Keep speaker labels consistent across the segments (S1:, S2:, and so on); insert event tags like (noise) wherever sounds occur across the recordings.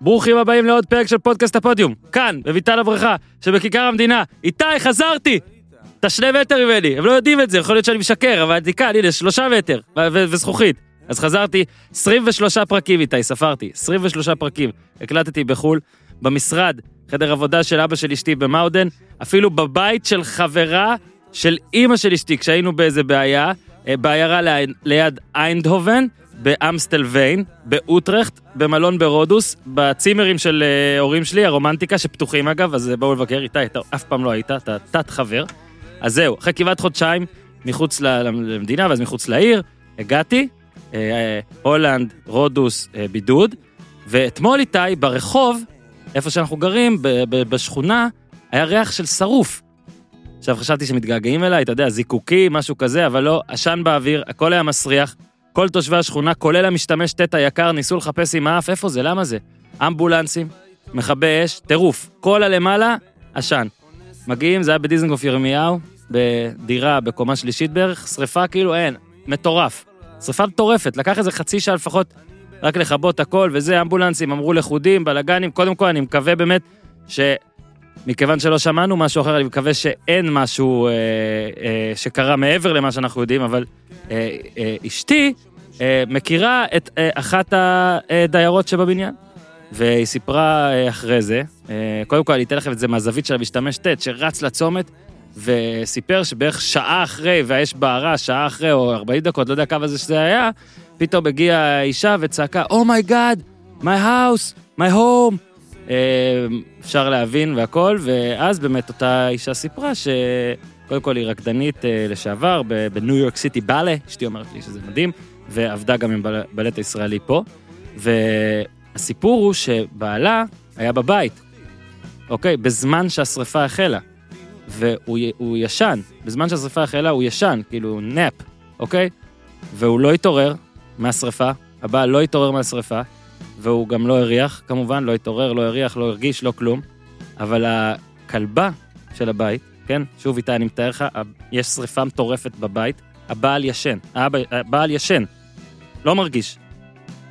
S1: ברוכים הבאים לעוד פרק של פודקאסט הפודיום, כאן, בביתן הברכה, שבכיכר המדינה. איתי, חזרתי! אתה שני מטר ממני, הם לא יודעים את זה, יכול להיות שאני משקר, אבל אני כאן, הנה, שלושה מטר, ו- ו- וזכוכית. אז חזרתי, 23 פרקים איתי, ספרתי, 23 פרקים. הקלטתי בחו"ל, במשרד, חדר עבודה של אבא של אשתי במאודן, אפילו בבית של חברה של אימא של אשתי, כשהיינו באיזה בעיה, אה, בעיירה ל- ליד איינדהובן, באמסטלוויין, באוטרחט, במלון ברודוס, בצימרים של אה, הורים שלי, הרומנטיקה, שפתוחים אגב, אז אה, בואו לבקר איתי, אתה אף פעם לא היית, אתה תת-חבר. אז זהו, אחרי כמעט חודשיים מחוץ ל- למדינה ואז מחוץ לעיר, הגעתי, אה, אה, הולנד, רודוס, אה, בידוד, ואתמול איתי ברחוב, איפה שאנחנו גרים, ב- ב- בשכונה, היה ריח של שרוף. עכשיו חשבתי שמתגעגעים אליי, אתה יודע, זיקוקים, משהו כזה, אבל לא, עשן באוויר, הכל היה מסריח. כל תושבי השכונה, כולל המשתמש טט היקר, ניסו לחפש עם האף, איפה זה, למה זה? אמבולנסים, מכבי אש, טירוף. כל הלמעלה, עשן. מגיעים, זה היה בדיזנגוף ירמיהו, בדירה בקומה שלישית בערך, שריפה כאילו אין, מטורף. שריפה מטורפת, לקח איזה חצי שעה לפחות רק לכבות הכל וזה, אמבולנסים אמרו לכודים, בלאגנים, קודם כל אני מקווה באמת ש... מכיוון שלא שמענו משהו אחר, אני מקווה שאין משהו אה, אה, שקרה מעבר למה שאנחנו יודעים, אבל אה, אה, אשתי אה, מכירה את אה, אחת הדיירות שבבניין. והיא סיפרה אה, אחרי זה, אה, קודם כל אני אתן לכם את זה מהזווית של המשתמש ט' שרץ לצומת וסיפר שבערך שעה אחרי, והאש בערה, שעה אחרי או 40 דקות, לא יודע כמה זה שזה היה, פתאום הגיעה אישה וצעקה, "Oh אומייגאד, מי האוס, מי הום. אה, אפשר להבין והכל, ואז באמת אותה אישה סיפרה ש... קודם כל היא רקדנית אה, לשעבר ב- בניו יורק סיטי באלה, אשתי אומרת לי שזה מדהים, ועבדה גם עם בל- בלט הישראלי פה. והסיפור הוא שבעלה היה בבית, אוקיי? בזמן שהשריפה החלה. והוא י- הוא ישן, בזמן שהשריפה החלה הוא ישן, כאילו נאפ, אוקיי? והוא לא התעורר מהשריפה, הבעל לא התעורר מהשריפה, והוא גם לא הריח, כמובן, לא התעורר, לא הריח, לא הרגיש, לא כלום. אבל הכלבה של הבית, כן? שוב איתה, אני מתאר לך, ה- יש שריפה מטורפת בבית, הבעל ישן, האבא, הבעל ישן, לא מרגיש.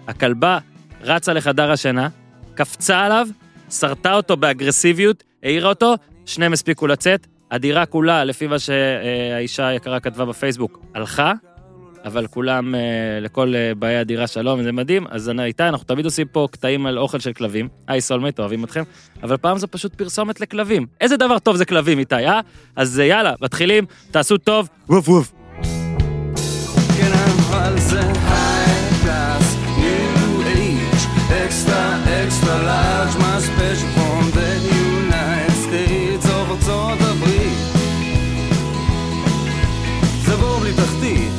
S1: הכלבה רצה לחדר השינה, קפצה עליו, סרטה אותו באגרסיביות, העירה אותו, שניהם הספיקו לצאת. הדירה כולה, לפי מה שהאישה היקרה כתבה בפייסבוק, הלכה, אבל כולם, אה, לכל אה, באי הדירה שלום, זה מדהים. אז אני- איתי, אנחנו תמיד עושים פה קטעים על אוכל של כלבים. היי, סולמט, אוהבים אתכם. אבל פעם זו פשוט פרסומת לכלבים. איזה דבר טוב זה כלבים, איתי, אה? אז אה, יאללה, מתחילים, תעשו טוב, ווף ווף.
S2: כן, אבל זה הייטס, ניו אייג', אקסטרה, אקסטרה לארג', מה ספיישל פרום דה יונייט סטייטס, ארצות הברית. זה בור בלי תחתית,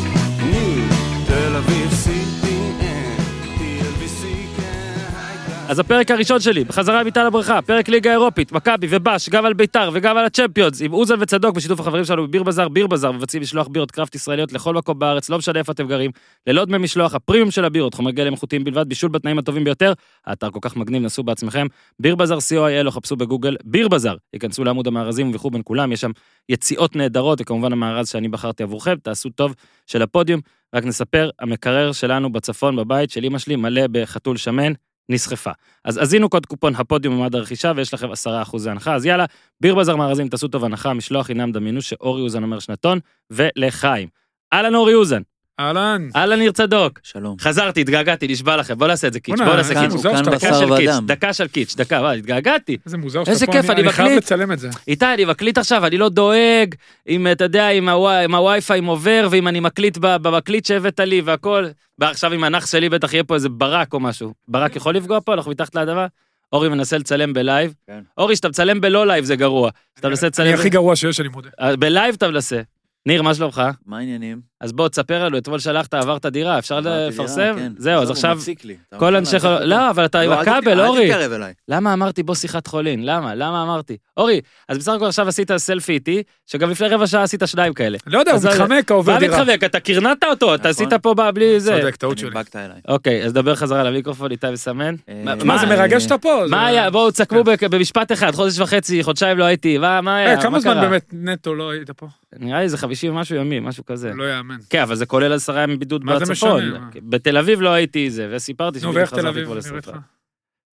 S2: ניו, תל אביב, CTN, TLBC, כן, הייטס.
S1: אז הפרק הראשון שלי, בחזרה מביתה לבריכה, פרק ליגה אירופית, מכבי ובאש, גם על ביתר וגם על הצ'מפיונס, עם אוזן וצדוק בשיתוף החברים שלנו בביר בזאר, ביר בזאר, מבצעים משלוח בירות קראפט ישראליות לכל מקום בארץ, לא משנה איפה אתם גרים, ללא דמי משלוח, הפרימיום של הבירות, חומרי גלם איכותיים בלבד, בישול בתנאים הטובים ביותר, האתר כל כך מגניב, נסו בעצמכם, ביר בזאר co.il או חפשו בגוגל ביר בזאר, ייכנסו לעמוד המארזים ובחרו בין כולם, יש שם יציאות נהדרות, וכמובן המארז שאני בחרתי עבורכם, תעשו טוב של הפודיום, רק נספר, המקרר שלנו בצפון בבית של אמא שלי מלא בחתול שמן, נסחפה. אז הזינו קוד קופון הפודיום במעמד הרכישה ויש לכם 10% הנחה, אז יאללה, ביר בזאר מארזים, תעשו טוב הנחה, משלוח חינם, דמיינו שאורי אוזן אומר שנתון, ולחיים. אהלן אורי אוזן,
S3: אהלן.
S1: אהלן ניר צדוק.
S4: שלום.
S1: חזרתי, התגעגעתי, נשבע לכם, בוא נעשה את זה קיץ',
S3: בוא'נה,
S1: בוא נעשה
S3: כאן-
S1: קיץ'.
S4: הוא
S3: מוזר
S4: כאן
S3: שאתה
S1: דקה
S4: בשר
S1: של קיץ',
S4: ודם.
S1: דקה של קיץ', דקה, וואי, התגעגעתי.
S3: איזה מוזר
S1: איזה
S3: שאתה פה,
S1: כיף,
S3: אני-
S1: אני
S3: אני חייב
S1: מקליט.
S3: לצלם את זה.
S1: איתי, אני מקליט עכשיו, אני לא דואג אם, אתה יודע, אם, הוואי, אם הווי-פיי עובר ואם אני מקליט ב- במקליט שהבאת לי והכל. ועכשיו עם הנח שלי בטח יהיה פה איזה ברק או משהו. ברק יכול לפגוע פה? אנחנו מתחת לאדמה? אורי מנסה לצלם בלייב.
S4: כן.
S1: אורי, שאתה מצלם בלא לייב זה גרוע. שאתה מנסה לצלם...
S3: אני הכי גרוע שיש, אני מודה.
S1: ב- בלייב אתה מנסה. ניר, מה שלומך?
S4: מה העניינים?
S1: אז בוא, תספר לנו, אתמול שלחת, עברת דירה, אפשר
S4: אמרתי,
S1: לפרסם?
S4: יאללה, כן.
S1: זהו, אז
S4: הוא
S1: עכשיו...
S4: מציק לי. אתה
S1: כל
S4: מבין?
S1: אנשי...
S4: אני-
S1: חול- לא, אבל אתה עם
S4: לא, אל תת-
S1: הכבל, אורי.
S4: אל תתקרב אליי.
S1: למה אמרתי בוא שיחת חולין? למה? למה אמרתי? אורי, אז בסך הכל עכשיו עשית סלפי איתי, שגם לפני רבע שעה עשית שניים כאלה.
S3: לא יודע, הוא
S1: אז זה-
S3: מתחמק, העובר
S1: מה
S3: דירה.
S1: מתחמק? אתה קרנעת אותו, אתה
S4: נכון.
S1: עשית פה ב- בלי זה.
S3: צודק, טעות שלי.
S4: נדבקת אליי.
S1: אוקיי, אז דבר חזרה למיקרופון, איתי וסמן.
S4: אה,
S1: מה-
S3: מה, זה
S4: אה,
S3: מרגש שאתה פה? זה- כן.
S1: מה היה? בואו, תסכמו בק- במשפט אחד, חודש וחצי, חודשיים לא הייתי, מה מה היה?
S3: אה, כמה
S1: מה
S3: זמן
S1: קרה?
S3: באמת נטו לא היית פה?
S1: נראה לי איזה 50 ומשהו ימים, משהו כזה.
S3: לא יאמן.
S1: כן, אבל זה כולל עשרה ימים בידוד
S3: מה זה
S1: בצפון.
S3: משנה? מה?
S1: בתל אביב לא הייתי זה, וסיפרתי
S3: נו,
S1: שבדיוק
S3: ואיך תל
S1: חזרתי
S3: אביב
S1: כבר
S3: נראית לך?
S1: לשרפה.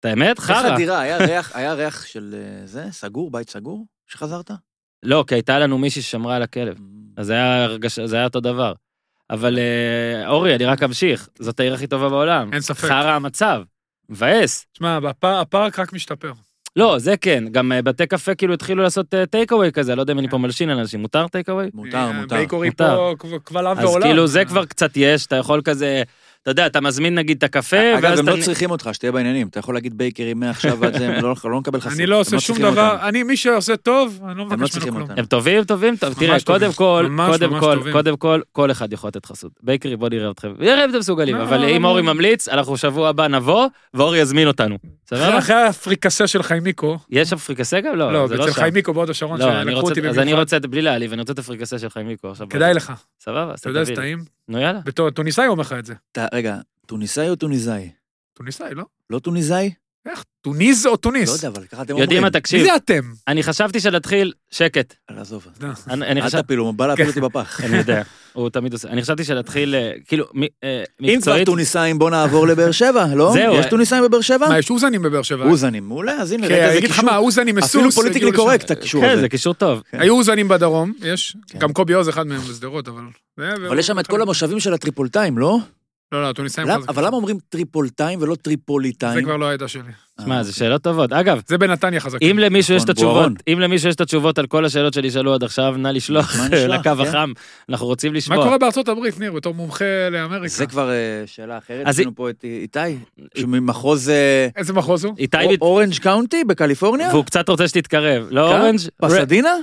S1: את האמת?
S4: איך
S1: חרא.
S4: הדירה? היה ריח, היה ריח של אה, זה? סגור? בית סגור? שחזרת?
S1: לא, כי הייתה לנו מישהי ששמרה על הכלב. אז זה היה הרגשה, זה היה אותו דבר. אבל אה, אורי, אני רק אמשיך, זאת העיר הכי טובה בעולם.
S3: אין ספק.
S1: חרא המצב, מבאס.
S3: תשמע, בפאר- הפארק רק משתפר.
S1: לא, זה כן, גם אה, בתי קפה כאילו התחילו לעשות טייק אווי כזה, אני לא יודע אם
S3: כן.
S1: אני פה מלשין אנשים, מותר טייק אווי?
S4: מותר,
S3: אה,
S4: מותר.
S3: בייקורי
S1: מותר.
S3: פה כבר- קבל עם
S1: אז
S3: ועולם.
S1: כאילו זה כבר קצת יש, אתה יכול כזה, אתה יודע, אתה מזמין נגיד את הקפה,
S4: אגב,
S1: ואז
S4: הם
S1: אתה...
S4: לא צריכים אותך, שתהיה בעניינים. אתה יכול להגיד בייקרים מעכשיו עד זה, הם לא לא נקבל חסות.
S3: אני לא
S4: הם
S3: עושה שום
S4: צריכים
S3: דבר,
S4: אותנו.
S3: אני, מי שעושה טוב, אני לא
S4: הם לא
S3: מבקש
S4: צריכים
S3: ממנו כלום.
S4: אותנו.
S1: הם טובים, טובים, טוב. תראה,
S3: ממש
S1: קודם
S3: טובים.
S1: כל,
S3: ממש
S1: קודם
S3: ממש
S1: כל,
S3: טובים.
S1: קודם כל, כל אחד יכול לתת חסות. בייקרי, בוא נראה אתכם. נראה אם אתם מסוגלים,
S3: לא,
S1: אבל
S3: לא,
S1: אם
S3: לא.
S1: אורי ממליץ, אנחנו שבוע הבא נבוא, ואורי יזמין
S3: (laughs)
S1: אותנו. סבבה?
S3: אחרי הפריקסה של חיימיקו,
S1: יש שם פריקסה גם? לא,
S3: לא,
S1: זה לא
S3: אצל
S1: שם.
S3: חיימיקו בהוד השרון,
S1: לא, אני
S3: שלקחו
S1: רוצה,
S3: אותי
S1: אז אני
S3: במיוחד.
S1: רוצה, בלי להעליב, אני רוצה את הפריקסה של חיימיקו עכשיו.
S3: כדאי לך,
S1: סבבה, אז
S3: אתה יודע, זה
S1: תביא לי.
S3: טעים.
S1: נו יאללה.
S3: בתור טוניסאי אומר לך את זה.
S4: אתה- רגע, טוניסאי או טוניסאי?
S3: טוניסאי, לא?
S4: לא טוניסאי?
S3: איך? טוניס או
S4: לא
S3: טוניס?
S4: יודע, אבל ככה אתם אומרים.
S1: יודעים מה,
S3: מי
S1: תקשיב,
S3: זה אתם?
S1: אני חשבתי שנתחיל, שקט.
S4: יאללה, עזוב.
S1: אני אני
S4: אל
S1: חשב-
S4: תפילו, הוא בא להפיל אותי בפח.
S1: אני יודע, הוא תמיד עושה, אני חשבתי שנתחיל, אה, כאילו, מ- אה,
S4: אם כבר
S1: מקצועית,
S4: טוניסאים, בוא נעבור לבאר שבע, לא?
S1: זהו,
S4: יש
S1: אה.
S4: טוניסאים בבאר שבע?
S3: מה, יש אוזנים בבאר שבע?
S4: אוזנים, מעולה, אז הנה,
S3: כן,
S4: ראית
S3: אני
S4: איזה
S3: אגיד לך
S4: קישור?
S3: מה, אוזנים מסוס.
S4: אפילו פוליטיקלי
S3: הגיעו לשם.
S4: קורקט, הקישור
S1: כן,
S4: הזה.
S1: זה קישור טוב.
S4: כן.
S3: היו אוזנים בדרום, יש.
S4: כן.
S3: גם קובי עוז אחד מהם בשדרות, אבל...
S4: אבל יש שם את כל המושבים של הטריפולטאים, לא?
S3: לא, לא, הטוניסאים...
S4: למ-
S3: חזקים.
S4: אבל למה אומרים טריפולטאים ולא טריפוליטאים?
S3: זה כבר לא העדה שלי.
S4: אה,
S1: שמע, זה שאלות טובות. אגב,
S3: זה בנתניה חזקים.
S1: אם למישהו יש את
S4: נכון,
S1: התשובות,
S4: בוארון.
S1: אם למישהו יש את התשובות על כל השאלות שנשאלו עד עכשיו, נא לשלוח
S4: מה נשלח,
S1: לקו
S4: כן.
S1: החם, אנחנו רוצים
S3: מה
S1: לשמוע.
S3: קורה בארצות הברית, ניר, בתור מומחה לאמריקה?
S4: זה כבר אה, שאלה אחרת,
S1: אז
S4: יש לנו פה את אה, איתי, שממחוז אה,
S3: איזה מחוז הוא?
S1: איתי,
S4: אור-
S1: מת-
S4: אורנג' קאונטי בקליפורניה?
S1: והוא קצת רוצה שתתקרב. לא
S3: כן?
S4: כאן?
S1: אורנג'? ר-
S4: פסדינה?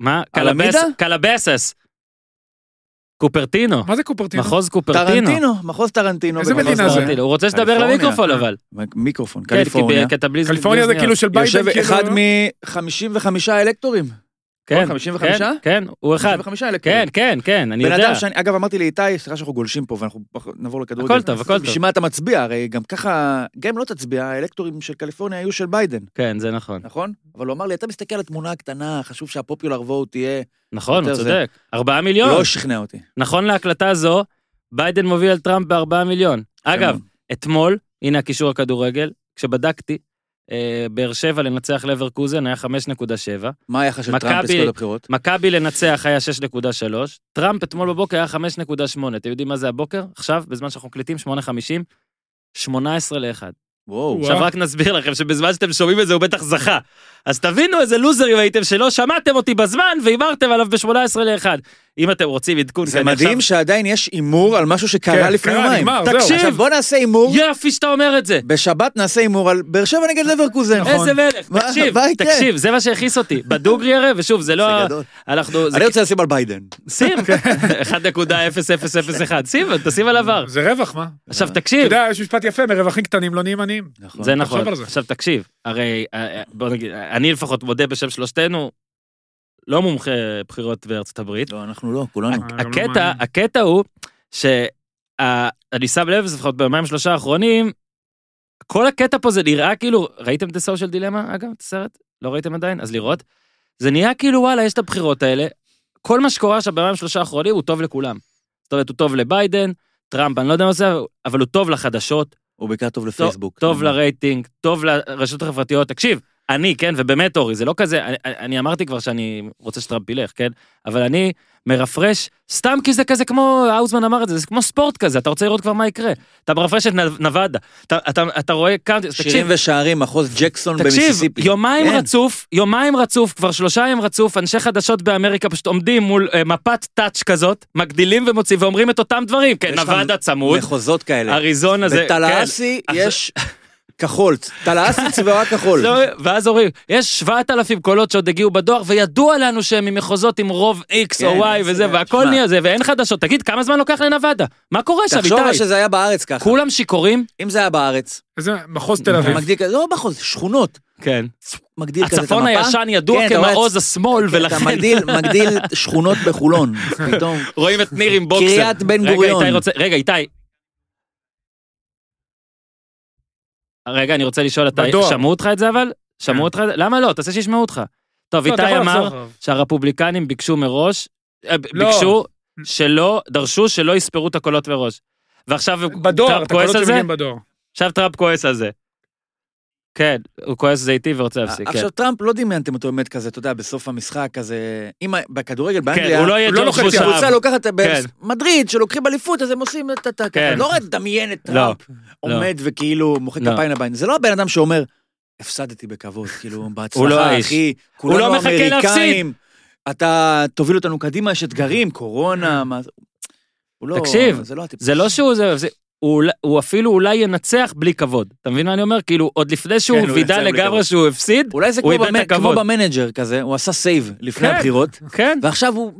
S1: מה?
S4: אלמידה?
S1: קלבס- קלבסס. קופרטינו.
S3: מה זה קופרטינו?
S1: מחוז קופרטינו.
S4: טרנטינו, מחוז טרנטינו.
S3: איזה
S4: במחוז
S3: מדינה זה?
S1: קופרטינו. הוא רוצה שתדבר
S4: קליפורניה.
S1: למיקרופון אבל.
S4: טרנטינו. מיקרופון,
S1: כן, כי ב-
S4: קליפורניה.
S1: כי אתה בלי בלי
S3: קליפורניה זה
S1: אוזניות.
S3: כאילו של
S4: יושב
S3: ביידן, כאילו...
S4: אחד
S3: לא?
S4: מ-55 אלקטורים.
S1: כן,
S4: 55?
S1: כן, כן, הוא אחד.
S4: 55 אלקטורים.
S1: כן, כן, כן, אני
S4: אוקיי. בן
S1: יודע.
S4: אדם שאני, אגב, אמרתי לאיתי, סליחה שאנחנו גולשים פה ואנחנו נעבור לכדורגל.
S1: הכל טוב, הכל טוב.
S4: בשביל מה אתה מצביע? הרי גם ככה, גם אם לא תצביע, האלקטורים של קליפורניה היו של ביידן,
S1: כן, זה נכון.
S4: נכון? אבל הוא אמר לי, אתה מסתכל על התמונה הקטנה, חשוב שהפופולר vote תהיה...
S1: נכון, הוא
S4: יותר זה.
S1: צודק. ארבעה מיליון.
S4: לא שכנע אותי.
S1: נכון להקלטה זו, ביידן מוביל על טראמפ בארבעה מיליון.
S4: כן.
S1: אגב, אתמול, הנה הקישור הכדורגל, כשבדקתי, אה, באר שבע לנצח לברקוזן היה 5.7,
S4: מה היחס של טראמפ
S1: מכבי-
S4: לזכויות הבחירות?
S1: מכבי לנצח היה 6.3, טראמפ אתמול בבוקר היה 5.8, אתם יודעים מה זה הבוקר? עכשיו, בזמן שאנחנו מקליטים, 8.50, 18 ל-1.
S4: וואו.
S1: עכשיו רק נסביר לכם שבזמן שאתם שומעים את זה הוא בטח זכה. אז תבינו איזה לוזרים הייתם שלא שמעתם אותי בזמן והימרתם עליו ב-18 ל-1. אם אתם רוצים עדכון, כי
S4: זה
S1: אני
S4: מדהים
S1: כן, עכשיו-
S4: שעדיין יש הימור על משהו שקרה
S3: כן,
S4: לפני
S3: קרה,
S4: יומיים.
S3: נגמר,
S1: תקשיב,
S3: זהו.
S4: עכשיו בוא נעשה הימור,
S1: יופי שאתה אומר את זה.
S4: בשבת נעשה הימור על באר שבע נגד לברקוזן.
S3: נכון.
S1: איזה מלך,
S4: מה-
S1: תקשיב,
S4: מה יקרה?
S1: תקשיב, זה מה שהכעיס
S4: (laughs)
S1: אותי. בדוגרי הרי, ושוב, זה לא...
S4: זה
S1: ה-
S4: גדול.
S1: אנחנו... זה-
S4: אני רוצה לשים על ביידן.
S1: שים,
S4: (laughs)
S1: 1.0001, שים, תשים על עבר.
S3: זה רווח, מה?
S1: עכשיו
S3: אתה
S1: תקשיב,
S3: יודע, יש משפט יפה, מרווחים קטנים לא נהיים עניים.
S4: נכון.
S1: זה נכון.
S3: על זה.
S1: עכשיו תקשיב, הרי אה, אה, בוא נגיד, אה, אני לפחות מודה בשם שלושתנו, לא מומחה בחירות בארצות הברית.
S4: לא, אנחנו לא,
S1: נכון.
S4: כולנו.
S3: אה, גם לא
S1: הקטע,
S3: מאמין.
S1: הקטע הוא שאני שם לב, זה לפחות ביומיים שלושה האחרונים, כל הקטע פה זה נראה כאילו, ראיתם את הסושיאל דילמה אגב, את הסרט? לא ראיתם עדיין? אז לראות. זה נהיה כאילו וואלה, יש את הבחירות האלה, כל מה שקורה עכשיו ביומיים שלושה האחרונים הוא טוב לכולם. זאת אומרת, הוא טוב לביידן, טראמפ, אני לא יודע מה זה, אבל הוא טוב לחדשות,
S4: הוא בעיקר טוב
S1: טוב-
S4: לפייסבוק. נכון.
S1: טוב לרייטינג, טוב לרשתות החברתיות. תקשיב, אני, כן, ובאמת, אורי, זה לא כזה, אני, אני אמרתי כבר שאני רוצה שטראמפ ילך, כן? אבל אני מרפרש, סתם כי זה כזה כמו, האוזמן אמר את זה, זה כמו ספורט כזה, אתה רוצה לראות כבר מה יקרה. אתה מרפרש את נו- נבדה, אתה, אתה, אתה רואה קאונטי, אז
S4: שירים
S1: תקשיב,
S4: ושערים, מחוז ג'קסון
S1: תקשיב,
S4: במיסיסיפי.
S1: יומיים
S4: כן.
S1: רצוף, יומיים רצוף, כבר שלושה ימים רצוף, אנשי חדשות באמריקה פשוט עומדים מול אה, מפת טאץ' כזאת, מגדילים ומוציאים ואומרים את אותם דברים, כן,
S4: יש לך
S1: נבדה צמוד,
S4: מחוזות כאלה.
S1: אריזונה זה, כן,
S4: בטלאסי
S1: עכשיו-
S4: יש כחול,
S1: (laughs)
S4: טלאסי צבעה כחול.
S1: לא, ואז אומרים, יש 7,000 קולות שעוד הגיעו בדואר, וידוע לנו שהם ממחוזות עם רוב X או
S4: כן,
S1: Y
S4: זה-
S1: וזה, והכל
S4: שמע.
S1: נהיה זה, ואין חדשות. תגיד, כמה זמן לוקח לנבדה? מה קורה שם,
S4: תחשוב על
S1: איתי?
S4: שזה היה בארץ ככה.
S1: כולם שיכורים?
S4: אם זה היה בארץ,
S3: איזה מחוז תל
S4: אתה
S3: אביב.
S4: מגדיל כזה, לא מחוז, שכונות.
S1: כן.
S4: מגדיל כזה את המפה.
S1: הצפון הישן ידוע
S4: כן, אתה רואה
S1: כמעוז
S4: את-
S1: השמאל,
S4: כן, אתה
S1: ולכן
S4: מגדיל- מגדיל שכונות בחולון, פתאום.
S1: (laughs) רואים את ניר עם בוקסר.
S4: קריית בן
S1: רגע,
S4: גוריון.
S1: איתי רוצה- רגע, איתי. רגע, אני רוצה לשאול, אתה-
S3: בדואר.
S1: שמעו אותך את זה אבל?
S4: כן.
S1: שמעו אותך את זה? למה לא? תעשה שישמעו אותך. טוב,
S3: לא, אתה
S1: איתי
S3: יכול
S1: אמר,
S3: לחזור אחריו.
S1: שהרפובליקנים ביקשו מראש, אה, ב-
S3: לא.
S1: ביקשו שלא, דרשו שלא יספרו את הקולות מראש. ועכשיו
S3: בדואר,
S1: טראמפ
S3: אתה קולט
S1: כועס על זה?
S3: שמגיעים בדואר.
S1: עכשיו טראמפ כועס על זה. כן, הוא כועס שזה איטי ורוצה להפסיק, כן.
S4: אה, עכשיו, טראמפ, לא דמיינתם אותו באמת כזה, אתה יודע, בסוף המשחק כזה... אם ה- בכדורגל,
S1: כן,
S4: באנגליה...
S1: הוא לא יהיה
S3: הוא לא
S1: ג'ורג'
S3: לוחץ
S1: בוש
S3: יד.
S1: האב.
S4: הקבוצה לוקחת, ב-
S1: כן.
S4: מדריד, שלוקחים אליפות, אז הם עושים... טה, טה,
S1: כן.
S4: ככה. לא רק דמיין את
S1: לא,
S4: טראמפ עומד וכאילו מוחא
S1: לא.
S4: כפיים לבית. זה לא הבן אדם שאומר, הפסדתי בכבוד, כאילו,
S1: (laughs) הוא לא
S4: בהצלחה,
S1: האיש.
S4: אחי,
S1: הוא לא
S4: כולנו
S1: מחכה
S4: אמריקאים, אתה תוביל אותנו קדימה, יש אתגרים,
S1: (laughs)
S4: קורונה, מה זה... הוא לא...
S1: תקשיב,
S4: זה לא הטיפוס.
S1: זה לא שהוא, זה, זה, הוא, אולי- הוא אפילו אולי ינצח בלי כבוד. אתה מבין מה אני אומר? כאילו, עוד לפני שהוא
S4: כן, הוא
S1: וידא
S4: ינצח בלי
S1: לגמרי
S4: כבוד.
S1: שהוא הפסיד,
S4: אולי זה
S1: הוא
S4: כמו
S1: איבד את
S4: במנ- כמו
S1: הכבוד.
S4: במנג'ר כזה, הוא עשה סייב לפני
S1: כן.
S4: הבחירות,
S1: כן?
S4: ועכשיו
S1: (laughs)
S4: הוא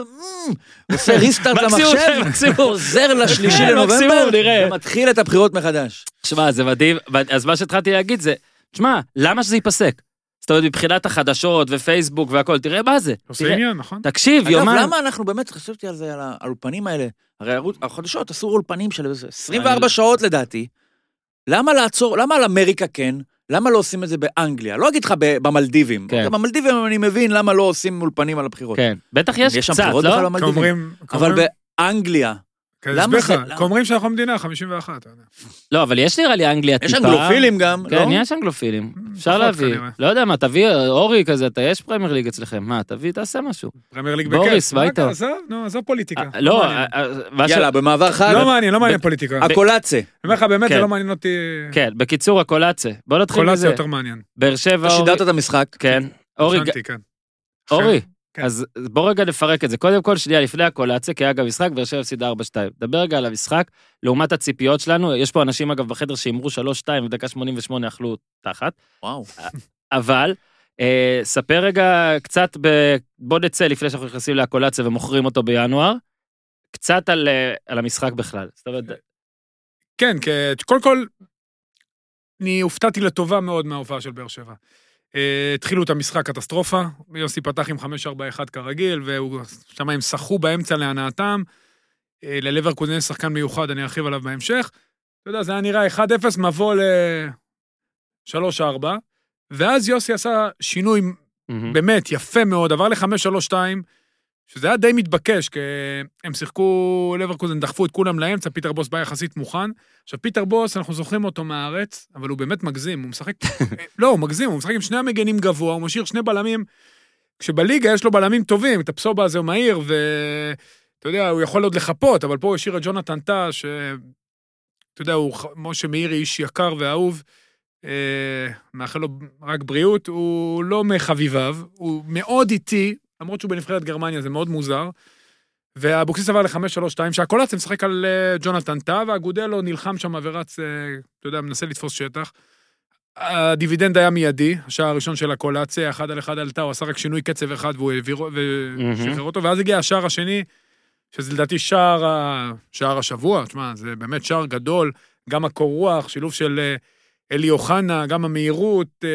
S4: אמ, עושה ריסטארט
S1: מקסימום,
S4: למחשב,
S1: מקסימום.
S4: עוזר לשלישי
S1: כן, (laughs)
S4: לנובמבר,
S1: מקסימום, נראה.
S4: ומתחיל את הבחירות מחדש.
S1: שמע, זה מדהים. אז מה שהתחלתי להגיד זה, שמע, למה שזה ייפסק? זאת אומרת, מבחינת החדשות ופייסבוק והכל, תראה מה זה.
S3: עושה
S1: תראה,
S3: עניין, נכון?
S1: תקשיב,
S4: אגב,
S1: יומן.
S4: למה אנחנו באמת, חשבתי על זה, על האולפנים האלה, הרי הערוץ- החדשות עשו אולפנים של איזה 24
S1: לא-
S4: שעות לדעתי, למה לעצור, למה על אמריקה כן? למה לא עושים את זה באנגליה? לא אגיד לך ב- במלדיבים.
S1: כן.
S4: אוקיי, במלדיבים אני מבין למה לא עושים אולפנים על הבחירות.
S1: כן, בטח יש
S4: יש שם
S1: קצת,
S4: בחירות
S1: לא?
S4: בכלל במלדיבים.
S3: כאומרים...
S4: אבל באנגליה, למה
S3: למה
S4: זה-
S3: זה?
S4: למה?
S3: כאומרים שאנחנו המדינה, 51. אתה יודע.
S1: לא, אבל יש נראה לי אנגליה
S4: יש
S1: טיפה.
S4: אנגלופילים גם, לא?
S1: כן, יש אנגלופילים. אפשר
S3: Mm, פחות
S1: להביא.
S3: כנראה.
S1: לא יודע מה, תביא אורי כזה, אתה יש פרמייר ליג אצלכם, מה, תביא, תעשה משהו.
S3: פרמייר ליג בכיף.
S1: בוריס, מה
S3: מה
S1: איתו?
S3: עזוב, נו, עזוב פוליטיקה.
S1: אה, לא,
S3: מעניין.
S1: אה, אה, מה ש-
S4: יאללה, במעבר חד,
S3: לא מעניין, לא מעניין
S1: ב-
S3: פוליטיקה. אני
S4: הקולאצה.
S3: אומר לך, באמת,
S1: כן.
S3: זה לא מעניין אותי...
S1: כן, בקיצור, הקולאצה. בוא נתחיל
S3: קולאציה
S1: מזה.
S3: יותר מעניין.
S1: באר שבע,
S4: אתה
S1: אורי.
S4: שידרת את המשחק.
S1: כן. אורי, ג-
S3: הבנתי, כן.
S1: אורי,
S3: כן.
S1: אז אז בוא רגע נפרק את זה. קודם כל, שנייה, לפני הקולאציה, כי היה גם משחק, באר שבע הפסידה 4-2. דבר רגע על המשחק, לעומת הציפיות שלנו, יש פה אנשים, אגב, בחדר שהימרו 3-2, בדקה 88 אכלו תחת,
S4: וואו.
S1: אבל... אה, ספר רגע קצת, ב... בוא נצא לפני שאנחנו נכנסים להקולציה ומוכרים אותו בינואר, קצת על, אה, על המשחק בכלל. זאת אומרת,
S3: כן, כי- קודם כל, אני הופתעתי לטובה מאוד מההופעה של באר שבע. אה, התחילו את המשחק קטסטרופה, יוסי פתח עם 5-4-1 כרגיל, והוא שם הם סחו באמצע להנאתם. אה, ללברקוזן יש שחקן מיוחד, אני ארחיב עליו בהמשך. אתה יודע, זה היה נראה 1-0, מבוא ל-3-4, ואז יוסי עשה שינוי
S1: מהמם.
S3: באמת, יפה מאוד, עבר ל-5-3-2, שזה היה די מתבקש, כי הם שיחקו, לברקוזן דחפו את כולם לאמצע, פיטר בוס בא יחסית מוכן. עכשיו, פיטר בוס, אנחנו זוכרים אותו מהארץ, אבל הוא באמת מגזים, הוא משחק... לא, הוא מגזים, הוא משחק עם שני המגנים גבוה, הוא משאיר שני בלמים, כשבליגה יש לו בלמים טובים, את הפסובה הזה הוא מהיר, ו... אתה יודע, הוא יכול עוד לחפות, אבל פה הוא השאיר את ג'ונתן טאה, ש... אתה יודע, הוא... ח- משה מאירי איש יקר ואהוב, אה, מאחל לו רק בריאות, הוא לא מחביביו, הוא מאוד איטי, למרות שהוא בנבחרת גרמניה, זה מאוד מוזר. ואבוקסיס עבר ל-5-3-2, שהקולאציה משחק על אה, ג'ונתן טאה, והגודלו נלחם שם ורץ, אה, אתה יודע, מנסה לתפוס שטח. הדיבידנד היה מיידי, השער הראשון של הקולאציה, אחד על אחד עלתה, הוא עשה רק שינוי קצב אחד והוא העביר, ושחרר אותו, ואז הגיע השער השני, שזה לדעתי שער, ה- שער השבוע, תשמע, זה באמת שער גדול, גם הקור רוח, שילוב של אה, אלי אוחנה, גם המהירות, אה,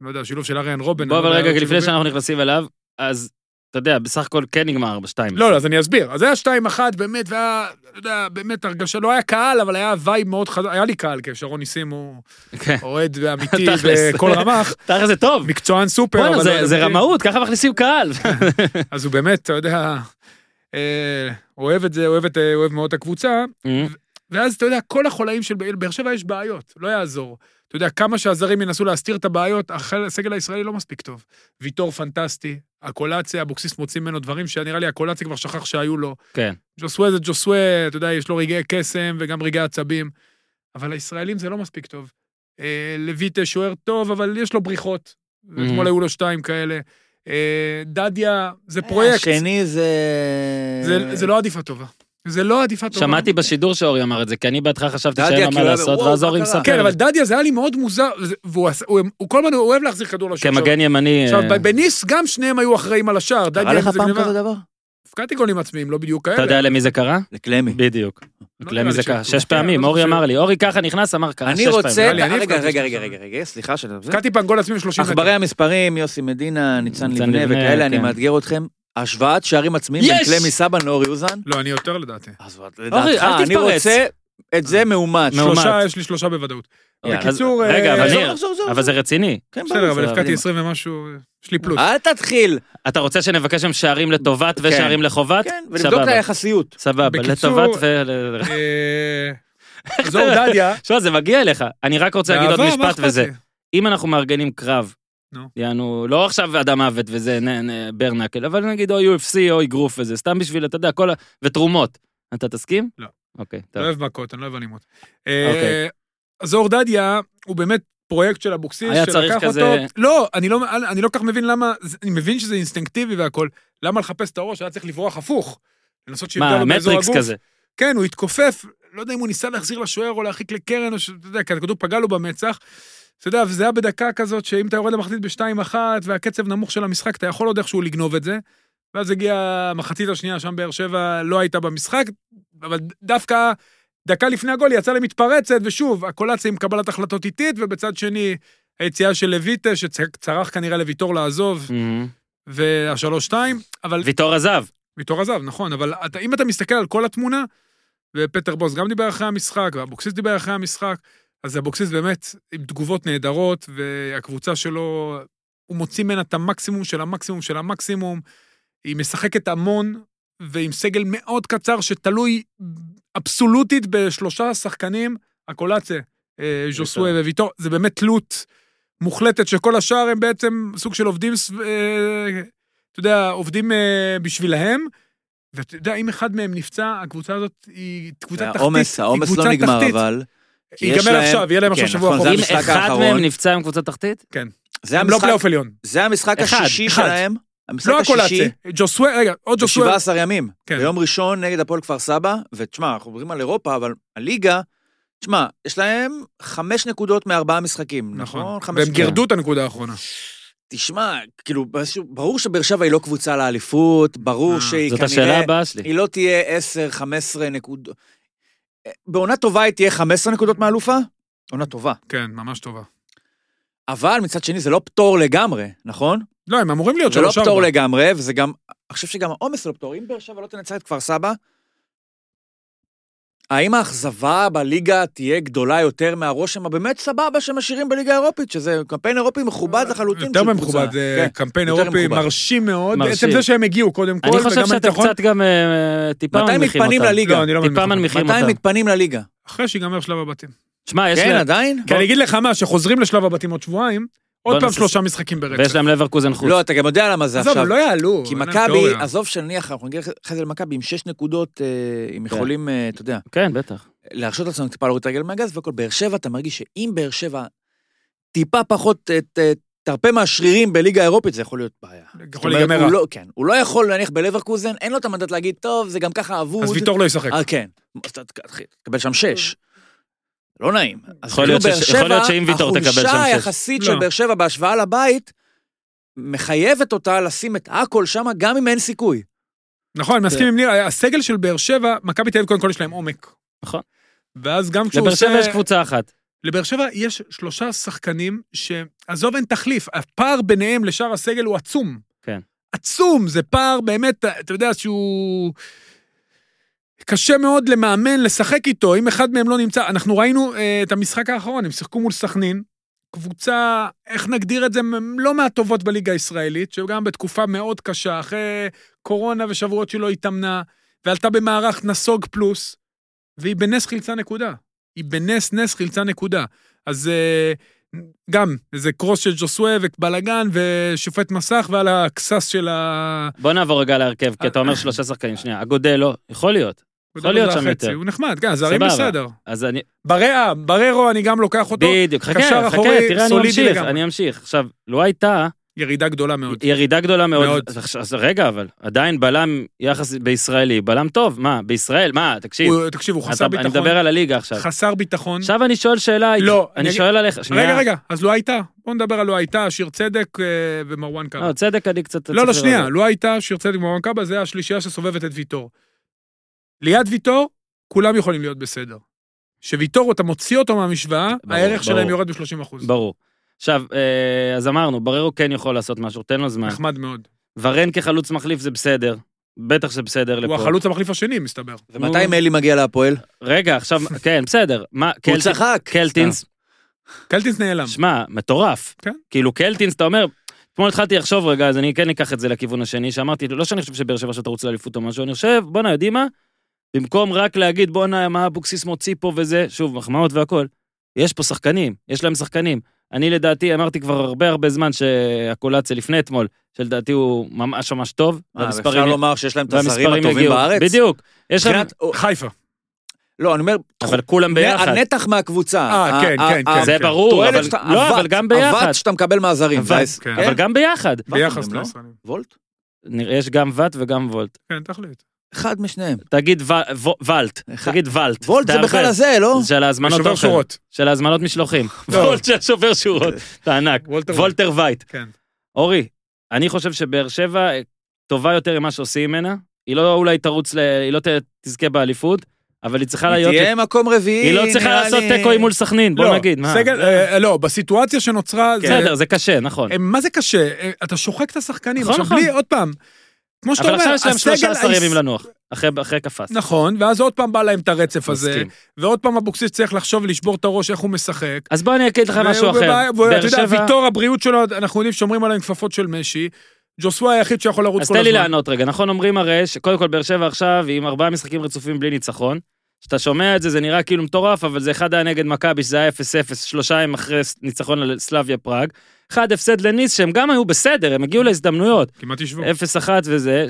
S3: לא יודע, שילוב של אריאן רובן.
S1: בוא,
S3: אני לא
S1: אבל רגע,
S3: יודע,
S1: לפני
S3: שילובים.
S1: שאנחנו נכנסים אליו, אז אתה יודע, בסך הכל כן נגמר 4-2.
S3: לא, לא, אז אני אסביר. אז זה היה 2-1, באמת, והיה, אתה יודע, באמת הרגשה, לא היה קהל, אבל היה וייב מאוד חזק, היה לי קהל, כי שרון ניסים הוא
S1: כן. (laughs)
S3: אוהד ואמיתי
S1: תכלס.
S3: בכל רמ"ח,
S1: תכל'ס זה טוב.
S3: מקצוען סופר.
S1: בואנה,
S3: אבל
S1: זה-
S3: לא-
S1: זה רמאות, ככה מכניסים
S3: (laughs)
S1: קהל.
S3: אז הוא באמת, אתה יודע, אה, אוהב את זה, אוהב את- אוהב מאוד את הקבוצה, ואז אתה יודע, כל החולאים של באר שבע יש בעיות, לא יעזור. אתה יודע, כמה שהזרים ינסו להסתיר את הבעיות, החל- הסגל הישראלי לא מספיק טוב. ויטור פנטסטי, הקולציה, אבוקסיס מוציא ממנו דברים שנראה לי הקולציה כבר שכח שהיו לו.
S1: כן.
S3: ג'וסווה זה ג'וסווה, אתה יודע, יש לו רגעי קסם וגם רגעי עצבים, אבל הישראלים זה לא מספיק טוב. אה, לויטה שוער טוב, אבל יש לו בריחות. אתמול היו לו שתיים כאלה. אה, דדיה, זה פרויקט.
S4: השני אה, זה...
S3: זה- זה לא עדיפה טובה. זה לא עדיפה טובה.
S1: שמעתי בשידור שאורי אמר את זה, כי אני בהתחלה חשבתי
S4: דדיה,
S1: שאין לו מה
S4: כאילו,
S1: לעשות,
S4: וואו,
S1: ואז
S4: מה
S1: אורי
S4: קרה?
S1: מספר.
S3: כן, אבל דדיה זה היה לי מאוד מוזר, זה- והוא עשה- הוא- הוא כל הזמן הוא אוהב להחזיר כדור לשער.
S1: כמגן ימני...
S3: עכשיו,
S1: אה,
S3: ב- בניס גם שניהם היו אחראים על השער, דדיה
S4: קרה לך
S3: עם זה
S4: פעם
S3: גניבה.
S4: כזה דבר?
S3: הפקעתי גולים עצמיים, לא בדיוק כאלה.
S1: אתה יודע למי זה קרה?
S4: לקלמי.
S1: בדיוק.
S3: לא נראה
S1: למי
S3: לי
S1: זה קרה?
S3: שהוא-
S1: שש
S3: הוא- כן,
S1: פעמים,
S3: לא
S1: אורי
S3: זוכר.
S1: אמר לי. אורי ככה נכנס, אמר ככה, אה, שש
S4: אני
S1: פעמים. לא,
S4: רוצה...
S3: נראה לי, אני
S4: רגע,
S3: הפקעתי
S4: רגע,
S3: שם.
S4: רגע, רגע, רגע, סליחה שאני...
S3: הפקעתי פנגול עצמי ב-30
S1: אה,
S4: עכברי המספרים, יוסי מדינה, ניצן
S1: ניצן
S4: לבנה
S1: לבנה,
S4: וכאלה, אני
S1: כן.
S4: מאתגר אתכם. השוואת שערים עצמיים בין
S1: יש!
S4: קלמי סבן לאורי אוזן.
S3: לא, אני יותר לדעתי.
S4: אז
S1: אורי,
S4: לדעתך,
S1: אל
S4: אני
S1: תתפרץ.
S4: רוצה את זה מאומת.
S1: נו,
S3: שלושה,
S1: מאומת.
S3: יש לי שלושה בוודאות.
S1: יאללה, אז-
S3: בקיצור,
S1: רגע,
S3: אה,
S1: אבל
S3: עזוב,
S1: ניר, אבל זה אה. רציני.
S4: כן,
S3: בסדר, אבל הפקעתי 20 ומשהו, יש לי פלוס.
S4: אל תתחיל,
S1: אתה רוצה שנבקש שם שערים לטובת
S4: כן.
S1: ושערים לחובת?
S4: כן,
S1: סבבה.
S4: ולבדוק את היחסיות.
S1: סבבה,
S3: בקיצור-
S1: לטובת ול...
S3: אה, זהו דדיה.
S1: (laughs) שמע, זה מגיע אליך. אני רק רוצה להגיד עוד
S3: בעבר, מה
S1: משפט
S3: אכפת
S1: וזה.
S3: לי?
S1: אם אנחנו מארגנים קרב,
S3: נו.
S1: יענו, לא עכשיו אדם מוות וזה, נ, נ, ברנקל, אבל נגיד או UFC או אגרוף וזה, סתם בשביל, אתה יודע, כל ה... ותרומות. אתה תסכים?
S3: לא.
S1: אוקיי,
S3: לא
S1: טוב.
S3: אוהב מכות, אני לא אוהב אלימות.
S1: אוקיי.
S3: אה, אז אור דדיה הוא באמת פרויקט של אבוקסיס,
S1: היה צריך
S3: שלקח
S1: כזה-
S3: אותו... לא, אני לא, אני לא כל כך מבין למה, זה- אני מבין שזה אינסטינקטיבי והכל, למה לחפש את הראש, היה צריך לברוח הפוך. לנסות שיפגע
S1: מה,
S3: לו באזור
S1: מטריקס
S3: הגוף.
S1: כזה.
S3: כן, הוא התכופף, לא יודע אם הוא ניסה להחזיר לשוער או להרחיק לקרן, או שאתה יודע, כי הכדור פגע לו במצח. אתה יודע, וזה היה בדקה כזאת, שאם אתה יורד למחצית ב-2-1, והקצב נמוך של המשחק, אתה יכול עוד איכשהו לגנוב את זה. ואז הגיעה המחצית השנייה, שם באר שבע לא הייתה במשחק, אבל דווקא דקה לפני הגול היא יצאה למתפרצת, ושוב, הקולציה עם קבלת החלטות איטית, ובצד שני, היציאה של לויטה, שצרח כנראה לוויטור לעזוב,
S1: מהמם.
S3: והשלוש-שתיים, אבל...
S1: Mm-hmm. ויטור עזב.
S3: ויטור עזב, נכון, אבל אתה, אם אתה מסתכל על כל התמונה, ופטר בוס גם דיבר אחרי המשחק, ואבוקסיס דיבר אחרי המשחק, אז אבוקסיס באמת עם תגובות נהדרות, והקבוצה שלו, הוא מוציא ממנה את המקסימום של המקסימום של המקסימום, היא משחקת המון, ועם סגל מאוד קצר שתלוי אבסולוטית בשלושה שחקנים, הקולאצה, אה, ז'וסואה וויטור, זה באמת תלות מוחלטת שכל השאר הם בעצם סוג של עובדים, סב- אה, אתה יודע, עובדים אה, בשבילהם. ואתה יודע, אם אחד מהם נפצע, הקבוצה הזאת היא קבוצה תחתית.
S4: אה, העומס,
S3: היא
S4: העומס
S3: קבוצה
S4: לא נגמר,
S3: תחתית.
S4: אבל... כי יש
S3: ייגמר
S4: להם-
S3: עכשיו, יהיה להם
S4: כן,
S3: עכשיו שבוע
S4: נכון, זה
S1: אם
S3: אחרון.
S4: המשחק
S1: אחד
S4: האחרון.
S1: מהם נפצע עם קבוצה תחתית?
S4: זה
S3: הם לא
S4: המשחק,
S3: פלייאוף עליון.
S4: זה המשחק
S1: אחד,
S4: השישי
S3: אחד.
S4: שלהם. המשחק
S3: לא הקולאצה.
S4: השישי,
S3: ג'וסווה, רגע, עוד ג'וסווה.
S4: ב-17 ימים.
S3: כן.
S4: ביום ראשון נגד הפועל כפר סבא, ותשמע, אנחנו מדברים על אירופה, אבל הליגה, תשמע, יש להם חמש נקודות מארבעה משחקים, נכון?
S3: נכון.
S4: חמש
S3: והם
S4: נקודות.
S3: גירדו את הנקודה האחרונה.
S4: תשמע, כאילו, משהו- ברור שבאר שבע היא לא קבוצה לאליפות, ברור
S3: אה,
S4: שהיא
S1: זאת
S4: כנראה...
S1: השאלה הבאה שלי.
S4: היא לא תהיה 10-15 נקודות. אה, בעונה טובה היא תהיה 15 נקודות מאלופה? עונה טובה.
S3: כן, ממש טובה.
S4: אבל מצד שני זה לא פטור לגמרי, נכון?
S3: לא, הם אמורים להיות
S4: זה לא
S3: שלוש ארבע.
S4: פטור לגמרי, וזה גם... אני חושב שגם העומס לא פטור. אם באר שבע לא תנצח את כפר סבא, האם האכזבה בליגה תהיה גדולה יותר מהרושם הבאמת סבבה שמשאירים בליגה האירופית, שזה קמפיין אירופי מכובד לחלוטין?
S3: יותר
S4: של קבוצה.
S3: ממכובד, אה, זה
S4: כן.
S3: קמפיין
S4: יותר
S3: אירופי
S4: מכובד.
S3: מרשים מאוד.
S1: מרשים.
S3: בעצם זה שהם הגיעו קודם כל,
S1: אני חושב
S3: וגם
S1: שאתם
S3: הניצחון-
S1: קצת גם אה, טיפה
S4: מתי
S1: מנמיכים
S4: מתפנים
S1: אותם.
S4: לליגה?
S3: לא, אני לא
S1: טיפה
S3: מנמיך אותם.
S1: מנמיכים
S4: מתי הם
S1: אותם.
S4: מתפנים לליגה?
S3: אחרי שיגמר שלב הבתים.
S1: שמע, יש
S4: כן,
S1: להם...
S4: עדיין?
S3: כי אני אגיד לך מה, שחוזרים לשלב הבתים עוד שבועיים, עוד
S1: בוא
S3: פעם
S1: נעשה-
S3: שלושה משחקים ברצף.
S1: ויש להם לברקוזן חוץ.
S4: לא, אתה גם יודע למה זה
S3: עזוב,
S4: עכשיו.
S3: הם לא יעלו.
S4: כי
S3: אין להם
S4: מכבי,
S3: תיאוריה.
S4: עזוב שנניח, אנחנו נגיע אחרי זה למכבי עם שש נקודות, אה, הם יכולים, אה, אתה יודע,
S1: כן, בטח.
S4: להרשות לעצמם טיפה להוריד את הרגל מהגז והכל. באר שבע, אתה מרגיש שאם באר שבע טיפה פחות אה, ת- תרפה מהשרירים בליגה האירופית, זה יכול להיות בעיה.
S3: יכול
S4: זאת אומרת,
S3: להיגמר
S4: הוא
S3: רע.
S4: לא- כן, הוא לא יכול להניח בלברקוזן, אין לו את המנדט להגיד, טוב, זה גם ככה אבוד.
S3: אז ויטור לא ישחק.
S4: אה, כן. אז אתה תק- תקבל שם שש. לא נעים. אז
S1: יכול
S4: כאילו
S1: להיות ש-
S4: באר
S1: יכול להיות
S4: שבע,
S1: שאם ויטור תקבל שם
S4: החולשה
S1: שש.
S4: היחסית
S3: לא.
S4: של באר שבע בהשוואה לבית, מחייבת אותה לשים את הכל שם, גם אם אין סיכוי.
S3: נכון, אני
S1: כן.
S3: מסכים עם ניר, הסגל של באר שבע, מכבי תל אביב קודם כל יש להם עומק.
S1: נכון.
S3: ואז גם כשהוא
S1: לבאר
S3: עושה...
S1: שבע יש קבוצה אחת.
S3: לבאר שבע יש שלושה שחקנים שעזוב אין תחליף, הפער ביניהם לשאר הסגל הוא עצום.
S1: כן.
S3: עצום, זה פער באמת, אתה יודע שהוא... קשה מאוד למאמן לשחק איתו, אם אחד מהם לא נמצא. אנחנו ראינו אה, את המשחק האחרון, הם שיחקו מול סכנין, קבוצה, איך נגדיר את זה, מ- לא מהטובות בליגה הישראלית, שגם בתקופה מאוד קשה, אחרי קורונה ושבועות שלא התאמנה, ועלתה במערך נסוג פלוס, והיא בנס חילצה נקודה. היא בנס נס חילצה נקודה. אז אה, גם, איזה קרוס של ג'וסווה ובלאגן ושופט מסך ועל הקסס של ה...
S1: בוא נעבור רגע להרכב, כי אתה אומר שלושה שחקנים. שנייה, אגודל לא, יכול להיות. יכול להיות שם
S3: החצי.
S1: יותר.
S3: הוא נחמד, כן, זרים
S1: סבבה.
S3: בסדר.
S1: אז אני...
S3: בררה, בררו אני גם לוקח אותו.
S1: בדיוק. חכה,
S3: קשר
S1: חכה,
S3: אחורי,
S1: תראה, אני
S3: סולידי
S1: אמשיך,
S3: לגמרי.
S1: אני אמשיך. עכשיו, לו הייתה
S3: ירידה גדולה מאוד.
S1: ירידה גדולה מאוד.
S3: מאוד.
S1: אז עכשיו- אז רגע, אבל עדיין בלם יחס בישראלי, בלם טוב, מה, בישראל, מה, תקשיב.
S3: הוא- תקשיב, הוא חסר
S1: אתה- אני
S3: ביטחון.
S1: מדבר על הליגה עכשיו.
S3: חסר ביטחון.
S1: עכשיו אני שואל שאלה,
S3: לא,
S1: אני
S3: אני-
S1: שואל עליך, שנייה.
S3: רגע, רגע, אז לא הייתה. בוא נדבר על לא הייתה, שיר צדק אה, ומרואן קאבה.
S1: לא, צדק אני קצת...
S3: לא, לא,
S1: צריך
S3: שנייה,
S1: לראות.
S3: לו הייתה שיר צדק במרואן קאבה, זה השלישייה שסובבת את ויטור. ליד ויטור, כולם יכולים להיות בסדר. שוויטור, אתה מוציא אותו מהמשוואה,
S1: ברור,
S3: הערך שלהם
S1: ברור.
S3: יורד ב-30%.
S1: ברור. עכשיו, אה, אז אמרנו, בררו כן יכול לעשות משהו, תן לו זמן.
S3: נחמד מאוד.
S1: ורן כחלוץ מחליף זה בסדר. בטח שבסדר לפה.
S3: הוא החלוץ המחליף השני, מסתבר.
S4: ומתי מלי מגיע להפועל?
S1: רגע, עכשיו, כן, בסדר. מה,
S4: הוא
S1: קלטינס-
S4: צחק.
S1: קלטינס,
S3: קלטינס נעלם.
S1: שמע, מטורף.
S3: כן.
S1: כאילו, קלטינס, אתה אומר, אתמול התחלתי לחשוב רגע, אז אני כן אקח את זה לכיוון השני, שאמרתי, לא שאני חושב שבאר שבע עכשיו תרוץ לאליפות או משהו, אני חושב, בואנה, יודעים מה? במקום רק להגיד, בואנה, מה אבוקסיס מוציא פה וזה, שוב, מחמאות והכול, יש פה שחקנים, יש להם שחקנים. אני לדעתי, אמרתי כבר הרבה הרבה זמן שהקולציה לפני אתמול, שלדעתי הוא ממש ממש טוב,
S4: מה, אפשר אה, לומר שיש להם את הזרים
S1: והמספרים
S4: הטובים
S1: יגיעו.
S4: בארץ?
S1: בדיוק. יש להם,
S4: מבחינת- או-
S3: חיפה.
S4: לא, אני אומר,
S1: אבל כולם ביחד.
S4: הנתח מהקבוצה.
S3: אה, כן,
S4: ה-
S3: כן,
S4: ה-
S3: כן.
S1: זה ברור,
S4: התועלת
S1: אבל
S4: שאתה-
S1: לא,
S4: הוואט-
S1: אבל גם ביחד.
S4: הוואט שאתה מקבל מהזרים.
S1: הוואט,
S4: והיס-
S3: כן.
S1: אבל גם ביחד.
S3: ביחס
S4: הם לא?
S3: לישראלים.
S4: וולט?
S1: נראה, יש גם ואט וגם וולט.
S3: כן, תחליט.
S4: אחד משניהם.
S1: תגיד ו- ו- ולט,
S4: אחד.
S1: תגיד ולט.
S4: וולט זה
S1: תערבב.
S4: בכלל הזה, לא?
S1: זה של ההזמנות
S3: שובר
S1: אוכל.
S3: שורות.
S1: של ההזמנות
S4: (laughs)
S1: משלוחים.
S3: לא.
S1: וולט של שובר שורות. אתה ענק.
S3: וולטר וולט.
S1: וולטר וייט.
S3: כן.
S1: אורי, אני חושב שבאר שבע אה, טובה יותר ממה שעושים ממנה. היא לא אולי תרוץ, ל... היא לא ת... תזכה באליפות, אבל היא צריכה
S4: היא
S1: להיות...
S4: תהיה מקום רביעי,
S1: היא לא צריכה
S4: נראה
S1: לעשות
S4: לי.
S1: תיקו עם מול סכנין, בוא
S3: לא,
S1: נגיד. מה? כן.
S3: סגל, אה, לא, בסיטואציה שנוצרה, זה-
S1: בסדר, זה קשה, נכון.
S3: אה, מה זה קשה? אה, אתה שוחק את השחקנים.
S1: נכון,
S3: עכשיו,
S1: נכון.
S3: בלי, עוד פעם, כמו שאתה
S1: אבל
S3: אומר,
S1: עכשיו יש להם
S3: הסגל
S1: 13
S3: היש-
S1: ימים לנוח, אחרי- אחרי קפץ.
S3: נכון, ואז עוד פעם בא להם את הרצף הזה,
S1: מסכים.
S3: ועוד פעם אבוקסיס צריך לחשוב ולשבור את הראש איך הוא משחק.
S1: אז בוא אני אגיד לך משהו
S3: והוא
S1: אחר.
S3: בבעיה- והוא-
S1: באר
S3: אתה יודע,
S1: שבע...
S3: ויטור, הבריאות שלו, אנחנו יודעים ששומרים עליהם כפפות של משי. ג'וסווה היחיד שיכול לרוץ
S1: אז
S3: כל
S1: תן לי
S3: הזמן.
S1: לענות רגע, נכון אומרים הרי שקודם כל באר שבע עכשיו היא עם ארבעה משחקים רצופים בלי ניצחון. כשאתה שומע את זה זה נראה כאילו מטורף, אבל זה אחד היה נגד מכבי שזה היה 0-0, שלושה הם אחרי ס- ניצחון על סלאביה פראג. אחד הפסד לניס שהם גם היו בסדר, הם הגיעו להזדמנויות.
S3: כמעט ישבו.
S1: 0-1 וזה,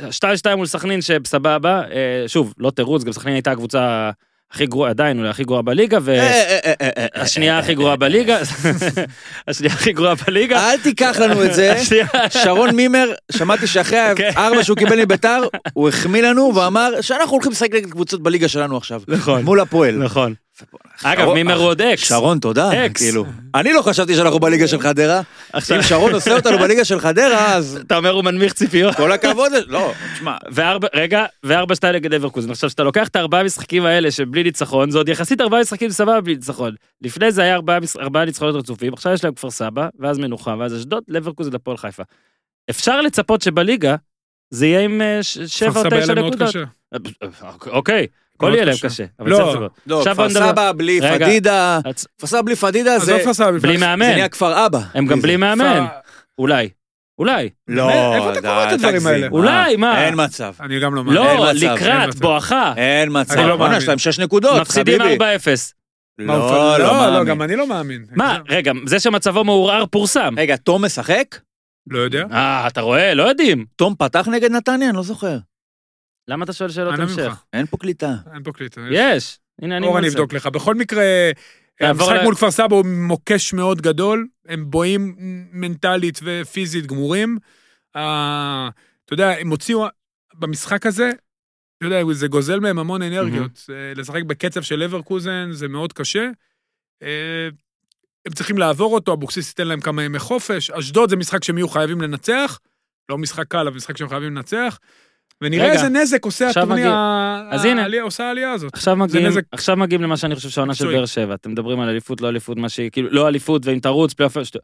S1: 2-2 מול סכנין שסבבה, אה, שוב, לא תירוץ, גם סכנין הייתה הקבוצה הכי גרועה, עדיין אולי הכי גרועה בליגה,
S4: אה, אה, אה, אה, אה, אה.
S1: והשנייה הכי גרועה בליגה, (laughs) השנייה הכי גרועה בליגה,
S4: אל תיקח לנו את זה.
S1: השנייה
S4: שרון מימר, שמעתי שאחרי
S1: אה, (laughs) כן.
S4: הארבע שהוא קיבל מביתר, הוא החמיא לנו ואמר שאנחנו הולכים לשחק נגד קבוצות בליגה שלנו עכשיו.
S1: נכון.
S4: מול הפועל.
S1: נכון. אגב,
S4: אה. שרון-
S1: מימר הוא עוד אקס.
S4: שרון, תודה.
S1: אקס.
S4: כאילו, אני לא חשבתי שאנחנו בליגה של חדרה.
S1: עכשיו-
S4: אם שרון עושה
S1: (laughs)
S4: אותנו בליגה של חדרה, אז
S1: אתה אומר הוא מנמיך ציפיות.
S4: כל הכבוד. ל- לא, תשמע,
S1: וארבע, רגע, וארבע שתיים נגד אברקוזן. עכשיו, כשאתה לוקח את הארבעה משחקים האלה שבלי ניצחון, זה עוד יחסית ארבעה משחקים סבבה בלי ניצחון. לפני זה היה ארבעה, מש- ארבעה ניצחונות רצופים, עכשיו יש להם כפר סבא, ואז מנוחה, ואז אשדוד, לאברקוזן, הפועל חיפה. אפשר לצפות שבליגה זה יהיה עם אה, ש- שבע או
S3: כפר סבא היה
S1: תשע
S3: להם מאוד
S1: נקודות.
S3: קשה.
S1: אוקיי, כל
S3: מאוד
S1: יהיה להם
S3: קשה.
S1: קשה. אבל
S3: לא.
S1: צריך לצפות.
S4: לא,
S1: עכשיו
S4: כפר
S1: בוא נדבר-
S4: סבא בלי
S1: רגע.
S4: פדידה,
S1: אז-
S4: כפר סבא בלי פדידה זה
S3: עזוב כפר סבא.
S1: בלי
S3: בכלל.
S4: זה
S1: מאמן,
S4: נהיה כפר אבא.
S1: הם גם בלי מאמן,
S3: כפר-
S1: אולי. אולי,
S4: לא,
S3: איפה אתה
S4: די,
S3: קורא את הדברים
S4: תגזים.
S3: האלה?
S1: אולי, מה?
S4: אין מצב.
S3: אני גם לא מאמין.
S1: לא,
S4: אין מצב, אין
S1: לקראת,
S3: מצב.
S1: בואכה,
S4: אין מצב.
S3: אני לא
S4: בואנה,
S3: מאמין.
S4: יש להם שש נקודות,
S1: מפסידים
S4: חביבי.
S1: 4-0.
S3: מה,
S4: לא,
S3: הוא
S4: לא,
S3: פ- לא,
S4: מאמין.
S3: גם אני לא מאמין.
S1: מה, רגע, זה שמצבו מעורער פורסם.
S4: רגע, תום משחק?
S3: לא יודע.
S1: אה, אתה רואה? לא יודעים.
S4: תום פתח נגד נתניה? אני לא זוכר.
S1: למה אתה שואל שאלות
S3: אנא ממך.
S1: המשך?
S4: אין פה קליטה.
S3: אין פה קליטה.
S1: יש. הנה, אני
S3: אור, אני
S1: מנסה.
S3: אבדוק לך. בכל מקרה,
S1: נעבור
S3: המשחק
S1: ל-
S3: מול כפר סבא הוא מוקש מאוד גדול, הם בואים מנטלית ופיזית גמורים. אה, אתה יודע, הם הוציאו במשחק הזה, אתה יודע, זה גוזל מהם המון אנרגיות. אה, לשחק בקצב של לברקוזן זה מאוד קשה. אה, הם צריכים לעבור אותו, אבוקסיס ייתן להם כמה ימי חופש. אשדוד זה משחק שהם יהיו חייבים לנצח, לא משחק קל, אבל משחק שהם חייבים לנצח. ונראה
S1: רגע,
S3: איזה נזק עושה
S1: עכשיו
S3: הטורניר,
S1: מגיע.
S3: ה-
S1: אז הנה.
S3: העלייה- עושה העלייה הזאת.
S1: עכשיו מגיעים,
S3: נזק.
S1: עכשיו מגיעים למה שאני חושב שהעונה של
S3: מקצועי.
S1: באר שבע. אתם מדברים על אליפות, לא אליפות, מה שהיא, כאילו, לא אליפות, ואם תרוץ, פלייאוף... שטו-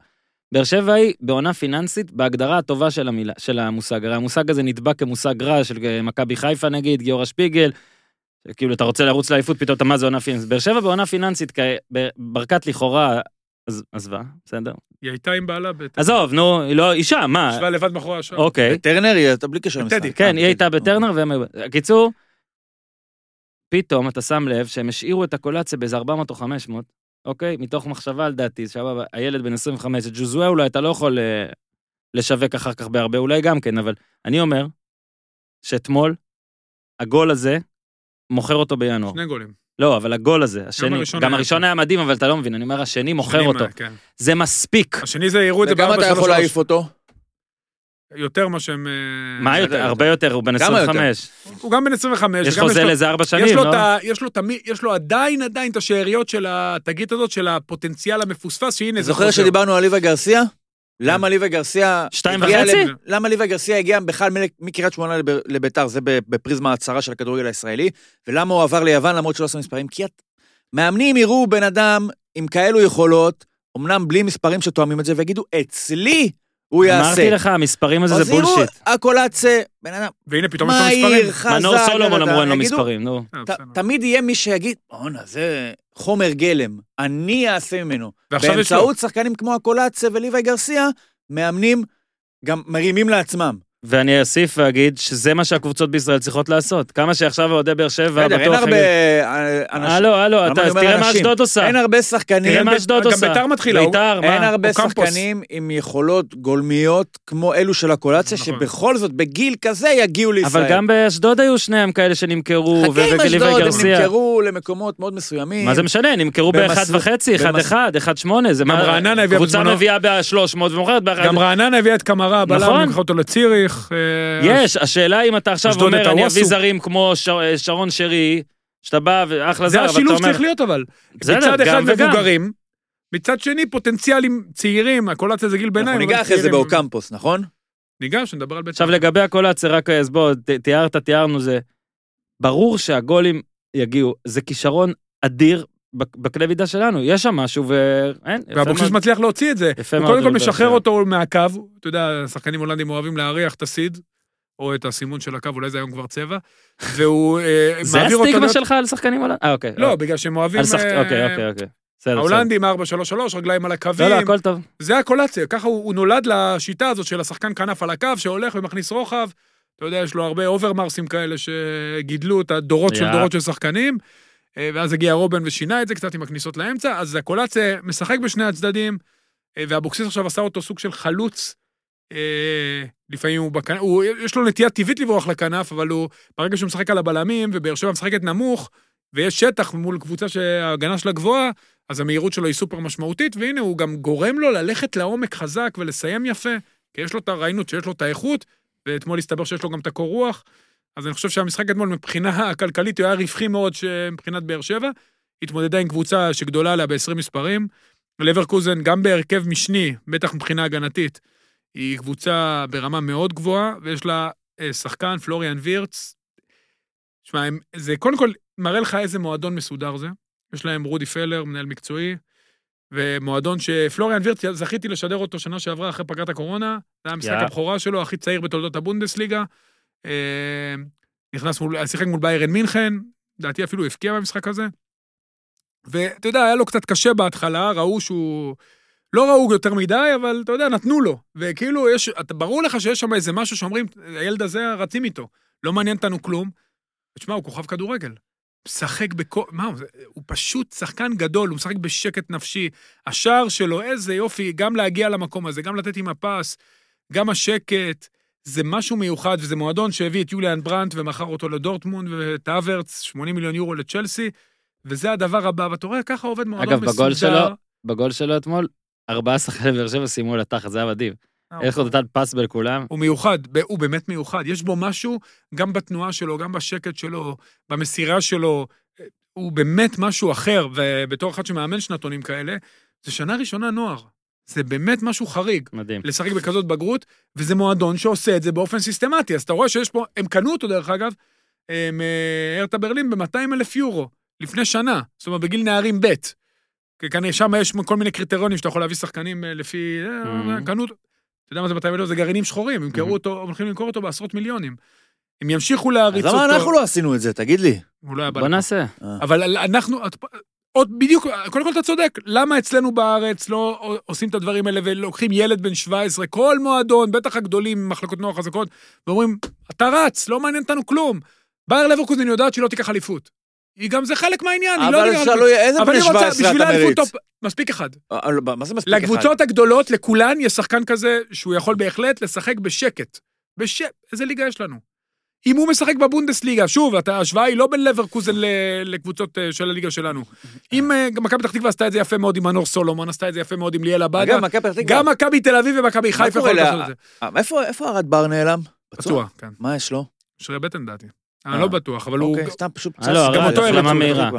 S1: באר שבע היא בעונה פיננסית, בהגדרה הטובה של המילה, של המושג. הרי המושג הזה נתבע כמושג רע של אה, מכבי חיפה נגיד, גיורא שפיגל. כאילו, אתה רוצה לרוץ לאליפות, פתאום אתה מה זה עונה פיננסית. באר שבע בעונה פיננסית, כ- ב- ברקת לכאורה עז- עזבה, בסדר?
S3: היא הייתה עם בעלה בטח.
S1: עזוב, נו, היא לא, אישה, מה?
S3: ישבה לבד מאחורי השער.
S1: אוקיי.
S4: טרנר יהיה, אתה בלי קשר
S3: בטדי.
S4: למשחק.
S1: כן, היא הייתה
S3: אוקיי.
S1: בטרנר והם היו... קיצור, פתאום אתה שם לב שהם השאירו את הקולציה באיזה 400 או 500, אוקיי? מתוך מחשבה לדעתי, סבבה, הילד בן 25, את ג'וזואה אולי אתה לא יכול אה, לשווק אחר כך בהרבה, אולי גם כן, אבל אני אומר שאתמול, הגול הזה, מוכר אותו בינואר.
S3: שני גולים.
S1: לא, אבל הגול הזה, השני,
S3: הראשון
S1: גם
S3: היה
S1: הראשון היה מדהים, אבל אתה לא מבין, אני אומר, השני מוכר
S3: שני
S1: אותו.
S3: מה, כן.
S1: זה מספיק.
S3: השני זה יראו את זה
S4: וגם אתה יכול להעיף
S3: ב-4-3-3.
S4: אותו.
S3: יותר מה שהם... אה,
S1: מה יותר? הרבה יותר, הוא בן
S4: כמה יותר?
S1: 25.
S3: הוא גם בן 25.
S1: יש
S3: וגם
S1: חוזה
S3: לו-
S1: לזה ארבע
S3: יש
S1: שנים,
S3: לו
S1: לא?
S3: את ה- יש לו תמיד, יש לו עדיין עדיין את השאריות של התגית הזאת, של הפוטנציאל המפוספס, שהנה
S4: אני
S3: זה
S4: זוכר
S3: חוזר.
S4: שדיברנו על ליבה גרסיה? למה ליבה גרסיה...
S1: כן. שתיים
S4: הגיע
S1: וחצי?
S4: לב- למה ליבה גרסיה הגיע בכלל מל- מקריית שמונה לב- לביתר, זה ב- בפריזמה הצרה של הכדורגל הישראלי, ולמה הוא עבר ליוון למרות שלא עשה מספרים? כי את- מאמנים יראו בן אדם עם כאלו יכולות, אמנם בלי מספרים שתואמים את זה, ויגידו, אצלי הוא יעשה.
S1: אמרתי לך, המספרים הזה
S4: אז
S1: זה
S4: יראו,
S1: בולשיט.
S4: הקולצה, בן אדם
S3: והנה פתאום יש לו
S4: מהיר,
S3: מספרים.
S4: חזק,
S1: מנור סולומון
S4: בן
S1: אמרו אין לו
S4: אדם, יגידו,
S1: מספרים, נו.
S3: אה,
S4: ת-
S3: בסדר.
S4: תמיד יהיה מי שיגיד, בואנה, זה חומר גלם, אני אעשה ממנו.
S3: ועכשיו יש לו.
S4: באמצעות שחקנים כמו הקולאצה וליוואי גרסיה, מאמנים גם מרימים לעצמם.
S1: ואני אוסיף ואגיד שזה מה שהקבוצות בישראל צריכות לעשות. כמה שעכשיו אוהדי באר שבע
S4: בסדר, אין
S1: בטוח...
S4: הרבה
S1: יגידו,
S4: אה, אנשים.
S1: הלו, הלו,
S4: למה
S1: אתה-
S4: אני
S1: אז
S4: אומר
S1: תראה מה
S4: אנשים?
S1: אשדוד עושה.
S4: אין הרבה שחקנים,
S1: לא, תראה מה
S4: אין
S1: אשדוד
S3: גם
S1: עושה.
S3: ביתר מתחילה, הוא-
S1: ביתר, מה?
S4: הרבה
S3: אוקמפוס.
S4: שחקנים עם יכולות גולמיות כמו אלו של הקולציה,
S3: נכון.
S4: שבכל זאת, בגיל כזה יגיעו לישראל.
S1: אבל גם באשדוד היו שניהם כאלה שנמכרו,
S4: חכה עם
S1: וגליבי
S4: אשדוד, הם
S1: גרסיה.
S4: נמכרו למקומות מאוד מסוימים.
S1: מה זה משנה, נמכרו
S4: במס-
S1: באחד וחצי, אחד
S4: במס-
S1: אחד, אחד שמונה, זה
S3: גם
S1: מה...
S3: רעננה הביאה
S1: קבוצה
S3: בזמנו-
S1: מביאה ב-300 ומוכרת באחד...
S3: גם רעננה הביאה את קמרה,
S1: נכון.
S3: בלם, לקחה אותו לציריך. אה,
S1: יש, השאלה אם אתה עכשיו
S3: אשדוד את
S1: אומר, אני
S3: הווסו.
S1: אביא זרים כמו ש- שרון שרי, שאתה בא ואחלה זר,
S3: זה
S1: אבל אתה
S3: השילוב
S1: אומר-
S3: שצריך להיות אבל.
S1: בסדר,
S3: מצד אחד
S1: גם וגם.
S3: מבוגרים, מצד שני פוטנציאלים צעירים, הקולציה זה גיל ביניים.
S4: אנחנו ניגע
S3: אבל
S4: אחרי זה
S3: צעירים.
S4: באוקמפוס, נכון?
S3: ניגש, נדבר על בית
S1: עכשיו לגבי הקולאצ, רק אז בוא, ת- תיארת, תיארנו זה. ברור שהגולים יגיעו, זה כישרון אדיר בק- בקנה מידה שלנו, יש שם משהו ואין. יפה
S3: ואבוקסיס
S1: מאוד.
S3: מצליח להוציא את זה.
S1: יפה
S3: הוא
S1: מאוד,
S3: קודם כל
S1: הוא
S3: משחרר
S1: יודע.
S3: אותו מהקו, אתה יודע, שחקנים הולנדים אוהבים להריח את הסיד, או את הסימון של הקו, אולי זה היום כבר
S1: (laughs)
S3: צבע, והוא אה,
S1: זה
S3: מעביר אותו...
S1: הסטיגמה
S3: להיות-
S1: שלך על שחקנים הולנדים? אה, אוקיי.
S3: לא, בגלל שהם אוהבים...
S1: על שחק-
S3: אה,
S1: אוקיי, אוקיי, אוקיי. בסדר, בסדר.
S3: ההולנדים 4-3-3, רגליים על
S1: לא,
S3: הקווים,
S1: לא, הכל טוב.
S3: זה הקולציה, ככה הוא הוא נולד לשיטה הזאת של השחקן כנף על הקו, שהולך ומכניס רוחב, אתה יודע, יש לו הרבה אוברמרסים כאלה שגידלו את הדורות של
S1: יאפ.
S3: דורות של שחקנים, אה, ואז הגיע רובן ושינה את זה קצת עם הכניסות לאמצע, אז הקולציה משחק בשני הצדדים, אה, ואבוקסיס עכשיו עשה אותו סוג של חלוץ. אה, לפעמים הוא בכנף, הוא- יש לו נטייה טבעית לברוח לכנף, אבל הוא, ברגע שהוא משחק על הבלמים, ובאר שבע משחקת נמוך, ויש שטח מול קבוצה שההגנה שלה גבוהה, אז המהירות שלו היא סופר משמעותית, והנה, הוא גם גורם לו ללכת לעומק חזק ולסיים יפה, כי יש לו את הרעינות שיש לו את האיכות, ואתמול הסתבר שיש לו גם את הקור רוח. אז אני חושב שהמשחק אתמול מבחינה הכלכלית, הוא היה רווחי מאוד ש- מבחינת באר שבע. התמודדה עם קבוצה שגדולה עליה ב-20 מספרים. לברקוזן, גם בהרכב משני, בטח מבחינה הגנתית, היא קבוצה ברמה מאוד גבוהה, ויש לה אה, שחקן, פלוריאן וירץ. שמע, הם- זה קודם כל מראה לך איזה מועדון מסודר זה. יש להם רודי פלר, מנהל מקצועי, ומועדון שפלוריאן וירט, זכיתי לשדר אותו שנה שעברה אחרי פגרת הקורונה, זה היה המשחק
S1: יא.
S3: הבכורה שלו, הכי צעיר בתולדות הבונדסליגה. אה, נכנס מול, שיחק מול ביירן מינכן, לדעתי אפילו הבקיע במשחק הזה. ואתה יודע, היה לו קצת קשה בהתחלה, ראו שהוא... לא ראו יותר מדי, אבל אתה יודע, נתנו לו. וכאילו, יש, אתה, ברור לך שיש שם איזה משהו שאומרים, הילד הזה, רצים איתו. לא מעניין אותנו כלום. תשמע, הוא כוכב כדורגל. משחק בכל... מה, הוא- הוא פשוט שחקן גדול, הוא משחק בשקט נפשי. השער שלו, איזה יופי, גם להגיע למקום הזה, גם לתת עם הפס, גם השקט. זה משהו מיוחד, וזה מועדון שהביא את יוליאן ברנט ומכר אותו לדורטמונד ואת האוורץ, 80 מיליון יורו לצ'לסי, וזה הדבר הבא, ואתה רואה, ככה עובד מועדון
S1: אגב,
S3: מסודר.
S1: בגול שלו- בגול שלו אתמול, ארבעה שחקנים באר שבע סיימו על התחת, זה היה מדהים.
S3: אה,
S1: איך הוא נתן פס בין כולם.
S3: הוא מיוחד, ב- הוא באמת מיוחד. יש בו משהו, גם בתנועה שלו, גם בשקט שלו, במסירה שלו, אה, הוא באמת משהו אחר, ובתור אחד שמאמן שנתונים כאלה, זה שנה ראשונה נוער. זה באמת משהו חריג,
S1: מדהים.
S3: לשחק בכזאת בגרות, וזה מועדון שעושה את זה באופן סיסטמטי. אז אתה רואה שיש פה, הם קנו אותו דרך אגב, אה, מהרטה ברלין ב-200 אלף יורו, לפני שנה, זאת אומרת בגיל נערים ב'. כי כנראה שם יש כל מיני קריטריונים שאתה יכול להביא שחקנים אה, לפי... אה,
S1: Mhm.
S3: קנו... אותו- אתה יודע מה זה 200 אלף? זה גרעינים שחורים, הם קראו
S1: Mhm.
S3: אותו, הולכים למכור אותו בעשרות מיליונים. הם ימשיכו להריץ
S4: אז
S3: אותו.
S4: למה אנחנו לא עשינו את זה, תגיד לי?
S3: הוא לא היה בא
S1: בוא
S3: לפה.
S1: נעשה.
S3: אבל על- אנחנו, את- עוד בדיוק, קודם כל אתה צודק, למה אצלנו בארץ לא עושים את הדברים האלה ולוקחים ילד בן 17, כל מועדון, בטח הגדולים, מחלקות נוער חזקות, ואומרים, אתה רץ, לא מעניין אותנו כלום. באר לברקוזן יודעת שהיא לא תיקח אליפות. היא גם זה חלק מהעניין, היא לא
S4: אבל
S3: תיקח אליפות.
S4: שאלו, איזה
S3: אבל
S4: בני
S3: היא רוצה,
S4: 17
S3: בשביל
S4: אתה
S3: האליפות
S4: מריץ?
S3: טופ, מספיק אחד.
S4: אה, לא, מה זה מספיק אחד?
S3: לקבוצות הגדולות, לכולן, יש שחקן כזה שהוא יכול בהחלט לשחק בשקט. בש... איזה ליגה יש לנו? אם הוא משחק בבונדסליגה, שוב, אתה- ההשוואה היא לא בין לברקוזן ל- לקבוצות אה, של הליגה שלנו. אם אה, גם מכבי פתח תקווה עשתה את זה יפה מאוד עם מנור סולומון, עשתה את זה יפה מאוד עם ליאל עבאדה,
S4: אגב, מכבי פתח תקווה.
S3: גם מכבי תל אביב ומכבי
S4: מה
S3: חיפה
S4: קורה
S3: יכולות
S4: לה-
S3: לעשות את זה.
S4: אה, איפה- איפה ארד בר נעלם?
S3: פצוע, כן.
S4: מה יש לו?
S3: שרי בטן דעתי.
S4: אה.
S3: אני לא בטוח, אבל הוא...
S4: אוקיי, סתם פשוט
S1: הלו,
S3: גם
S1: ארד,
S3: אותו העלו
S1: לא, החלמה
S3: את זה,
S1: מהירה.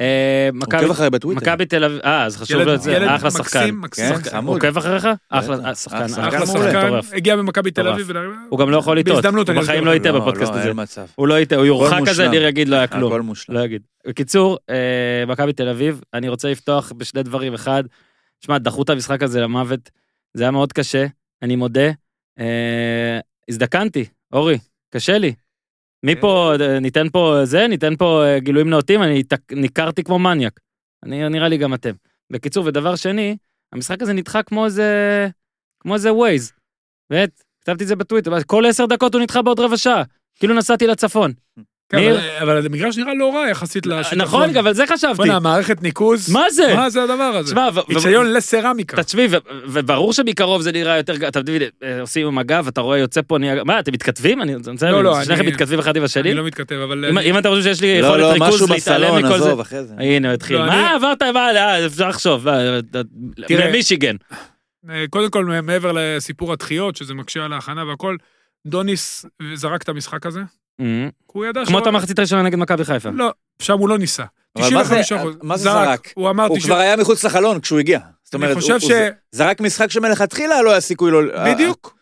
S1: אה, מכבי-
S4: הוא עוקב אחרי בטוויטר.
S1: מכבי תל אביב, אה, אז חשוב
S3: ילד-
S1: לו את זה,
S3: ילד
S1: אחלה שחקן.
S3: מקסים, מקסים.
S4: כן,
S3: שחקן.
S1: הוא
S4: חמוד.
S1: עוקב אחריך? אחלה,
S4: בטח.
S1: אה, שחקן,
S4: אה, שחקן
S1: אחלה
S4: מעולה.
S1: שחקן,
S3: שחקן,
S1: מטורף.
S3: הגיע ממכבי תל
S1: מטורף.
S3: אביב. ונראה-
S1: הוא גם לא יכול לטעות,
S3: בהזדמנות אני
S1: הוא בחיים
S3: אסביר
S1: לא
S3: לך.
S1: יטעה
S4: לא,
S1: בפודקאסט
S4: לא,
S1: הזה.
S4: אין מצב.
S1: הוא לא יטעה, הוא יורחק
S4: מושלם.
S1: כזה, אדיר יגיד לא היה כלום.
S4: הכל מושלם.
S1: לא יגיד. בקיצור, אה, מכבי תל אביב, אני רוצה לפתוח בשני דברים. אחד, שמע, דחו את המשחק הזה למוות, זה היה מאוד קשה, אני מודה. אה, הזדקנתי, אורי, קשה לי. מפה, אה, ניתן פה זה, ניתן פה אה, גילויים נאותים, אני התק- ניכרתי כמו מניאק. אני, נראה לי גם אתם. בקיצור, ודבר שני, המשחק הזה נדחה כמו איזה, כמו איזה ווייז. באמת, כתבתי את זה בטוויטר, ואז כל עשר דקות הוא נדחה בעוד רבע שעה. כאילו נסעתי לצפון.
S3: כן,
S1: ניר?
S3: אבל- אבל המגרש נראה לא רע יחסית לשיטפון.
S1: נכון, אבל זה חשבתי.
S3: בוא'נה, מערכת ניקוז.
S1: מה זה?
S3: מה זה הדבר הזה?
S1: תשמע, ו-
S3: רישיון לסרמיקה.
S1: תשמעי, ו- וברור שמקרוב זה נראה יותר, ג- אתה מבין, אה, עושים עם הגב, אתה רואה יוצא פה, אני, מה, אתם מתכתבים? אני רוצה,
S3: לא, לא,
S1: שניכם
S3: אני-
S1: מתכתבים אחד עם השני?
S3: אני לא מתכתב, אבל...
S1: אם- אם אתה חושב שיש לי
S4: לא,
S1: יכולת
S4: לא, משהו
S1: ריכוז אה, להתעלם
S4: בסלון,
S1: מכל זה,
S4: עזוב, אחרי זה.
S1: הנה, הוא התחיל.
S3: לא,
S1: מה,
S3: אני-
S1: עברת, מה, לא, אפשר לחשוב, אה, תראה,
S3: תראה.
S1: מישיגן.
S3: אה, קודם כל, מעבר לסיפור הדחיות, שזה מקשה על ההכנה והכל, דוניס זרק את המשחק הזה, כי הוא ידע
S1: כמו את המחצית הראשונה נגד מכבי חיפה.
S3: לא, שם הוא לא ניסה.
S4: אבל מה זה- אה,
S3: 95 אחוז.
S4: מה זה זרק?
S3: הוא אמר
S4: הוא
S3: 90...
S4: כבר היה מחוץ לחלון כשהוא הגיע. זאת
S3: אני
S4: אומרת, הוא
S3: חושב
S4: הוא
S3: ש-
S4: ז- זרק משחק שמלכתחילה לא היה סיכוי לו...
S3: בדיוק.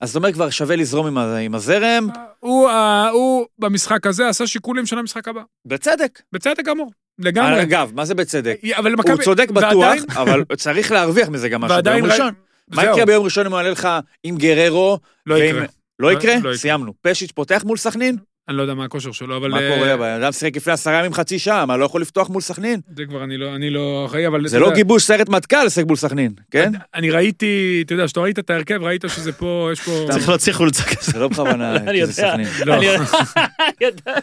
S4: אז זאת אומרת, כבר שווה לזרום עם ה- עם הזרם,
S3: הוא, אה, הוא במשחק הזה עשה שיקולים של המשחק הבא.
S4: בצדק.
S3: בצדק גמור. לגמרי. אה,
S4: אגב, מה זה בצדק?
S3: אבל מכבי...
S4: אה, הוא צודק בטוח,
S3: ועדיין-
S4: אבל צריך להרוויח מזה גם משהו
S3: ועדיין
S4: ביום
S3: ראי-
S4: ראשון. מה
S3: זהו,
S4: יקרה ביום ראשון אם הוא יעלה לך עם גררו?
S3: לא
S4: ואם-
S3: יקרה.
S4: לא
S3: לא
S4: יקרה?
S3: יקרה.
S4: סיימנו. פשיץ' פותח מול סכנין?
S3: אני לא יודע מה הכושר שלו, אבל...
S4: מה
S3: אה,
S4: קורה? הבן אדם שיחק לפני עשרה ימים חצי שעה, מה, לא יכול לפתוח מול סכנין?
S3: זה כבר אני לא, אני לא אחראי, אבל... אתה
S4: זה לא
S3: יודע,
S4: גיבוש סיירת מטכ"ל לשחק מול סכנין,
S3: (laughs)
S4: כן?
S3: אני ראיתי, אתה יודע, כשאתה ראית את ההרכב, ראית שזה פה, יש פה...
S1: צריך להוציא חולצה כזאת.
S4: זה לא בכוונה,
S1: אני
S4: כי זה
S1: יודע.
S4: סכנין.
S3: לא,
S1: אני יודע.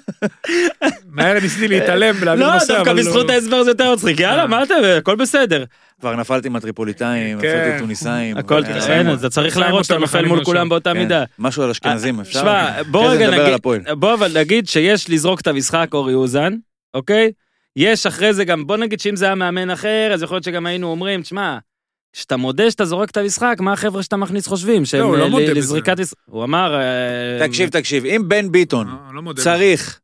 S3: מהר ניסיתי להתעלם ולהבין
S1: לא,
S3: נושא, אבל
S1: דווקא
S3: לא... אה.
S1: בזכות ההסבר זה יותר מצחיק. יאללה, מה אתה, הכל בסדר.
S4: כבר נפלתי עם הטריפוליטאים,
S3: כן.
S4: נפלתי עם טוניסאים.
S1: הכל,
S4: אה,
S1: אין, אתה צריך
S3: שמים
S1: להראות
S3: אותם
S1: שאתה נופל
S3: בחיים
S1: מול
S3: לראשון.
S1: כולם באותה
S4: כן.
S1: מידה.
S4: משהו על
S3: אה,
S4: אשכנזים, אפשר?
S1: אה, שמע, בוא
S4: אחרי זה
S1: רגע
S4: נדבר על
S1: נגיד,
S4: הפועל.
S1: בוא אבל נגיד שיש לזרוק את המשחק אורי אוזן, אוקיי? יש אחרי זה גם, בוא נגיד שאם זה היה מאמן אחר, אז יכול להיות שגם היינו אומרים, תשמע, כשאתה מודה שאתה זורק את המשחק, מה החבר'ה שאתה מכניס חושבים? שהם
S3: הוא לא
S1: אה, ל-
S3: מודה בזה.
S1: לזריקת... מש- הוא אמר... אה,
S4: תקשיב, תקשיב, אם בן ביטון
S3: אה, לא מודה.
S4: צריך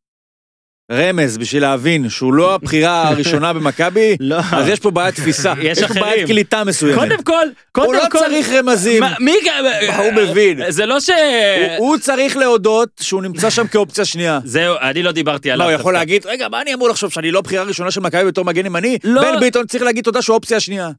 S4: רמז בשביל להבין שהוא לא הבחירה הראשונה במכבי,
S1: לא.
S4: אז יש פה בעיית תפיסה.
S1: יש
S4: יש פה
S1: אחרים.
S4: בעיית קליטה מסוימת.
S1: קודם כל, קודם כל...
S4: הוא לא צריך רמזים,
S1: מה- מי... ג-
S4: הוא מבין.
S1: זה לא ש...
S4: הוא- הוא צריך להודות שהוא נמצא שם כאופציה
S1: (laughs)
S4: שנייה.
S1: זהו, אני לא דיברתי עליו.
S4: מה, הוא יכול
S1: דווקא.
S4: להגיד, רגע, מה אני אמור לחשוב, שאני לא בחירה ראשונה של מכבי בתור מגן ימני?
S1: לא.
S4: בן ביטון צריך להגיד תודה שהוא אופציה שנייה.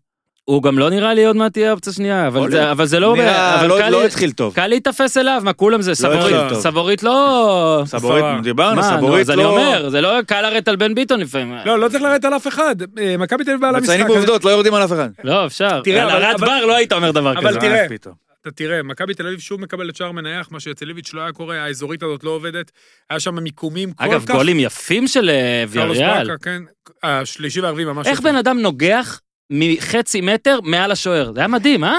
S1: הוא גם לא נראה לי עוד מעט תהיה אופציה שנייה, אבל
S4: יכול
S1: זה-
S4: להיות.
S1: אבל זה לא...
S4: נראה,
S1: אבל
S4: לא-
S1: קל
S4: לא
S1: לי-
S4: התחיל טוב.
S1: קל להיתפס אליו, מה כולם זה סבורית,
S4: התחיל טוב.
S1: סבורית לא...
S4: סבורית,
S3: סבבה.
S4: דיברנו,
S1: מה, נו,
S4: סבורית
S1: אז אני
S4: לא...
S1: אומר, זה לא קל לרדת על בן ביטון לפעמים.
S3: לא, לא צריך לרדת על אף אחד. אה, מכבי תל אביב באה למשחק.
S4: מציינים
S3: הזה.
S4: עובדות, לא יורדים על אף אחד.
S1: לא, אפשר.
S3: תראה,
S1: על
S3: אבל-
S1: הרד
S3: אבל-
S1: בר לא היית אומר דבר
S3: אבל
S1: כזה.
S3: תראה,
S4: אה, פתאום.
S3: אתה תראה, מכבי תל אביב שוב מקבלת שער מנייח, מה שאצל איביץ' לא היה קורה, האזורית הזאת לא עובדת. היה שם מיקומים כל כך...
S1: אגב, גולים יפים של אה,
S3: קרלוס
S1: ויאריאל.
S3: ברקה, כן. השלישי והרביעי ממש...
S1: איך
S3: יפה.
S1: בן אדם נוגח מחצי מטר מעל השוער? זה היה מדהים, אה?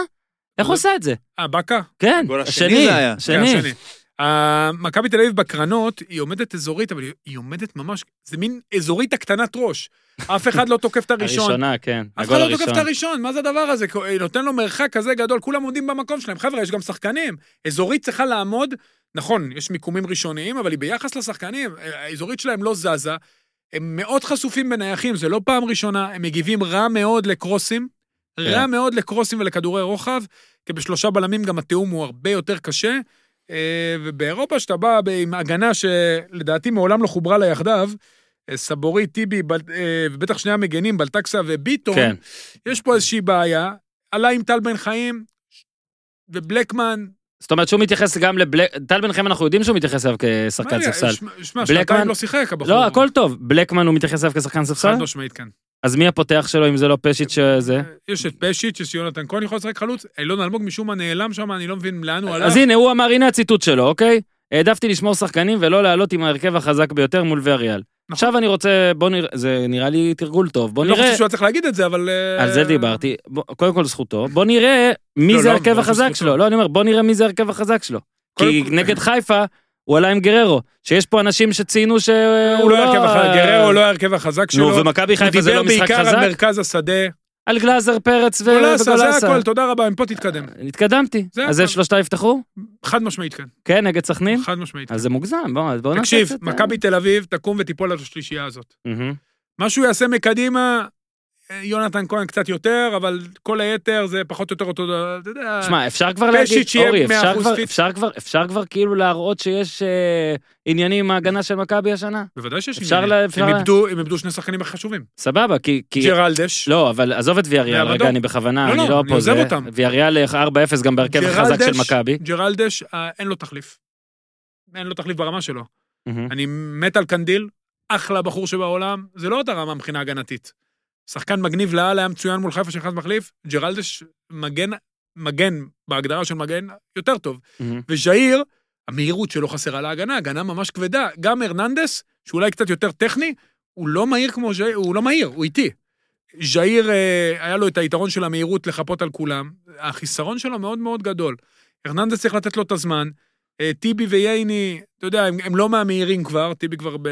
S1: איך הוא עושה את זה?
S3: אה, באקה?
S1: כן,
S4: הגול השני
S1: השני,
S4: זה היה.
S1: השני.
S3: אה, מכבי תל אביב בקרנות, היא עומדת אזורית, אבל היא- היא עומדת ממש, זה מין אזורית הקטנת ראש. אף אחד לא תוקף את הראשון.
S1: הראשונה, כן.
S3: אף
S1: הגול
S3: אחד לא תוקף
S1: הראשון.
S3: את הראשון, מה זה הדבר הזה? כ- נותן לו מרחק כזה גדול, כולם עומדים במקום שלהם. חבר'ה, יש גם שחקנים. אזורית צריכה לעמוד, נכון, יש מיקומים ראשוניים, אבל היא ביחס לשחקנים, אה, האזורית שלהם לא זזה. הם מאוד חשופים בנייחים, זה לא פעם ראשונה, הם מגיבים רע מאוד לקרוסים, רע
S1: כן.
S3: מאוד לקרוסים ולכדורי רוחב, כי בשלושה בלמים גם התיאום הוא הרבה יותר קשה. אה, ובאירופה, שאתה בא ב- עם הגנה שלדעתי מעולם לא חוברה לה יחדיו, אה, סבורי, טיבי, בל- אה, ובטח שני המגנים, בלטקסה וביטון,
S1: כן.
S3: יש פה איזושהי בעיה. עלה עם טל בן חיים ובלקמן.
S1: זאת אומרת שהוא מתייחס גם לבלק... טל בן חיים אנחנו יודעים שהוא מתייחס אליו כשחקן
S3: מה,
S1: ספסל.
S3: שמע- שמע,
S1: בלקמן-
S3: שנתיים לא שיחק הבחור.
S1: לא, הכל טוב. בלקמן הוא מתייחס אליו כשחקן ספסל?
S3: חד משמעית אה, כן.
S1: אז מי הפותח שלו אם זה לא פשיץ' שזה?
S3: יש את פשיץ', יש יונתן כהן יכול לשחק חלוץ, אילון אלמוג משום מה נעלם שם, אני לא מבין לאן הוא הלך.
S1: אז הנה, הוא אמר, הנה הציטוט שלו, אוקיי? העדפתי לשמור שחקנים ולא לעלות עם ההרכב החזק ביותר מול
S3: נכון.
S1: ויאריאל. עכשיו אני רוצה, בוא נראה, זה נראה לי תרגול טוב, בוא
S3: אני לא
S1: נראה,
S3: חושב שהוא היה צריך להגיד את זה, אבל... אה,
S1: על זה דיברתי, בוא- קודם כל זכותו, בוא נראה מי
S3: לא,
S1: זה
S3: לא,
S1: ההרכב
S3: ברור
S1: החזק
S3: שזכותו.
S1: שלו, לא, אני אומר, בוא נראה מי זה ההרכב החזק שלו.
S3: קודם
S1: כי
S3: כל-
S1: נגד חיפה, הוא עלה עם גררו, שיש פה אנשים שציינו שהוא לא... אה,
S3: הוא לא ההרכב החזק, גררו לא ההרכב החזק שלו.
S1: נו, ומכבי
S3: הוא
S1: חיפה זה
S3: דיבר
S1: לא משחק
S3: בעיקר
S1: חזק?
S3: על מרכז השדה.
S1: על גלאזר, פרץ ו-
S3: גולסה, לא, זה
S1: וגולסה.
S3: הכל, תודה רבה, מפה תתקדם.
S1: התקדמתי,
S3: זה
S1: אז זה
S3: הכל.
S1: שלושתה יפתחו?
S3: חד משמעית כן,
S1: כן, נגד סכנין?
S3: חד משמעית.
S1: אז זה מוגזם, בוא, אז בוא נעשה
S3: אוקיי. תקשיב,
S1: קצת, אה,
S3: מכבי תל אביב תקום ותיפול על השלישייה הזאת.
S1: מהמם.
S3: מה שהוא יעשה מקדימה, אה, יונתן כהן קצת יותר, אבל כל היתר זה פחות או יותר אותו דבר, אתה יודע.
S1: תשמע, אפשר כבר להגיד,
S3: פשיץ' יהיה
S1: אורי,
S3: 100%
S1: אפשר כבר-
S3: פיט.
S1: אפשר כבר- אפשר כבר כאילו להראות שיש אה, עניינים עם ההגנה של מכבי השנה?
S3: בוודאי שיש
S1: אפשר
S3: עניינים.
S1: לה- אפשר
S3: הם
S1: לה-
S3: איבדו- הם איבדו שני שחקנים חשובים.
S1: סבבה, כי... כי-
S3: ג'רלדש,
S1: לא, אבל עזוב את ויאריאל,
S3: מאבדון.
S1: רגע, אני בכוונה,
S3: לא,
S1: אני
S3: לא,
S1: לא
S3: אני
S1: פה.
S3: עוזב
S1: זה-
S3: אותם.
S1: ויאריאל 4-0 גם בהרכב החזק של
S3: ג'רלדש-
S1: מכבי.
S3: ג'רלדש, אה, אין לו תחליף. אין לו תחליף ברמה שלו.
S1: מהמם.
S3: Mm-hmm. אני מת על קנדיל, אחלה בחור שבעולם, זה לא אותה רמה מבחינה הגנתית. שחקן מגניב לאללה, היה מצוין מול חיפה שנכנס מחליף, ג'רלדש מגן מגן, בהגדרה של מגן, יותר טוב.
S1: מהמם.
S3: וז'איר, המהירות שלו חסרה להגנה, הגנה ממש כבדה. גם הרננדס, שאולי קצת יותר טכני, הוא לא מהיר כמו ז'איר, הוא לא מהיר, הוא איטי. ז'איר, אה, היה לו את היתרון של המהירות לחפות על כולם, החיסרון שלו מאוד מאוד גדול. הרננדס צריך לתת לו את הזמן. אה, טיבי וייני, אתה יודע, הם, הם לא מהמהירים כבר, טיבי כבר ב...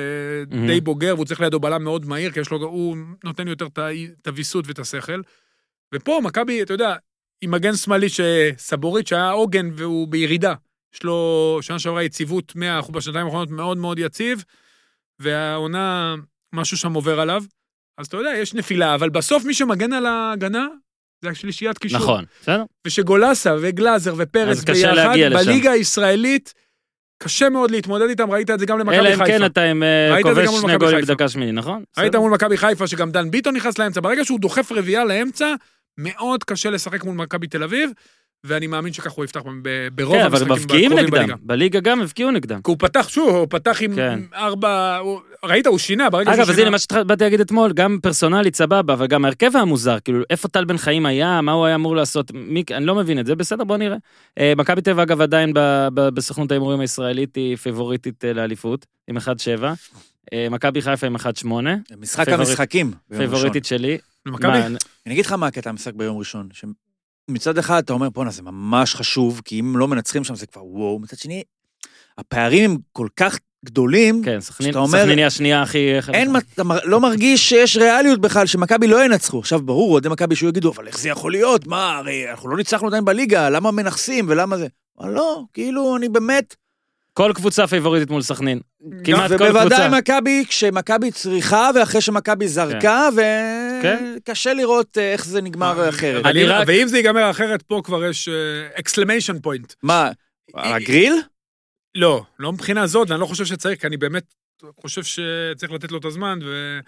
S1: מהמם.
S3: די בוגר, והוא צריך לידו בלם מאוד מהיר, כי יש לו, הוא נותן יותר את ה- את הוויסות ואת השכל. ופה מכבי, אתה יודע, עם מגן שמאלי שסבורית, שהיה עוגן והוא בירידה. יש לו שנה שעברה יציבות 100, אנחנו בשנתיים האחרונות מאוד מאוד יציב, והעונה, משהו שם עובר עליו. אז אתה יודע, יש נפילה, אבל בסוף מי שמגן על ההגנה, זה השלישיית קישור.
S1: נכון, בסדר?
S3: ושגולסה וגלאזר ופרץ
S1: אז קשה
S3: ביחד,
S1: להגיע לשם.
S3: בליגה הישראלית, קשה מאוד להתמודד איתם, ראית את זה גם
S1: אלא
S3: למכבי
S1: אם כן
S3: חיפה.
S1: אתה עם אה,
S3: ראית את זה
S1: כובש
S3: גם מול
S1: שני
S3: מכבי
S1: גולים
S3: חיפה.
S1: בדקה שמינית, נכון?
S3: ראית
S1: בסדר.
S3: מול מכבי חיפה שגם דן ביטון נכנס לאמצע, ברגע שהוא דוחף רביעייה לאמצע, מאוד קשה לשחק מול מכבי תל אביב, ואני מאמין שכך הוא יפתח ב- ברוב
S1: כן,
S3: המשחקים
S1: אבל מבקיעים
S3: הקרובים
S1: נגדם.
S3: בליגה.
S1: בליגה גם הבקיעו נגדם.
S3: כי הוא פתח, שוב, הוא פתח עם
S1: כן.
S3: ארבע, הוא- ראית, הוא שינה, ברגע שהוא
S1: אגב, אז הנה
S3: שינה.
S1: מה שבאתי להגיד אתמול, גם פרסונלית סבבה, אבל גם ההרכב היה מוזר, כאילו, איפה טל בן חיים היה, מה הוא היה אמור לעשות, מי, אני לא מבין את זה, בסדר, בוא נראה. אה, מכבי טבע, אגב, עדיין ב- ב- בסוכנות ההימורים הישראלית היא פיבוריטית אה, לאליפות, עם 1-7. אה, מכבי חיפה עם 1-8,
S4: משחק
S1: פייבוריט-
S4: המשחקים. ביום ראשון.
S1: פיבוריטית שלי.
S3: למכבי,
S1: מה,
S4: אני אגיד לך מה הקטע המשחק ביום ראשון. מצד אחד אתה אומר, בואנה, זה ממש חשוב, כי אם לא מנצחים שם זה כבר וואו. מצד שני, הפערים הם כל כך גדולים,
S1: כן, סכנין,
S4: שאתה אומר-
S1: סכניניה השנייה הכי...
S4: אין, מ- אתה מר- לא מרגיש שיש ריאליות בכלל, שמכבי לא ינצחו. עכשיו, ברור, אוהדי מכבי שהוא יגידו, אבל איך זה יכול להיות? מה, הרי אנחנו לא ניצחנו עדיין בליגה, למה מנכסים ולמה זה? אבל לא, כאילו, אני באמת... כל
S1: קבוצה פיבוריטית מול סכנין. כמעט כל
S4: ובוודאי
S1: קבוצה.
S4: מכבי, כשמכבי צריכה, ואחרי שמכבי זרקה,
S1: כן. אה,
S4: וקשה לראות אה, איך זה נגמר אחרת.
S1: אני
S3: אבל אם-
S1: רק-
S3: ואם זה ייגמר אחרת, פה כבר יש אה, אקסלמיישן פוינט.
S4: מה,
S1: אה,
S4: הגריל?
S3: לא, לא מבחינה זאת, ואני לא חושב שצריך, כי אני באמת חושב שצריך לתת לו את הזמן, ו...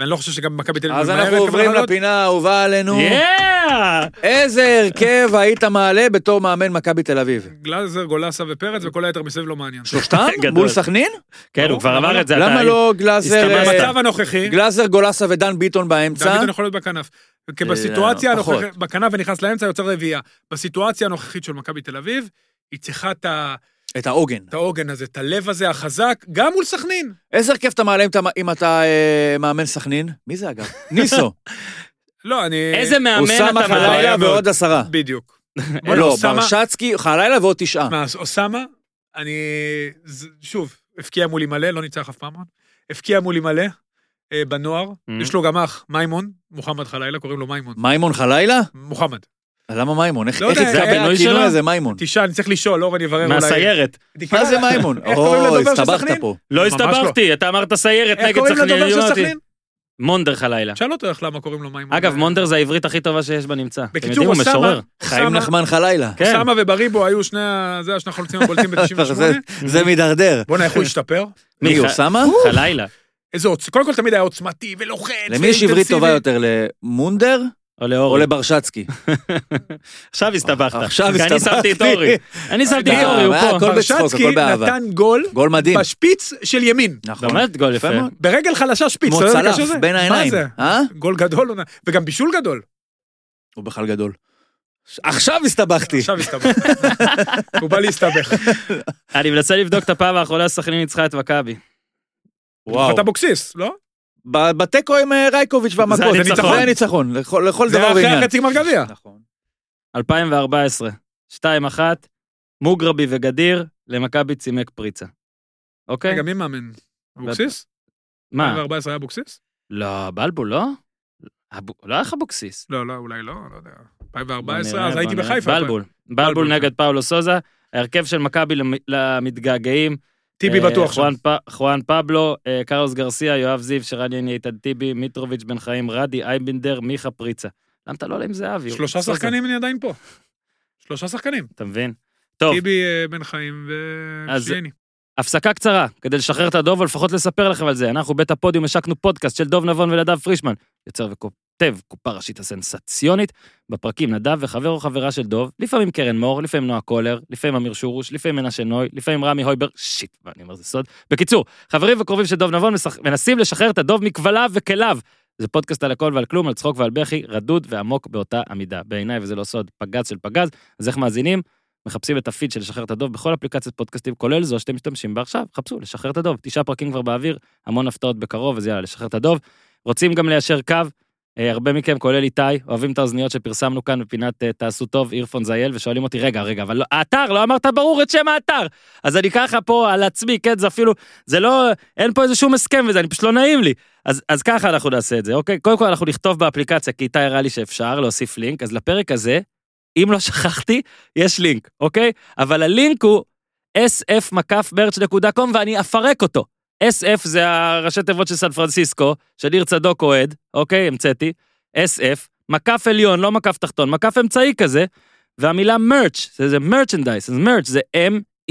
S3: ואני לא חושב שגם מכבי תל אביב
S4: אז
S3: ממהרת
S4: אנחנו עוברים
S3: לקבל החלטות.
S4: לפינה האהובה עלינו.
S1: יאה!
S4: איזה הרכב היית מעלה בתור מאמן מכבי תל אביב?
S3: גלאזר, גולסה
S4: אה,
S3: ופרץ, וכל היתר מסביב לא מעניין.
S4: שלושתם?
S1: (laughs) גדול.
S4: מול סכנין?
S1: כן, הוא כבר
S3: למה
S1: אמר
S3: לא?
S1: את זה.
S4: למה
S1: אתה-
S4: לא גלאזר,
S1: הסתבכת.
S4: אה,
S3: במצב הנוכחי,
S4: גלאזר, גולסה ודן ביטון באמצע?
S3: דוד יכול להיות בכנף. כי בסיטואציה
S4: אה, פחות.
S3: הנוכחית, בכנף ונכנס לאמצע, יוצר רביעייה. בסיטואציה הנוכחית של מכבי תל אביב, היא צריכה את ה-
S4: את העוגן.
S3: את העוגן הזה, את הלב הזה החזק, גם מול סכנין.
S4: איזה הרכב אתה מעלה אם אתה- אם אתה אה, מאמן סכנין? מי
S3: (laughs)
S4: זה אגב? ניסו.
S3: לא, אני...
S1: איזה מאמן
S4: אוסאמה
S1: אתה מעלה?
S4: חלילה
S3: מאוד. (laughs)
S4: ועוד עשרה. (laughs)
S3: בדיוק. בוא'נה,
S4: לא,
S3: אוסאמה-
S4: ברשצקי, חלילה ועוד תשעה.
S3: מה, אז אוסאמה, אני... ז- שוב, הבקיע מולי מלא, לא ניצח אף פעם. הבקיע מולי מלא, אה, בנוער.
S4: Mm-hmm.
S1: Mhm.
S3: יש לו גם אח, מימון, מוחמד חלילה, קוראים לו מימון.
S4: מימון חלילה?
S3: מוחמד.
S4: למה מימון? איך
S3: לא
S4: איך
S3: יודע,
S4: התקבל
S3: זה
S1: הבינוי
S4: הכינוי
S1: שלו?
S3: (laughs)
S4: הזה מימון?
S3: תשעה, אני צריך לשאול, אורן יברר אולי.
S1: מהסיירת.
S4: מה זה מימון?
S3: איך קוראים
S4: או,
S3: לדובר של
S4: הסתבכת
S3: סכנין?
S4: פה.
S1: לא
S3: ממש לא.
S1: הסתבכתי, אתה אמרת סיירת
S3: איך
S1: נגד
S3: קוראים
S1: סכנין.
S3: לדובר
S1: אני
S3: של
S1: אמרתי,
S3: סכנין?
S1: מונדר חלילה.
S3: שאל אותו איך למה קוראים לו מימון.
S1: אגב, מונדר זה העברית הכי טובה שיש בנמצא. אתם
S3: בקיצור,
S1: יודעים, הוא
S3: אוסאמה-
S1: משורר.
S4: חיים
S3: אוסאמה-
S4: נחמן חלילה.
S1: כן.
S3: אוסאמה ובריבו היו שני ה- זה השני החולצים הבולטים
S4: (laughs)
S3: ב-98.
S4: זה- זה מידרדר.
S3: בואנה, איך הוא השתפר.
S4: מי,
S1: מיכה-
S4: אוסאמה?
S1: חלילה.
S3: איזה עוצ... קודם כל תמיד היה עוצמתי ולוחץ.
S4: למי יש עברית
S3: ואינטנסיבי.
S4: טובה יותר, למונדר
S1: או
S4: או
S1: לאורי.
S4: לברשצקי?
S1: עכשיו הסתבכת.
S4: עכשיו
S1: כי אני
S4: הסתבכתי.
S1: שמתי את אורי. אני שמתי את
S4: אה,
S1: אורי, הוא
S4: אה,
S1: פה.
S4: הכל בצחוק,
S3: ברשצקי
S4: הכל באהבה.
S3: נתן גול
S4: גול
S3: (laughs)
S4: מדהים.
S3: בשפיץ של ימין.
S4: נכון.
S1: באמת גול יפה.
S4: יפה מאוד.
S3: ברגל חלשה שפיץ.
S4: כמו
S3: אתה יודע כמה קשה
S4: צלף
S3: זה?
S4: בין העיניים.
S3: מה
S4: אה?
S3: זה? גול גדול, עונה. וגם בישול גדול.
S4: הוא בכלל גדול. עכשיו הסתבכתי.
S3: עכשיו הסתבך. הוא בא להסתבך.
S1: אני מנסה לבדוק את הפעם האחרונה סכנין ניצחה את מכבי.
S4: וואו.
S3: אתה אבוקסיס, לא?
S4: ב- בתיקו עם אה, רייקוביץ' והמכות.
S1: זה הניצחון.
S4: זה היה ניצחון, לכל לכל
S3: זה
S4: דבר
S3: אחרי
S4: ועניין.
S3: החצי גמר גביע.
S1: כן.
S4: נכון.
S1: 2014, 2-1, מוגרבי וגדיר, למכבי צימק פריצה. אוקיי?
S3: רגע, מי מאמן?
S1: אה.
S3: אבוקסיס?
S1: מה?
S3: 2014 היה אבוקסיס?
S1: לא, בלבו, לא? אבו- לא היה לך אבוקסיס.
S3: לא, לא, אולי לא, לא יודע.
S1: בוא
S3: 2014,
S1: נראה,
S3: אז
S1: בוא
S3: הייתי
S1: נראה.
S3: בחיפה.
S1: בלבול. בלבול
S3: בלבול, כן.
S1: נגד פאולו סוזה. ההרכב של מכבי למ- למתגעגעים.
S3: טיבי
S1: אה,
S3: בטוח שם.
S1: חואן פ- חואן פבלו, אה, קרלוס גרסיה, יואב זיו, שרן יני, איתן טיבי, מיטרוביץ', בן חיים, רדי, אייבנדר, מיכה פריצה. למה אתה לא עולה עם זהבי? הוא
S3: שלושה
S1: בסדר.
S3: שחקנים אני עדיין פה. שלושה שחקנים.
S1: אתה מבין? טוב,
S3: טיבי, אה, בן חיים
S1: אז-
S3: ושייני.
S1: הפסקה קצרה, כדי לשחרר את הדוב, או לפחות לספר לכם על זה. אנחנו, בית הפודיום, השקנו פודקאסט של דוב נבון ונדב פרישמן, יוצר וכותב קופה ראשית הסנסציונית. בפרקים נדב וחבר או חברה של דוב, לפעמים קרן מור, לפעמים נועה קולר, לפעמים אמיר שורוש, לפעמים מנשה נוי, לפעמים רמי הויבר, שיט, מה, אני אומר זה סוד. בקיצור, חברים וקרובים של דוב נבון משח- מנסים לשחרר את הדוב מכבליו וכליו. זה פודקאסט על הכל ועל כלום, על צחוק ועל בכי, רדוד ועמוק באותה המידה. בעיניי, וזה לא סוד, פגז של פגז, אז איך מאזינים? מחפשים את הפיד של לשחרר את הדוב בכל אפליקציית פודקאסטים, כולל זו שאתם משתמשים בה עכשיו, חפשו, לשחרר את הדוב. תשעה פרקים כבר באוויר, המון הפתעות בקרוב, אז יאללה, לשחרר את הדוב. רוצים גם ליישר קו, אה, הרבה מכם, כולל איתי, אוהבים את האוזניות שפרסמנו כאן בפינת אה, תעשו טוב, אירפון זייל, ושואלים אותי, רגע, רגע, אבל לא, האתר, לא אמרת ברור את שם האתר. אז אני ככה פה על עצמי, כן, זה אפילו, זה לא, אין פה איזה שום הסכם וזה, אני פשוט לא נעים לי. אז, אז ככה אנחנו נעשה את זה, אוקיי? קודם כל אנחנו נכתוב באפליקציה, כי איתי הראה לי שאפשר להוסיף לינק, אז לפרק הזה, אם לא שכחתי, יש לינק, אוקיי? אבל הלינק הוא sf.merch.com ואני אפרק אותו. SF זה הראשי תיבות של סן פרנסיסקו, של ניר צדוק אוהד, אוקיי, המצאתי. SF, מקף עליון, לא מקף תחתון, מקף אמצעי כזה, והמילה merch, זה, זה merchandise, אז merch זה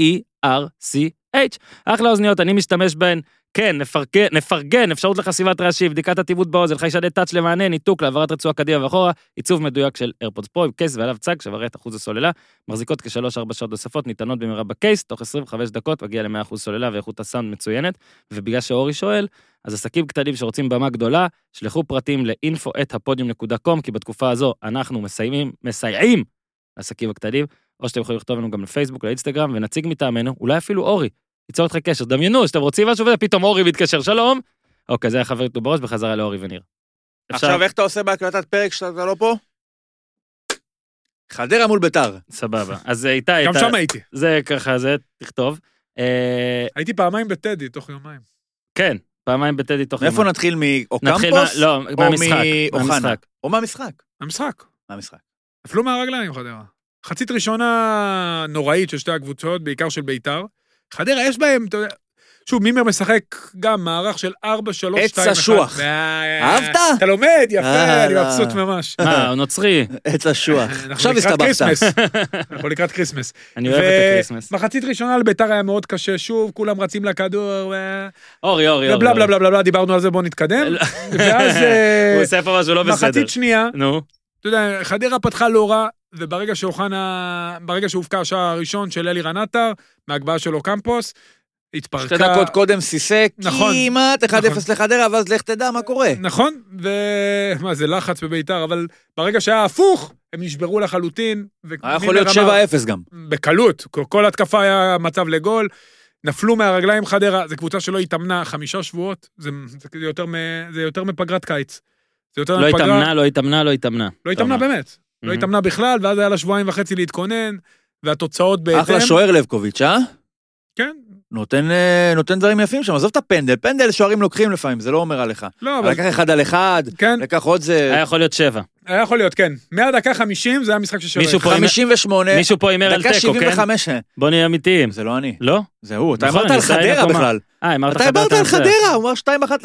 S1: E M-E-R-C-H. אחלה אוזניות, אני משתמש בהן. כן, נפרגן, נפרגן, אפשרות לחסימת רעשי, בדיקת אטימות באוזן, חיישני טאץ' למענה, ניתוק להעברת רצועה קדימה ואחורה, עיצוב מדויק של איירפודס פרו עם קייס ועליו צג שמראה את אחוז הסוללה, מחזיקות כ-3-4 שעות נוספות, ניתנות במהרה בקייס, תוך 25 דקות מגיע ל-100% סוללה ואיכות הסאונד מצוינת, ובגלל שאורי שואל, אז עסקים קטנים שרוצים במה גדולה, שלחו פרטים ל-info@הפודיום.com, כי בתקופה הזו אנחנו מסיימים, מסייעים לעסקים הקטנים, או שאתם יכולים לכתוב לנו גם לפייסבוק, לאינסטגרם, ונציג מטעמנו, אולי אפילו אורי, ייצור איתך קשר. דמיינו, שאתם רוצים משהו וזה, פתאום אורי מתקשר, שלום. אוקיי, זה היה חבר איתו בראש, בחזרה לאורי וניר. אפשר?
S4: עכשיו, איך אתה עושה בהקלטת פרק שאתה לא פה? חדרה מול ביתר.
S1: נכון. סבבה. אז אה, איתי,
S3: גם
S1: אתה-
S3: שם הייתי.
S1: זה ככה, זה, תכתוב. אה,
S3: הייתי פעמיים בטדי, תוך יומיים.
S1: כן, פעמיים בטדי תוך
S4: מאיפה
S1: יומיים.
S4: נתחיל,
S1: נתחיל מה-
S4: מאוקמפוס?
S1: לא,
S4: או
S1: מהמשחק.
S4: מאוחנה?
S1: מהמשחק.
S4: או מהמשחק.
S3: המשחק.
S4: מהמשחק.
S3: נפלו מהרגליים חדרה. חצית ראשונה נוראית של שתי הקבוצות, בעיקר של ביתר. חדרה, יש בהם, אתה יודע... שוב, מימר משחק גם מערך של 4, 3, 2,
S4: עץ
S3: 1.
S4: אשוח. אהבת?
S3: אה, אתה לומד, יפה,
S4: אה,
S3: אני
S4: לא.
S3: מבסוט ממש.
S1: מה, הוא
S4: (laughs)
S1: נוצרי,
S4: עץ אשוח.
S3: אנחנו
S4: עכשיו
S3: לקראת
S4: הסתבכת.
S3: כריסמס. אנחנו לקראת כריסמס.
S1: אני אוהב את הקריסמס.
S3: מחצית ראשונה לביתר היה מאוד קשה, שוב, כולם רצים לכדור, ו-
S1: אורי, אורי, אורי.
S3: ובלה בלה
S1: אורי.
S3: בלה בלה בלה, דיברנו על זה, בואו נתקדם.
S1: לא.
S3: ואז אה,
S1: הוא עושה פה משהו לא בסדר.
S3: מחצית שנייה,
S1: נו,
S3: אתה יודע, חדרה פתחה לא רע, וברגע שאוחנה, ברגע שהובקע השער הראשון של אלירן עטר, מהגבהה שלו קמפוס, התפרקה.
S4: שתי דקות קודם סיסק,
S3: נכון.
S4: כמעט 1-0
S3: נכון.
S4: לחדרה, ואז לך תדע מה קורה.
S3: נכון, ומה זה לחץ בביתר, אבל ברגע שהיה הפוך, הם נשברו לחלוטין. ו-
S4: היה יכול
S3: מימר
S4: להיות
S3: אמר,
S4: 7-0 גם.
S3: בקלות, כל- כל התקפה היה מצב לגול. נפלו מהרגליים חדרה, זו קבוצה שלא התאמנה חמישה שבועות, זה, זה, יותר, מ, זה יותר מפגרת קיץ. זה יותר
S1: לא
S3: מפגרה-
S1: התאמנה, לא התאמנה, לא התאמנה.
S3: לא התאמנה באמת. לא
S1: Mhm.
S3: התאמנה בכלל, ואז היה לה שבועיים וחצי להתכונן, והתוצאות בהתאם.
S4: אחלה שוער לבקוביץ', אה?
S3: כן,
S4: נותן, אה, נותן דברים יפים שם, עזוב את הפנדל, פנדל שוערים לוקחים לפעמים, זה לא אומר עליך.
S3: לא,
S4: אבל
S3: אבל
S4: לקח אחד על אחד,
S3: כן,
S4: לקח עוד זה,
S1: היה אה, יכול להיות שבע.
S3: היה יכול להיות, כן. מהדקה 50 זה היה משחק ששווה.
S1: מישהו פה-
S4: 58,
S1: מישהו פה הימר על
S4: אה, דקה
S1: תיקו, כן?
S4: 75. אה,
S1: בוא נהיה אמיתיים.
S4: זה לא אני,
S1: לא?
S4: זה הוא, אתה
S1: נכון,
S4: אמרת
S1: אני
S4: על
S1: ישראל
S4: חדרה
S1: מקומה.
S4: בכלל.
S1: אה, אמרת
S4: אתה
S1: חדרה,
S4: אמרת על
S1: אתה מצטער.
S4: חדרה, אה, הוא אמר 2-1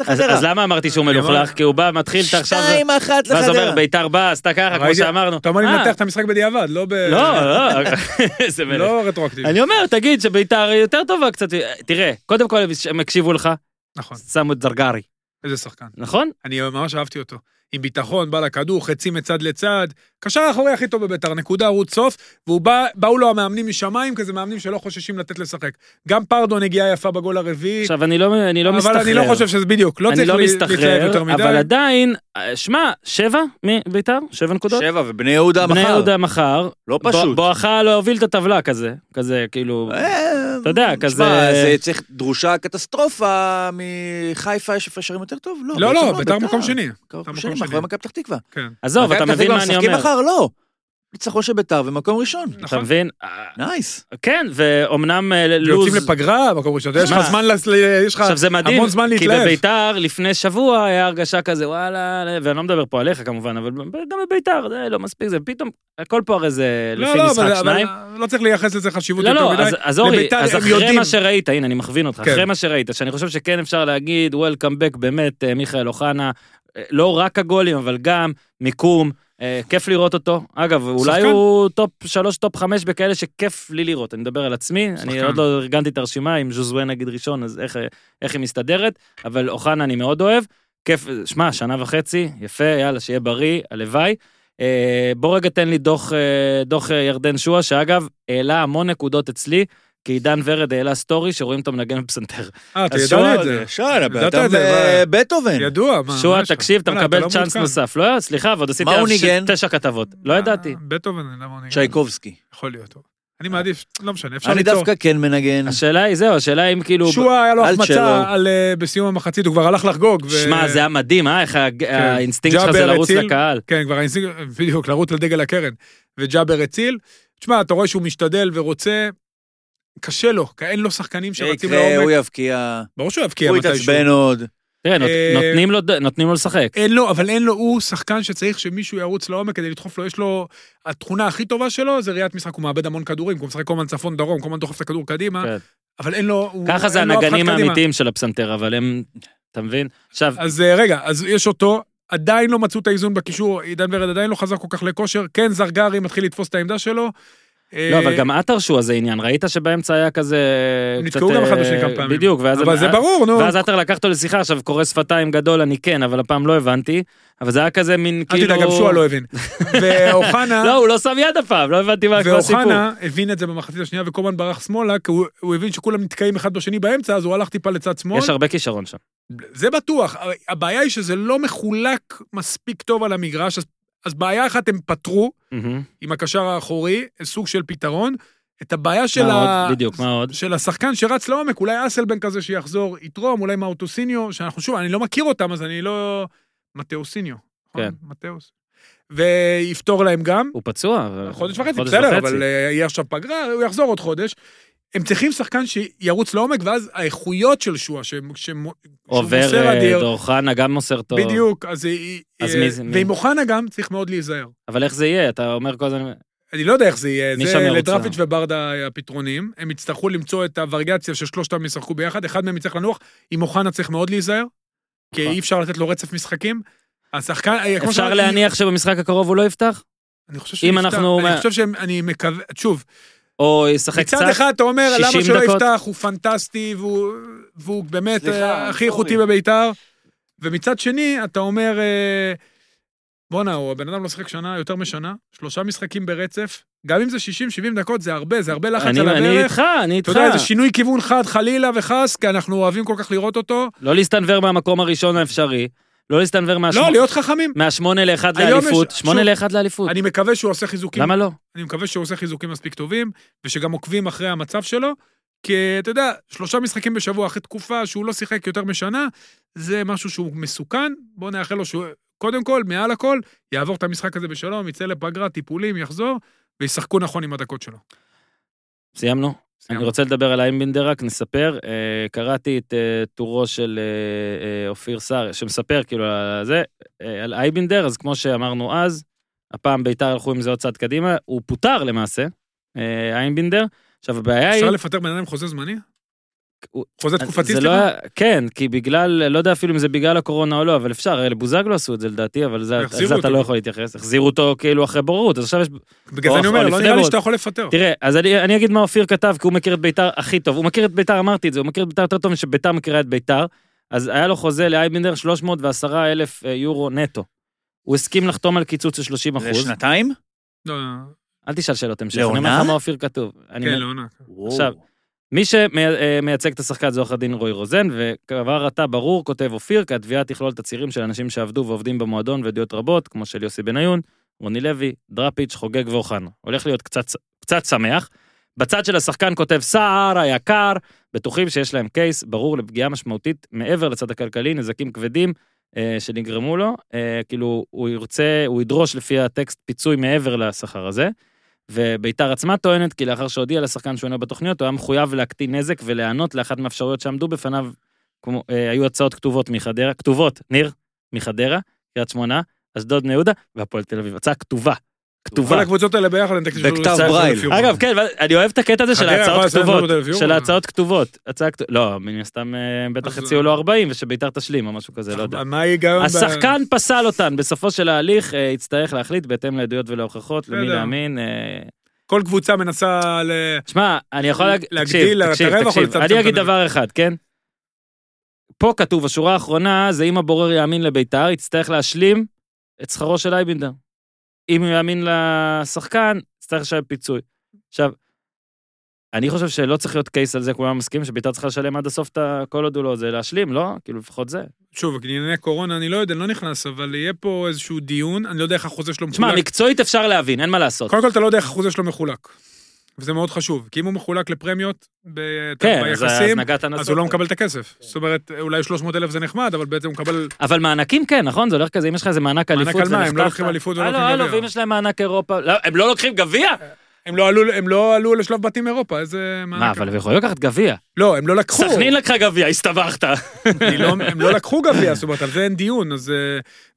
S1: אז-
S4: לחדרה.
S1: אז למה אמרתי שהוא
S3: אני
S1: מלוכלך?
S3: אמרתי.
S1: כי הוא בא, מתחיל, אתה עכשיו...
S4: 2-1
S1: ואז אומר,
S4: לחדרה.
S1: ביתר בא, עשתה ככה, כמו
S3: ראיתי-
S1: שאמרנו.
S3: אתה אומר לי
S1: אה,
S3: לנתח את המשחק בדיעבד, לא ב...
S1: לא, לא, (laughs) איזה מלך.
S3: לא רטרואקטיבי.
S1: אני אומר, תגיד שביתר היא יותר טובה קצת. תראה, קודם כל הם הקשיבו לך,
S3: נכון,
S1: שמו את זרגרי,
S3: איזה שחקן.
S1: נכון?
S3: אני ממש אהבתי אותו. עם ביטחון, בא לכדור, חצי מצד לצד. קשר האחורי הכי טוב בביתר, נקודה ערוץ סוף, והוא בא, באו לו המאמנים משמיים, כזה מאמנים שלא חוששים לתת לשחק. גם פרדון הגיעה יפה בגול הרביעי,
S1: עכשיו, אני לא אני לא מסתחרר.
S3: אבל אני לא חושב שזה בדיוק, לא
S1: אני
S3: צריך
S1: לא
S3: לה- להתלהב
S1: מסתחרר,
S3: יותר מדי.
S1: אבל עדיין, אה, שמע, שבע מביתר? שבע נקודות?
S4: שבע, ובני יהודה
S1: בני
S4: מחר,
S1: יהודה מחר.
S4: לא פשוט.
S1: בואכה לא הוביל את הטבלה כזה, כזה, כאילו...
S4: אה,
S1: אתה יודע,
S4: תשמע,
S1: כזה-
S4: זה צריך דרושה קטסטרופה מחיפה, יש אפשרים יותר טוב? לא,
S3: לא,
S4: בעצם
S3: לא, ביתר מקום שני.
S4: מקום
S3: מקום
S4: שני,
S3: שני.
S4: מאחורי מכבי פתח תקווה.
S3: כן.
S1: עזוב, אתה
S4: מכבי פתח
S1: מבין
S4: תקווה
S1: מה אני
S4: משחקים
S1: אומר.
S4: מחר, לא. ניצחון של ביתר ומקום ראשון.
S1: אתה
S3: נכון.
S1: מבין? אה,
S4: נייס.
S1: כן, ואומנם אה,
S3: יוצאים
S1: לוז...
S3: לפגרה מקום ראשון, יש לך
S1: מה?
S3: זמן, לס- ל- יש לך
S1: עכשיו זה מדהים,
S3: המון זמן
S1: כי
S3: להתלהב.
S1: בביתר לפני שבוע היה הרגשה כזה וואלה, ואני לא מדבר פה עליך כמובן, אבל גם בביתר זה לא מספיק, זה פתאום, הכל פה הרי זה
S3: לא,
S1: לפי
S3: לא,
S1: משחק
S3: אבל-
S1: שניים.
S3: אבל לא צריך לייחס לזה חשיבות
S1: לא,
S3: יותר
S1: לא,
S3: מדי.
S1: אז- אז אורי,
S3: לביתר
S1: אז
S3: הם
S1: אחרי
S3: יודעים.
S1: מה שראית, הנה, אני מכווין אותך,
S3: כן.
S1: אחרי מה שראית, שאני חושב שכן אפשר להגיד, Welcome back, באמת, אה, מיכאל אוחנה, אה, לא רק הגולים, אבל גם מיקום, אה, כיף לראות אותו. אגב, אולי
S3: שחקן.
S1: הוא טופ שלוש, טופ חמש בכאלה שכיף לי לראות, אני מדבר על עצמי, אני
S3: שחקן.
S1: עוד לא ארגנתי את הרשימה, עם ז'וזווה נגיד ראשון, אז איך, אה, איך היא מסתדרת, אבל אוחנה אני מאוד אוהב. כיף, שמע, שנה וחצי, יפה, יאללה, שיהיה בריא, הלוואי. אה, בוא רגע תן לי דוח, אה, דוח אה, ירדן שועה, שאגב, העלה המון נקודות אצלי, כי עידן ורד העלה סטורי שרואים אותו מנגן בפסנתר.
S3: אה, אתה
S4: אז
S3: ידעת
S4: שואה,
S3: את זה.
S4: שואה, הבן
S3: ידעת
S4: אדם,
S3: את זה,
S4: אה, בטהובן.
S3: ידוע, מה? מה
S1: שועה,
S3: יש לך?
S1: כן. תקשיב, אתה
S3: וואלה,
S1: מקבל
S3: לא
S1: צ'אנס
S3: מעודכן.
S1: נוסף. לא, סליחה, ועוד עשיתי
S4: מה הוא
S1: עליו ש-
S4: ניגן?
S1: תשע כתבות. לא ידעתי.
S3: אה, בטהובן, למה הוא נגן?
S4: צ'ייקובסקי.
S3: יכול להיות. אני מעדיף, לא משנה, אפשר
S4: אני
S3: ליצור.
S4: דווקא כן מנגן.
S1: השאלה היא, זהו, השאלה היא אם כאילו...
S3: שועה היה לו
S4: אל תשאלו.
S3: החמצה על, אה, בסיום המחצית, הוא כבר הלך לחגוג. ו- כן.
S1: שמע, זה היה מדהים, אה? איך ה- האינסטינקט שלך זה
S3: ג'אבר
S1: לרוץ
S3: הציל.
S1: לקהל.
S3: כן, כבר האינסטינקט, בדיוק, לרוץ לדגל הקרן. וג'אבר הציל. תשמע, אתה רואה שהוא משתדל ורוצה, קשה לו, כי אין לו
S1: אה,
S3: שחקנים
S4: זה
S3: שרצים
S4: יקרה, הוא
S3: לעומק.
S4: יבקיע,
S3: ברור שהוא יבקיע
S4: הוא
S3: מתישהו.
S4: יתעצבן עוד.
S1: תראה, נות-
S3: אה,
S1: נותנים לו ד- נותנים לו לשחק.
S3: אין לו, אבל אין לו, הוא שחקן שצריך שמישהו ירוץ לעומק כדי לדחוף לו, יש לו, התכונה הכי טובה שלו זה ראיית משחק, הוא מאבד המון כדורים, כי הוא משחק כל הזמן צפון דרום, כל הזמן דוחף את הכדור קדימה,
S1: כן.
S3: אבל אין לו, הוא- לא
S1: ככה זה
S3: אין לו אף אחד
S1: הנגנים
S3: קדימה.
S1: האמיתיים של הפסנתר, אבל הם... אתה מבין? עכשיו,
S3: אז אה, רגע, אז יש אותו, עדיין לא מצאו את האיזון בקישור, עידן ורד עדיין לא חזר כל כך לכושר, כן זרגרי מתחיל לתפוס את העמדה שלו. אה,
S1: לא, אבל גם עטר שועה זה עניין, ראית שבאמצע היה כזה...
S3: נתקעו
S1: קצת,
S3: גם אחד
S1: אה,
S3: בשני כמה פעמים.
S1: בדיוק, ואז...
S3: אבל
S1: הם- אה,
S3: זה ברור, נו.
S1: ואז עטר לקח אותו לשיחה, עכשיו קורא שפתיים גדול, אני כן, אבל הפעם לא הבנתי, אבל זה היה כזה מין
S3: אל
S1: כאילו...
S3: תדאג, גם שועה לא
S1: (laughs)
S3: הבין. ואוחנה...
S1: לא, הוא לא שם יד הפעם, לא הבנתי מה כל הסיפור.
S3: ואוחנה הבין את זה במחצית השנייה וכל הזמן ברח שמאלה, כי הוא, הוא הבין שכולם נתקעים אחד בשני באמצע, אז הוא הלך טיפה לצד שמאל.
S1: יש הרבה כישרון שם.
S3: זה בטוח, הרי הבעיה היא שזה לא מחולק מספיק טוב על המגרש, אז, אז בעיה אחת הם פתרו
S1: מהמם.
S3: עם הקשר האחורי, סוג של פתרון. את הבעיה של,
S1: מה
S3: ה...
S1: עוד? בדיוק, מה עוד?
S3: של השחקן שרץ לעומק, אולי אסלבן כזה שיחזור, יתרום, אולי מאוטוסיניו, שאנחנו שוב, אני לא מכיר אותם, אז אני לא... מתאוסיניו. נכון?
S1: כן.
S3: מתאוס. ויפתור להם גם.
S1: הוא פצוע. אבל-
S3: חודש וחצי, בסדר,
S1: וחצי.
S3: אבל אה, יהיה עכשיו פגרה, הוא יחזור עוד חודש. הם צריכים שחקן שירוץ לעומק, ואז האיכויות של שועה, שהם- שהם- שהוא
S1: עובר
S3: מוסר
S1: אה,
S3: אדיר,
S1: לא
S3: אה, לא אה, אה, אה,
S1: לא
S3: לא לא,
S1: לא? אה, כאילו אה, אה, לא כן, לא, כאילו (laughs) אה,
S3: כן, לא.
S1: אה, אה, כאילו, אה, כן, לא, אה, לא אה, אה, כן? אני חושב שלא צריך להיות קייס על זה, כולם מסכימים שביתר צריכה לשלם עד הסוף את ה- כל עוד הוא לא זה, להשלים, לא? כאילו, לפחות זה.
S3: שוב, ענייני קורונה, אני לא יודע, אני לא נכנס, אבל יהיה פה איזשהו דיון, אני לא יודע איך החוזה שלו
S1: תשמע,
S3: מחולק.
S1: מקצועית אפשר להבין, אין מה לעשות.
S3: קודם כל, אתה לא יודע איך החוזה שלו מחולק. וזה מאוד חשוב, כי אם הוא מחולק לפרמיות, ב-
S1: כן, אז- אז כן.
S3: ביחסים,
S1: נגעת נעשות.
S3: אז הוא לא מקבל את הכסף. זאת אומרת, אולי 300 אלף זה נחמד, אבל בעצם הוא מקבל...
S1: אבל מענקים כן, נכון? זה הולך כזה, אם יש לך איזה מענק
S3: מענק
S1: אליפות,
S3: על
S1: זה
S3: מה? הם לא
S1: נחתך.
S3: לוקחים אליפות ולא
S1: הלו,
S3: לוקחים
S1: הלו,
S3: גביע.
S1: לא, ואם יש להם מענק אירופה... לא, הם לא לוקחים גביע?
S3: הם לא עלו, הם לא עלו לשלב בתים אירופה, איזה...
S1: מה, אבל הם יכולים לקחת גביע.
S3: לא, הם לא לקחו.
S1: סכנין לקחה גביע, הסתבכת.
S3: אני לא- הם לא לקחו גביע, זאת אומרת, על זה אין דיון, אז... אה,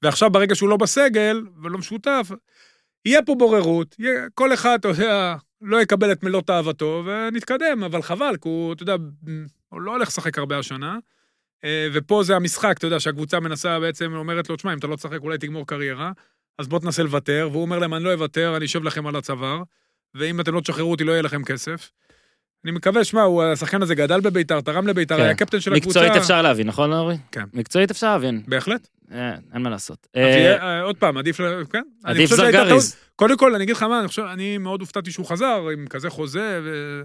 S3: ועכשיו, ברגע שהוא לא בסגל, ולא משותף, יהיה פה בוררות, יהיה, כל אחד, אתה יודע, לא יקבל את מלוא תאוותו, ונתקדם, אבל חבל, כי הוא, אתה יודע, הוא לא הולך לשחק הרבה השנה, אה, ופה זה המשחק, אתה יודע, שהקבוצה מנסה בעצם, אומרת לו, תשמע, אם אתה לא תשחק, אולי תגמור קריירה, אז בוא תנסה לוותר, והוא אומר להם, אני לא אוותר, אני אשב לכם על הצוואר, ואם אתם לא תשחררו אותי, לא יהיה לכם כסף. אני מקווה, שמע, הוא- השחקן הזה גדל בביתר, תרם לביתר,
S1: כן.
S3: היה קפטן של הקבוצה.
S1: מקצועית אפשר להבין, נכון, אורי?
S3: כן.
S1: מקצועית אפשר להבין,
S3: בהחלט.
S1: אה, אין מה לעשות.
S3: אז
S1: אה,
S3: יהיה, אה, עוד פעם, עדיף, ל- כן. אני
S1: עדיף
S3: חושב שהייתה
S1: זרגריז.
S3: טעות. קודם כל, אני אגיד לך מה, אני חושב, אני מאוד הופתעתי שהוא חזר עם כזה חוזה, ו...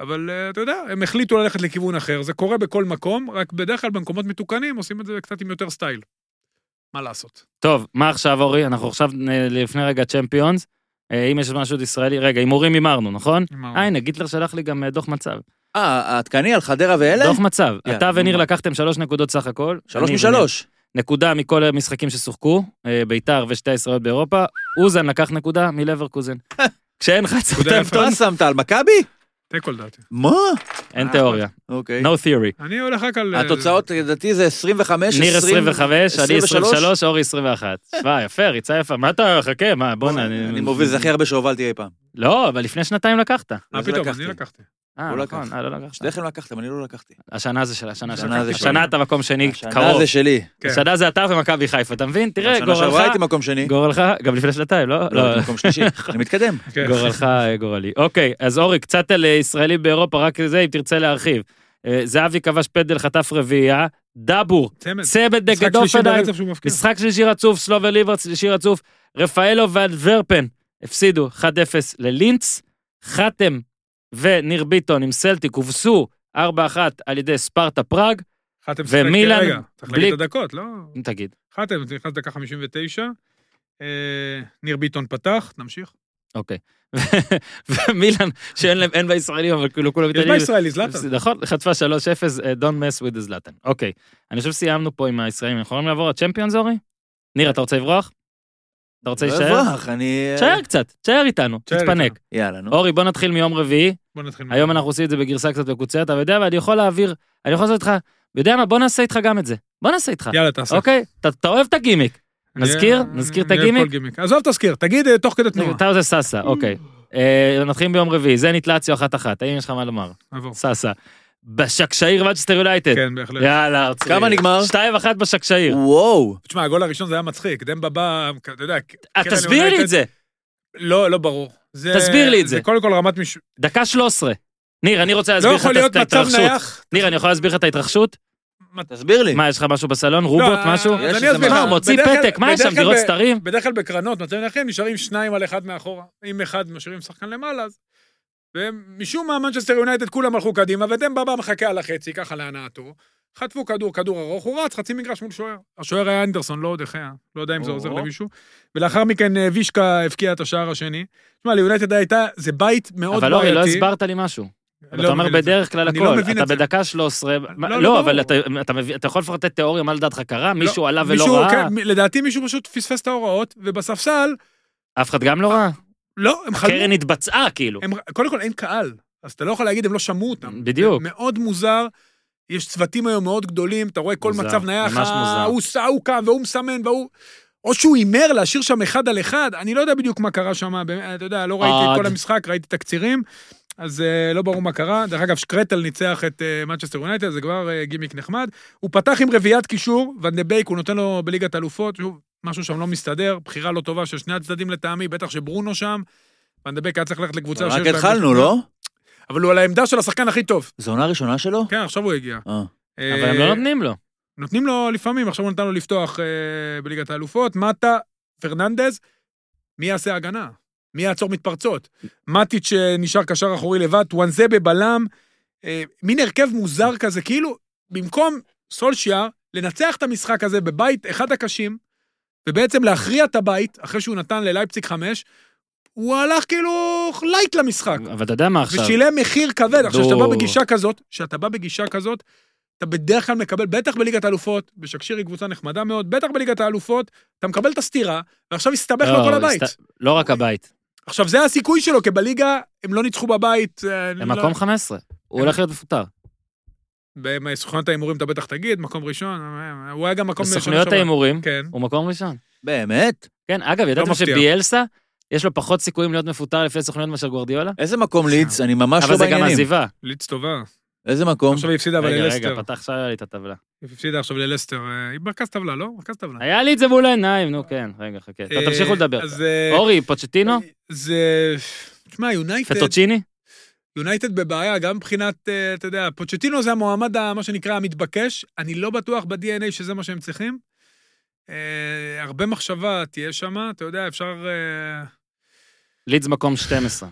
S3: אבל אה, אתה יודע, הם החליטו ללכת לכיוון אחר, זה קורה בכל מקום, רק בדרך כלל במקומות מתוקנים עושים את זה קצת עם יותר סטייל. מה לעשות?
S1: טוב, מה עכשיו, אורי? אנחנו עכשיו, אה, לפני רגע צ'מפיונס. אה, אם יש משהו ישראלי, רגע, הימורים הימרנו, נכון?
S3: אמרנו.
S1: אה, הנה, גיטלר שלח לי גם אה, דוח מצב.
S4: אה, העדכני על חדרה ואלה?
S1: דוח מצב.
S4: יאללה,
S1: אתה
S4: נו,
S1: וניר
S4: מה?
S1: לקחתם שלוש נקודות סך הכל.
S4: כן. שלוש
S1: אני וניר.
S4: משלוש.
S1: נקודה מכל המשחקים ששוחקו, אה, ביתר ושתי הישראליות באירופה. אוזן לקח נקודה
S4: (laughs)
S1: מלברקוזן. כשאין לך
S3: נקודה
S1: צוטפטון,
S3: יפה.
S4: מה שמת על מכבי?
S3: תיקו לדעתי.
S4: מה?
S1: אין תיאוריה.
S4: אוקיי.
S1: No theory.
S3: אני הולך רק על... אה,
S4: התוצאות לדעתי זה 25,
S1: ניר
S4: 20,
S1: 25, אני
S4: 23.
S1: 23, אורי
S4: (laughs)
S1: 21. שמע, יפה, ריצה יפה. מה אתה, חכה, מה, בוא'נה.
S4: אני מוביל, זה הכי הרבה שהובלתי אי פעם.
S1: לא, אבל לפני שנתיים לקחת.
S3: מה
S4: אז
S3: פתאום,
S4: לקחתי.
S3: אני לקחתי.
S1: אה,
S4: הוא
S1: נכון,
S4: לקח.
S1: אה, לא לקחת.
S4: שניכם לקחתם, אני לא לקחתי.
S1: השנה זה של השנה שלך.
S4: השנה זה שלי.
S1: השנה אתה מקום שני
S4: השנה
S1: קרוב.
S4: זה שלי.
S3: כן.
S1: השנה זה אתה ומכבי חיפה, אתה מבין? תראה,
S4: שנה שעברה הייתי
S1: אה, גורלך,
S4: מקום שני.
S1: גורלך, גם לפני שנתיים, לא?
S4: לא, הייתי מקום
S1: (laughs)
S4: שלישי. אני מתקדם.
S3: כן.
S1: גורלך אה, גורלי. אוקיי, אז אורי, קצת על אה, ישראלים באירופה, רק זה, אם תרצה להרחיב. אה, זהבי כבש פנדל, חטף רביעייה, דבור,
S3: (laughs) צמד.
S1: צמד
S3: משחק
S1: נגד
S3: שלישי
S1: אופנהיים,
S3: ברצף כן. שהוא מפקיע.
S1: משחק שלישי רצוף, סלובר ליבר שלישי רצוף, רפאלו ועד ורפן הפסידו 1-0 ללינץ, חתם וניר ביטון עם סלטיק הובסו 4-1 על ידי ספרטה פראג,
S3: חתם שיחק
S1: ומילן,
S3: רגע, צריך
S1: בלי-
S3: להגיד את הדקות, לא?
S1: אם תגיד.
S3: חתם, זה נכנס דקה 59. אה, ניר ביטון פתח, נמשיך.
S1: אוקיי. (laughs) ומילאן, שאין להם, אין בה ישראלים, אבל כאילו כולם
S3: יש
S1: מתעניינים.
S3: בישראלי, זלאטה.
S1: נכון, חטפה 3-0, אה, Don't mess with the Zlatan. אוקיי, אני חושב שסיימנו פה עם הישראלים, אנחנו יכולים לעבור לצ'מפיונס, אורי? ניר, אתה רוצה לברוח? אתה רוצה
S4: לא
S1: להישאר?
S4: אברח, אני...
S1: תשאר קצת, תשאר איתנו,
S3: תשאר
S1: תתפנק.
S4: יאללה, נו.
S1: אורי, בוא נתחיל מיום רביעי,
S3: בוא נתחיל.
S1: היום אנחנו עושים את זה בגרסה קצת מקוצרת, אבל יודע, ואני יכול להעביר, אני יכול לעשות איתך, יודע מה, בוא נעשה איתך גם את זה. בוא נעשה איתך,
S3: יאללה, תעשה.
S1: אוקיי? אתה- אתה אוהב את הגימיק.
S3: אני-
S1: נזכיר? נזכיר את
S3: אני אוהב
S1: הגימיק?
S3: כל גימיק. עזוב תזכיר, תגיד אה, תוך כדי תנועה.
S1: אתה עושה סאסה, אוקיי. אה, נתחיל ביום רביעי, זנית לאציו אחת אחת, האם יש לך מה לומר?
S3: עבור.
S1: סאסה. בשקשאיר מצ'סטר יולייטד.
S3: כן, בהחלט.
S1: יאללה, ארצי. כן,
S4: כמה נגמר?
S1: 2-1 בשקשאיר.
S4: וואו.
S3: תשמע, הגול הראשון זה היה מצחיק, דמבה בא, אתה יודע...
S1: אה,
S3: קרן
S1: תסביר לי
S3: יונייטד-
S1: את זה.
S3: לא, לא ברור. זה-
S1: תסביר לי את זה.
S3: זה קודם כל רמת מישהו...
S1: דקה 13. ניר, אני רוצה
S3: לא
S1: להסביר לך
S3: יכול להיות
S1: את
S3: מצב
S1: ההתרחשות.
S3: נייח. כן.
S1: ניר, אני יכול להסביר לך את ההתרחשות?
S4: תסביר לי.
S1: מה, יש לך משהו בסלון? רובות,
S3: לא,
S1: משהו?
S3: אז אני
S4: יש איזה
S3: אסביר לך.
S1: מה,
S4: משהו.
S1: מוציא
S3: בדרך כלל-
S1: פתק, מה יש
S3: בדרך
S1: שם,
S3: כלל
S1: דירות
S3: ב-
S1: סתרים?
S3: בדרך כלל בקרנות, מצבים נייחים, נשארים שניים על אחד מאחורה. אם אחד משאירים שחקן למעלה, אז... ומשום מה, מנצ'סטר יונייטד כולם הלכו קדימה, ודמבה בא מחכה על החצי, ככה להנאתו. חטפו כדור, כדור ארוך, הוא רץ חצי מגרש מול שוער. השוער היה אנדרסון, לא דחיה, לא יודע אם זה
S4: או.
S3: עוזר למישהו. ולאחר מכן אה, וישקה הבקיע את השער השני. תשמע, ליונייטד הייתה, זה בית מאוד
S1: אבל אורי,
S3: בעייתי. לא
S1: לא הסברת לי משהו. אבל אתה אומר
S3: מבין את זה.
S1: בדרך כלל
S3: אני לא
S1: הכל,
S3: מבין
S1: אתה
S3: את זה.
S1: בדקה 13, מה-
S3: לא,
S1: לא,
S3: לא,
S1: אבל
S3: ברור. לא,
S1: אתה- אתה מבין- אתה יכול לפרטט תיאוריה, מה לדעתך קרה? מישהו עלה ולא
S3: מישהו,
S1: ראה?
S3: כן, מ- לדעתי מישהו פשוט פספס את ההוראות, ובספסל,
S1: אף אחד גם לא ראה?
S3: לא, הם חלמו.
S1: הקרן התבצעה, כאילו.
S3: הם, קודם כל אין קהל, אז אתה לא יכול להגיד, הם לא שמעו אותם.
S1: בדיוק.
S3: זה מאוד מוזר. יש צוותים היום מאוד גדולים, אתה רואה כל
S1: מוזר,
S3: מצב נייח, "אה,
S1: ממש מוזר.
S3: ההוא סע, ההוא קם והוא מסמן והוא... או שהוא הימר להשאיר שם אחד על אחד, אני לא יודע בדיוק מה קרה שם, באמת, אתה יודע, לא ראיתי
S1: עד.
S3: את כל המשחק, ראיתי תקצירים, אז אה, לא ברור מה קרה. דרך אגב, שקרטל ניצח את אה, מנצ'סטר יונייטד, זה כבר אה, גימיק נחמד. הוא פתח עם רביעיית קישור, ונדבייק, הוא נותן לו בליגת אלופות, שוב, משהו שם לא מסתדר, בחירה לא טובה של שני הצדדים לטעמי, בטח שברונו שם. ונדבק היה צריך ללכת לקבוצה
S4: רק התחלנו, לא?
S3: אבל הוא על העמדה של השחקן הכי טוב.
S4: זו עונה ראשונה שלו?
S3: כן, עכשיו הוא הגיע.
S4: אה.
S1: אבל הם לא נותנים לו.
S3: נותנים לו לפעמים, עכשיו הוא נתן לו לפתוח אה, בליגת האלופות, מטה, פרננדז, מי יעשה הגנה? מי יעצור מתפרצות? מטיץ' אה, נשאר קשר אחורי לבד, טואנזבה בלם, אה, מין הרכב מוזר כזה, כאילו, במקום סולשיאר, לנצח את המשחק הזה בבית אחד הקשים, ובעצם להכריע את הבית, אחרי שהוא נתן ללייפציג חמש, הוא הלך כאילו לייט למשחק.
S1: אבל אתה יודע מה עכשיו?
S3: ושילם מחיר כבד. עכשיו, כשאתה בא
S1: דור.
S3: בגישה כזאת, כשאתה בא בגישה כזאת, אתה בדרך כלל מקבל, בטח בליגת האלופות, בשקשיר היא קבוצה נחמדה מאוד, בטח בליגת האלופות, אתה מקבל את הסטירה, ועכשיו הסתבך לו
S1: לא,
S3: כל הבית.
S1: הסת- לא רק הבית,
S3: עכשיו, זה הסיכוי שלו, כי בליגה הם לא ניצחו בבית. אה, אני
S1: למקום
S3: לא-
S1: 15. הוא
S3: הם-
S1: הולך להיות מפוטר.
S3: בסוכנות אה, ההימורים אתה בטח תגיד, מקום ראשון, אה, הוא היה גם מקום ראשון.
S1: בסוכנויות
S3: השבוע.
S1: ההימורים,
S3: כן. לא
S1: הוא מקום ראשון.
S4: באמת?
S1: כן, אגב, ידעתם
S3: מפתיע.
S1: שביאלסה, יש לו פחות סיכויים להיות מפוטר לפי הסוכנויות מאשר גוורדיולה?
S4: איזה מקום לידס? אני ממש
S1: אבל
S4: לא
S1: זה גם
S4: בעניינים.
S1: עזיבה.
S3: ליץ טובה.
S4: איזה מקום?
S3: עכשיו היא הפסידה אבל
S1: רגע, רגע,
S3: ללסטר.
S1: פתח שרי לי את הטבלה.
S3: היא הפסידה עכשיו ללסטר. אה, היא מרכז טבלה, לא? מרכז טבלה.
S1: היה לי את זה מול העיניים, נו כן, רגע, חכה. טוב,
S3: אה,
S1: תמשיכו לדבר.
S3: אז, אה,
S1: אורי, פוצ'טינו,
S3: זה... תשמע, יונייטד...
S1: פטוצ'יני,
S3: יונייטד בבעיה, גם מבחינת, אה, אתה יודע, פוצ'טינו זה המועמד, ה- מה שנקרא, המתבקש. אני לא בטוח ב-DNA שזה מה שהם צריכים. אה, הרבה מחשבה תהיה שם, אתה יודע, אפשר... אה,
S1: לידס מקום 12.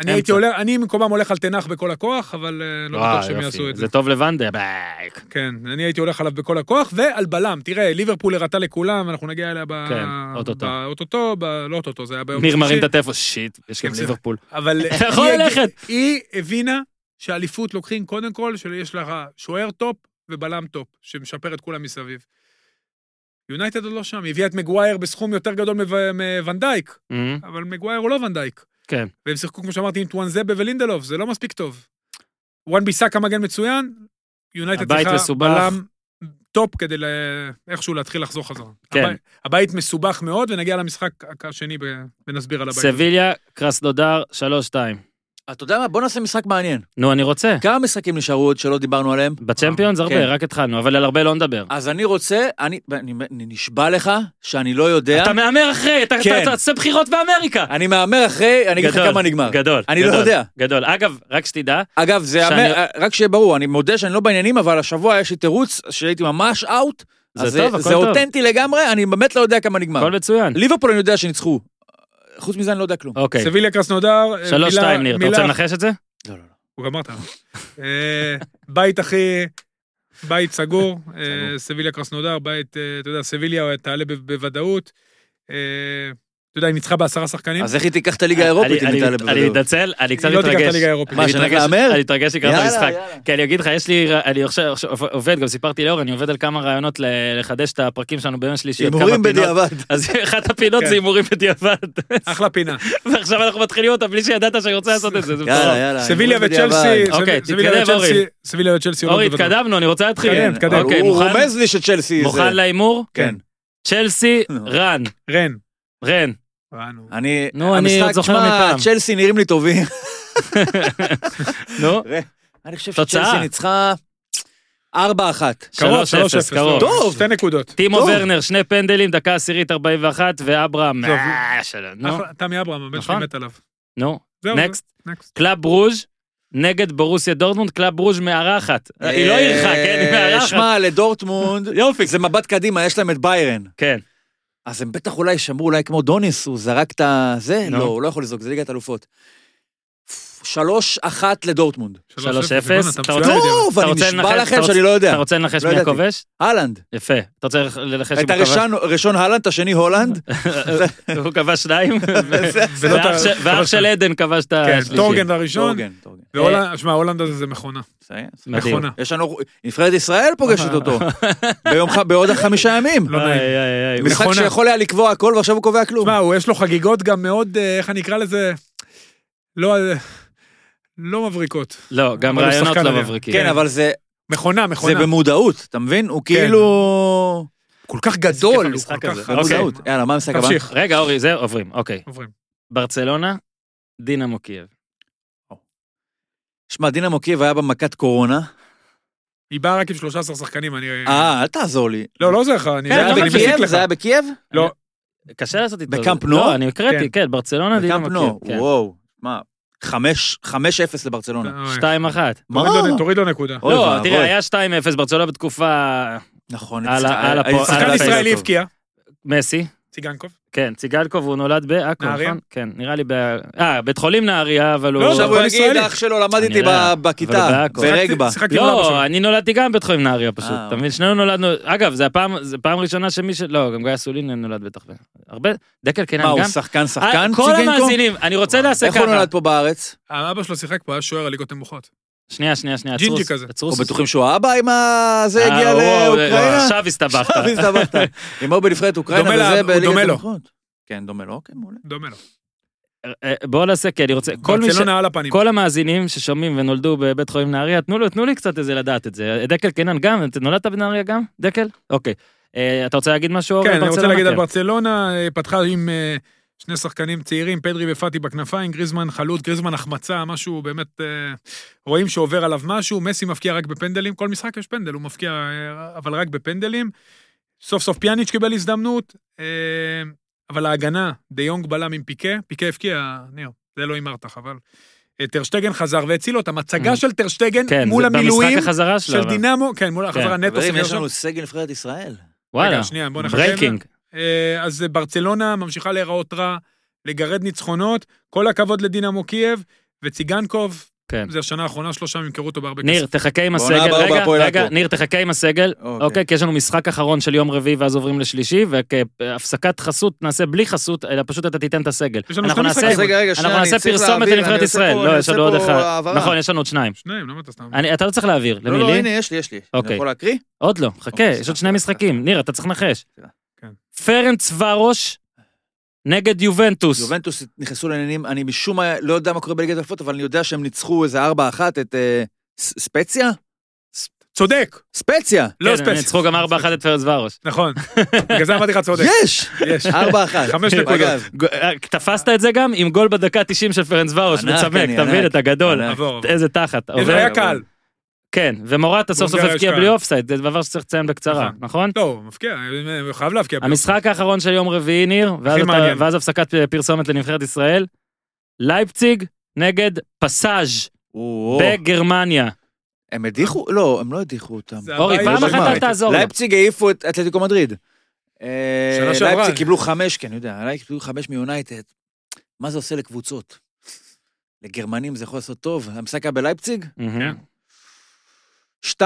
S3: אני הייתי הולך, אני במקומם הולך על תנח בכל הכוח, אבל אה, לא
S1: וואו,
S3: בטוח שהם
S1: יופי,
S3: יעשו את זה.
S1: זה טוב לוונדר, ביי.
S3: כן, אני הייתי הולך עליו בכל הכוח, ועל בלם. תראה, ליברפול הראתה לכולם, אנחנו נגיע אליה ב...
S1: כן, אוטוטו.
S3: באוטוטו, ב... לא אוטוטו, זה היה ביום
S1: ניר מרים את הטלפון, שיט, יש גם
S3: כן, זה-
S1: ליברפול.
S3: אבל
S1: אתה יכול
S3: היא-
S1: ללכת.
S3: היא הבינה שאליפות לוקחים קודם כל, שיש לך שוער טופ ובלם טופ, שמשפר את כולם מסביב. יונייטד עוד לא שם, היא הביאה את מגווייר בסכום יותר גדול מו- מוונדייק,
S1: אמ,
S3: אבל מגווייר הוא לא וונדייק.
S1: כן.
S3: והם שיחקו, כמו שאמרתי, עם טואנזבה ולינדלוף, זה לא מספיק טוב. וואן ביסאקה מגן מצוין, יונייטד
S1: הבית
S3: צריכה
S1: מסובך.
S3: בלם טופ כדי ל... איכשהו להתחיל לחזור חזרה.
S1: כן.
S3: הבית, הבית מסובך מאוד, ונגיע למשחק השני ב- ונסביר על הבית. הזה.
S1: סביליה, קרסנודר, 3-2.
S4: אתה יודע מה? בוא נעשה משחק מעניין.
S1: נו, אני רוצה.
S3: אה,
S4: כמה משחקים נשארו עוד שלא דיברנו עליהם?
S1: בצ'מפיונס הרבה,
S4: כן.
S1: רק התחלנו, אבל על הרבה לא נדבר.
S4: אז אני רוצה, אני אני- אני נשבע לך שאני לא יודע.
S1: אתה מהמר אחרי, אתה
S4: כן.
S1: אתה- אתה עושה בחירות באמריקה.
S4: אני מהמר אחרי, אני אגיד לך
S1: גדול,
S4: כמה נגמר.
S1: גדול.
S4: אני לא
S1: גדול,
S4: יודע.
S1: גדול. אגב, רק שתדע,
S4: אגב, זה
S1: שאני-
S4: יאמר, רק שיהיה ברור, אני מודה שאני לא בעניינים, אבל השבוע יש לי תירוץ שהייתי ממש אאוט.
S1: זה
S4: אז
S1: טוב, הכל
S4: זה
S1: טוב.
S4: אותנטי לגמרי, אני באמת לא יודע כמה נגמר.
S1: הכל מצוין.
S4: ליברפול אני יודע שניצחו. חוץ מזה אני לא יודע כלום.
S1: אוקיי.
S3: סביליה קרסנודר, אה,
S1: 3-2,
S3: מילה-
S1: ניר, אתה
S3: מילה-
S1: רוצה לנחש את זה?
S4: לא, לא, לא.
S3: הוא גמר את ה... אה, בית הכי...
S1: (laughs)
S3: בית סגור, אה,
S4: סגור.
S3: סביליה קרסנודר, בית, אה, אתה יודע, סביליה תעלה ב- בוודאות. אה, אתה יודע, היא ניצחה בעשרה שחקנים.
S4: אז איך היא תיקח את הליגה האירופית אם
S1: אני-
S4: היא תעלה
S1: אני- אני
S4: בוודאות?
S1: מתנצל, אני קצת
S3: היא לא תיקח את
S1: מתרגש.
S3: הליגה האירופית.
S1: אני
S4: מה, שנלך
S1: מתרגש-
S4: להמר?
S1: אני מתרגש לקראת
S4: יאללה,
S1: המשחק.
S4: יאללה.
S1: כי אני אגיד לך, יש לי, אני עכשיו עכשיו עובד, גם סיפרתי לאור, אני עובד על כמה רעיונות ל- לחדש את הפרקים שלנו ביום שלישי. עוד כמה
S4: הימורים
S1: פינות.
S4: בדיעבד.
S1: אז אחת הפינות
S3: כן.
S1: זה הימורים בדיעבד. (laughs)
S3: אחלה פינה.
S1: ועכשיו אנחנו מתחילים אותה בלי שידעת שאני רוצה לעשות את זה, זה
S4: יאללה,
S1: מטורף.
S4: יאללה.
S3: סביליה
S4: הימורים
S3: וצ'לסי,
S4: בדיעבד.
S1: אוקיי,
S3: סביל- סביליה
S1: תתקדם,
S3: וצ'לסי-
S1: אורי.
S3: סביליה וצ'לסי
S1: אורי,
S3: עולות בוודאות.
S1: התקדמנו, אני רוצה להתחיל.
S3: כן,
S4: כן,
S3: תתקדם.
S1: אוקיי,
S4: הוא
S1: מוכן?
S4: רומז לי שצ'לסי זה...
S1: מוכן להימור?
S4: כן.
S1: צ'לסי,
S4: (laughs) נו.
S1: רן,
S3: רן.
S1: רן.
S3: ראנו.
S1: אה,
S4: אני...
S1: נו, אני
S4: המשחק,
S1: עוד זוכר
S4: תשמע,
S1: מפעם.
S4: צ'לסי נראים לי טובים.
S1: נו,
S4: אני חושב
S1: תוצאה.
S4: שצ'לסי ניצחה 4-1.
S3: קרוב,
S1: 3-0,
S3: 3-0,
S1: קרוב.
S4: טוב.
S3: שתי נקודות.
S1: טימו
S4: טוב.
S1: ורנר, שני פנדלים, דקה עשירית 41, ואברהם,
S3: טוב.
S1: אה, שלום. נו,
S3: אחלה, תמי אברהם, הבן שלי
S1: נכון.
S3: מת עליו.
S1: נו,
S3: זהו,
S1: נקסט.
S3: זה- נקסט.
S1: קלאב ברוז' נגד ברוסיה דורטמונד, קלאב ברוז' מארחת. היא לא אירחה, כן, היא
S4: אה,
S1: מארחת.
S4: שמע, לדורטמונד,
S1: יופי.
S4: זה מבט קדימה, יש להם את ביירן.
S1: כן,
S4: אז הם בטח אולי שמרו, אולי כמו דוניס, הוא זרק את ה... זה?
S1: נו.
S4: לא, הוא לא יכול לזרוק, זה ליגת אלופות. 3-1 לדורטמונד.
S1: 3-0. אתה
S3: בואנה, מצוין
S1: רוצה-
S3: בדיוק.
S4: טוב, אני
S1: רוצה
S4: נשבע
S1: לנחש?
S4: לכם
S1: אתה
S4: שאני לא יודע.
S1: אתה רוצה לנחש
S4: לא
S1: מי
S4: ידעתי.
S1: הכובש?
S4: אהלנד.
S1: יפה. אתה רוצה לנחש אם
S4: את
S1: הוא כבש-
S4: הראשון ראשון הולנד, את השני הולנד.
S1: הוא כבש
S4: (laughs)
S1: שניים?
S4: לא
S3: ולא
S1: ואח
S3: את ה-
S1: של- ואח של עדן כבש את
S3: כן,
S1: אה, השלישי. אה,
S3: טורגן הראשון.
S4: טורגן, טורגן.
S3: והולנד, שמע, הולנד הזה זה מכונה.
S4: בסדר.
S1: מדהים.
S3: מכונה.
S4: יש לנו... נבחרת ישראל פוגשת אותו. ביום ח- בעוד חמישה ימים.
S3: לא
S1: איי,
S3: נעים.
S1: איי, איי.
S4: משחק
S3: נכונה.
S4: שיכול היה לקבוע הכל ועכשיו הוא קובע כלום.
S3: תשמע, הוא יש לו חגיגות גם מאוד, אה, איך אני אקרא לזה? לא, אה, לא מבריקות.
S1: לא, גם
S3: אבל הוא
S1: רעיונות
S3: שחקן
S1: לא
S3: אדיר.
S1: מבריקים.
S4: כן, אבל זה
S3: מכונה,
S4: זה
S3: מכונה.
S4: במודעות, אתה מבין? הוא כאילו...
S3: כל כך גדול, הוא
S1: המשחק
S3: כל
S1: הזה.
S3: כך...
S1: אוקיי.
S4: במודעות. יאללה, מה המשחק הבא?
S3: תמשיך.
S1: רגע, אורי, זה עוברים, אוקיי.
S3: עוברים.
S1: ברצלונה, דינמו קייב.
S4: שמע, דינה קייב היה במכת קורונה.
S3: היא באה רק עם 13 שחקנים, אני...
S4: אה, אל תעזור לי.
S3: לא, לא עוזר לך, אני
S1: כן,
S4: זה
S1: לא
S4: היה
S3: אני מסיק
S4: בקייב?
S3: לך.
S4: זה היה בקייב?
S3: לא,
S1: קשה לעשות איתו.
S4: בקאמפ
S1: זה.
S4: נו?
S1: לא, אני הקראתי, כן, ברצלונה, דינמו
S4: בקאמפ נו,
S1: קייב. כן.
S4: וואו. מה, 5-0
S1: אה,
S4: לברצלונה.
S3: אוי,
S1: שתיים אחת.
S4: מה?
S3: תוריד לו- תוריד לו נקודה.
S4: אוי
S1: לא,
S4: ואבוי.
S1: תראה, היה 2-0 ברצלונה בתקופה
S4: נכון,
S1: על ה-
S4: הפסיד-
S1: על הפועל-
S4: הישראלי
S1: על
S3: שחקן
S1: הפועל.
S4: טוב.
S3: ישראלי הבקיע.
S1: מסי,
S3: ציגנקוב.
S1: כן, ציגלקוב, הוא נולד בעכו,
S3: נהריה?
S1: נכון? כן, נראה לי ב... אה, בית חולים נהריה, אבל הוא...
S3: לא,
S4: עכשיו
S3: אבל
S4: הוא
S3: הוא
S4: יגיד,
S3: ישראלי.
S4: אח שלו למד איתי
S1: כנראה,
S4: ב- בכיתה,
S1: אבל בעכו.
S4: ברגבה.
S3: שיחקתי- שיחקתי מול אבא
S1: לא,
S3: שלי.
S1: אני נולדתי גם בבית חולים נהריה פשוט,
S4: אה,
S1: אתה מבין? שנינו נולדנו, אגב, זה הפעם, זה פעם ראשונה שמי ש... לא, גם גיא סולין נולד בטח. ב- הרבה, דקל קינן
S4: מה,
S1: גם.
S4: הוא שחקן
S1: אה,
S4: שחקן?
S1: כל
S4: ציגנקו?
S1: המאזינים, אני רוצה לעשות
S4: איך הוא
S1: ככה.
S4: נולד פה בארץ?
S1: אה,
S3: אבא שלו שיחק פה, היה שוער הליגות נמוכות.
S1: שנייה, שנייה, שנייה,
S3: ג'ינג'י
S1: עצרו,
S3: כזה.
S1: עצרו.
S4: או בטוחים שהוא האבא עם ה... זה הגיע
S1: אה, וואו,
S4: לאוקראינה?
S1: עכשיו הסתבכת.
S4: עכשיו הסתבכת. עמו בנבחרת אוקראינה
S3: דומה
S4: וזה
S3: לאב- הוא דומה
S4: בליגת
S3: לו.
S4: המלכות. כן, דומה לו, אוקיי, מעולה.
S3: דומה לו.
S1: אה, בואו נעשה, כי אני רוצה, כל מי ש...
S3: ברצלונה על הפנים.
S1: כל המאזינים ששומעים ונולדו בבית חולים נהריה, תנו, לו- תנו לי קצת איזה לדעת את זה. דקל קינן גם, אתה נולדת בנהריה גם? דקל? אוקיי. אה, אתה רוצה להגיד משהו?
S3: כן,
S1: אורן,
S3: אני רוצה
S1: ברצלונה?
S3: להגיד על
S1: כן.
S3: ברצלונה, אה, פתחה עם אה, שני שחקנים צעירים, פדרי ופאטי בכנפיים, גריזמן חלוץ, גריזמן החמצה, משהו באמת, אה, רואים שעובר עליו משהו, מסי מפקיע רק בפנדלים, כל משחק יש פנדל, הוא מפקיע, אה, אבל רק בפנדלים. סוף סוף פיאניץ' קיבל הזדמנות, אה, אבל ההגנה, דה יונג בלם עם פיקה, פיקה הבקיע, ניר, זה לא הימרת, חבל. אה, טרשטגן חזר והציל אותם, הצגה
S1: Mm.
S3: של טרשטגן
S1: כן,
S3: מול
S1: זה לא,
S3: המילואים
S1: במשחק החזרה שלו.
S3: של
S1: אבל.
S3: דינמו, כן, מול החזרה נטו.
S4: חברים,
S3: שיחק
S4: יש
S3: שם.
S4: לנו סגל נבחרת ישראל.
S1: וואלה,
S3: רגע, שנייה, בוא נחכה.
S1: ברייקינג.
S3: אה, אז ברצלונה ממשיכה להיראות רע, לגרד ניצחונות, כל הכבוד לדינמו קייב, וציגנקוב,
S1: כן.
S3: זו השנה האחרונה שלו שם, ימכרו אותו בהרבה
S1: ניר,
S3: כסף.
S1: תחכה עם
S4: בעונה
S1: הסגל.
S4: הבאה
S1: רגע,
S4: בהפועל
S1: רגע,
S4: עכו.
S1: ניר, תחכה עם הסגל.
S4: אוקיי.
S1: אוקיי, כי יש לנו משחק אחרון של יום רביעי ואז עוברים לשלישי, וכהפסקת חסות נעשה בלי חסות, אלא פשוט אתה תיתן את הסגל.
S3: יש לנו
S1: אנחנו
S3: שני
S1: נעשה-
S3: משחקים.
S4: אז רגע, רגע,
S1: אנחנו
S4: שנייה, אני
S1: נעשה
S4: צריך
S1: פרסומת
S4: להעביר,
S1: לנבחרת
S4: אני עושה
S1: ישראל.
S4: פה-
S1: לא,
S4: אני
S1: יש לנו
S4: עושה
S1: עוד
S4: פה
S1: אחד.
S4: העברה.
S1: נכון, יש לנו עוד שניים.
S3: שניים, למה אתה סתם?
S1: אני- אתה לא צריך להעביר.
S4: לא,
S1: למי
S4: לא,
S1: לי?
S4: הנה, יש לי, יש לי.
S1: אוקיי.
S4: אני יכול להקריא?
S1: עוד לא, חכה,
S4: אוקיי,
S1: יש עוד שני
S4: סליחה, סליחה,
S1: משחקים.
S4: סליחה.
S1: ניר, אתה צריך לנחש.
S4: סליחה.
S3: כן.
S1: פרנץ ורוש נגד יובנטוס.
S4: יובנטוס נכנסו לעניינים, אני משום מה לא יודע מה קורה בליגת האלופות, אבל אני יודע שהם ניצחו איזה 4-1 את אה, ס- ספציה?
S3: צודק,
S4: ספציה!
S3: לא
S1: כן, הם
S3: ספייס.
S1: ניצחו גם 4-1 את פרנץ ורוש. (laughs)
S3: נכון, בגלל זה אמרתי לך
S1: אוקיי.
S3: צודק.
S4: יש!
S3: יש.
S4: 4-1.
S3: חמש נקודות.
S4: אגב,
S1: ג- אה, תפסת את זה גם עם גול בדקה 90 של פרנץ ורוש,
S4: ענק,
S1: מצמק,
S4: אני
S1: אתה מבין?
S4: ענק.
S1: אתה גדול.
S4: ענק.
S3: עבור, עבור.
S1: איזה תחת.
S3: יש-
S1: עובר.
S3: היה קהל.
S1: כן, ומורטה סוף סוף
S3: בהונגריה
S1: הבקיע
S3: יש
S1: בלי
S3: קהל.
S1: אופסייד, זה דבר שצריך לציין בקצרה,
S3: נכון.
S1: נכון?
S3: לא, הוא מפקיע, הוא חייב להבקיע.
S1: המשחק האחרון של יום רביעי, ניר, ואז אתה-
S3: מעניין.
S1: ואז הפסקת אה, פרסומת לנבחרת ישראל. לייפציג נגד פסאז'
S4: או,
S1: בגרמניה.
S4: הם הדיחו? לא, הם לא הדיחו אותם.
S3: זה לא
S1: אורי,
S3: הבית
S1: פעם
S3: של
S1: אחת
S3: מה?
S1: אל תעזור לו.
S4: לייפציג העיפו את אתלטיקו מדריד. אה,
S3: שנה שעברה.
S4: לייפציג קיבלו חמש, כן, אני יודע, לייפציג קיבלו חמש מיונייטד. מה זה עושה לקבוצות? לגרמנים זה יכול לעשות טוב. המשחק היה בלייפציג?
S1: מהמם.
S4: 2-1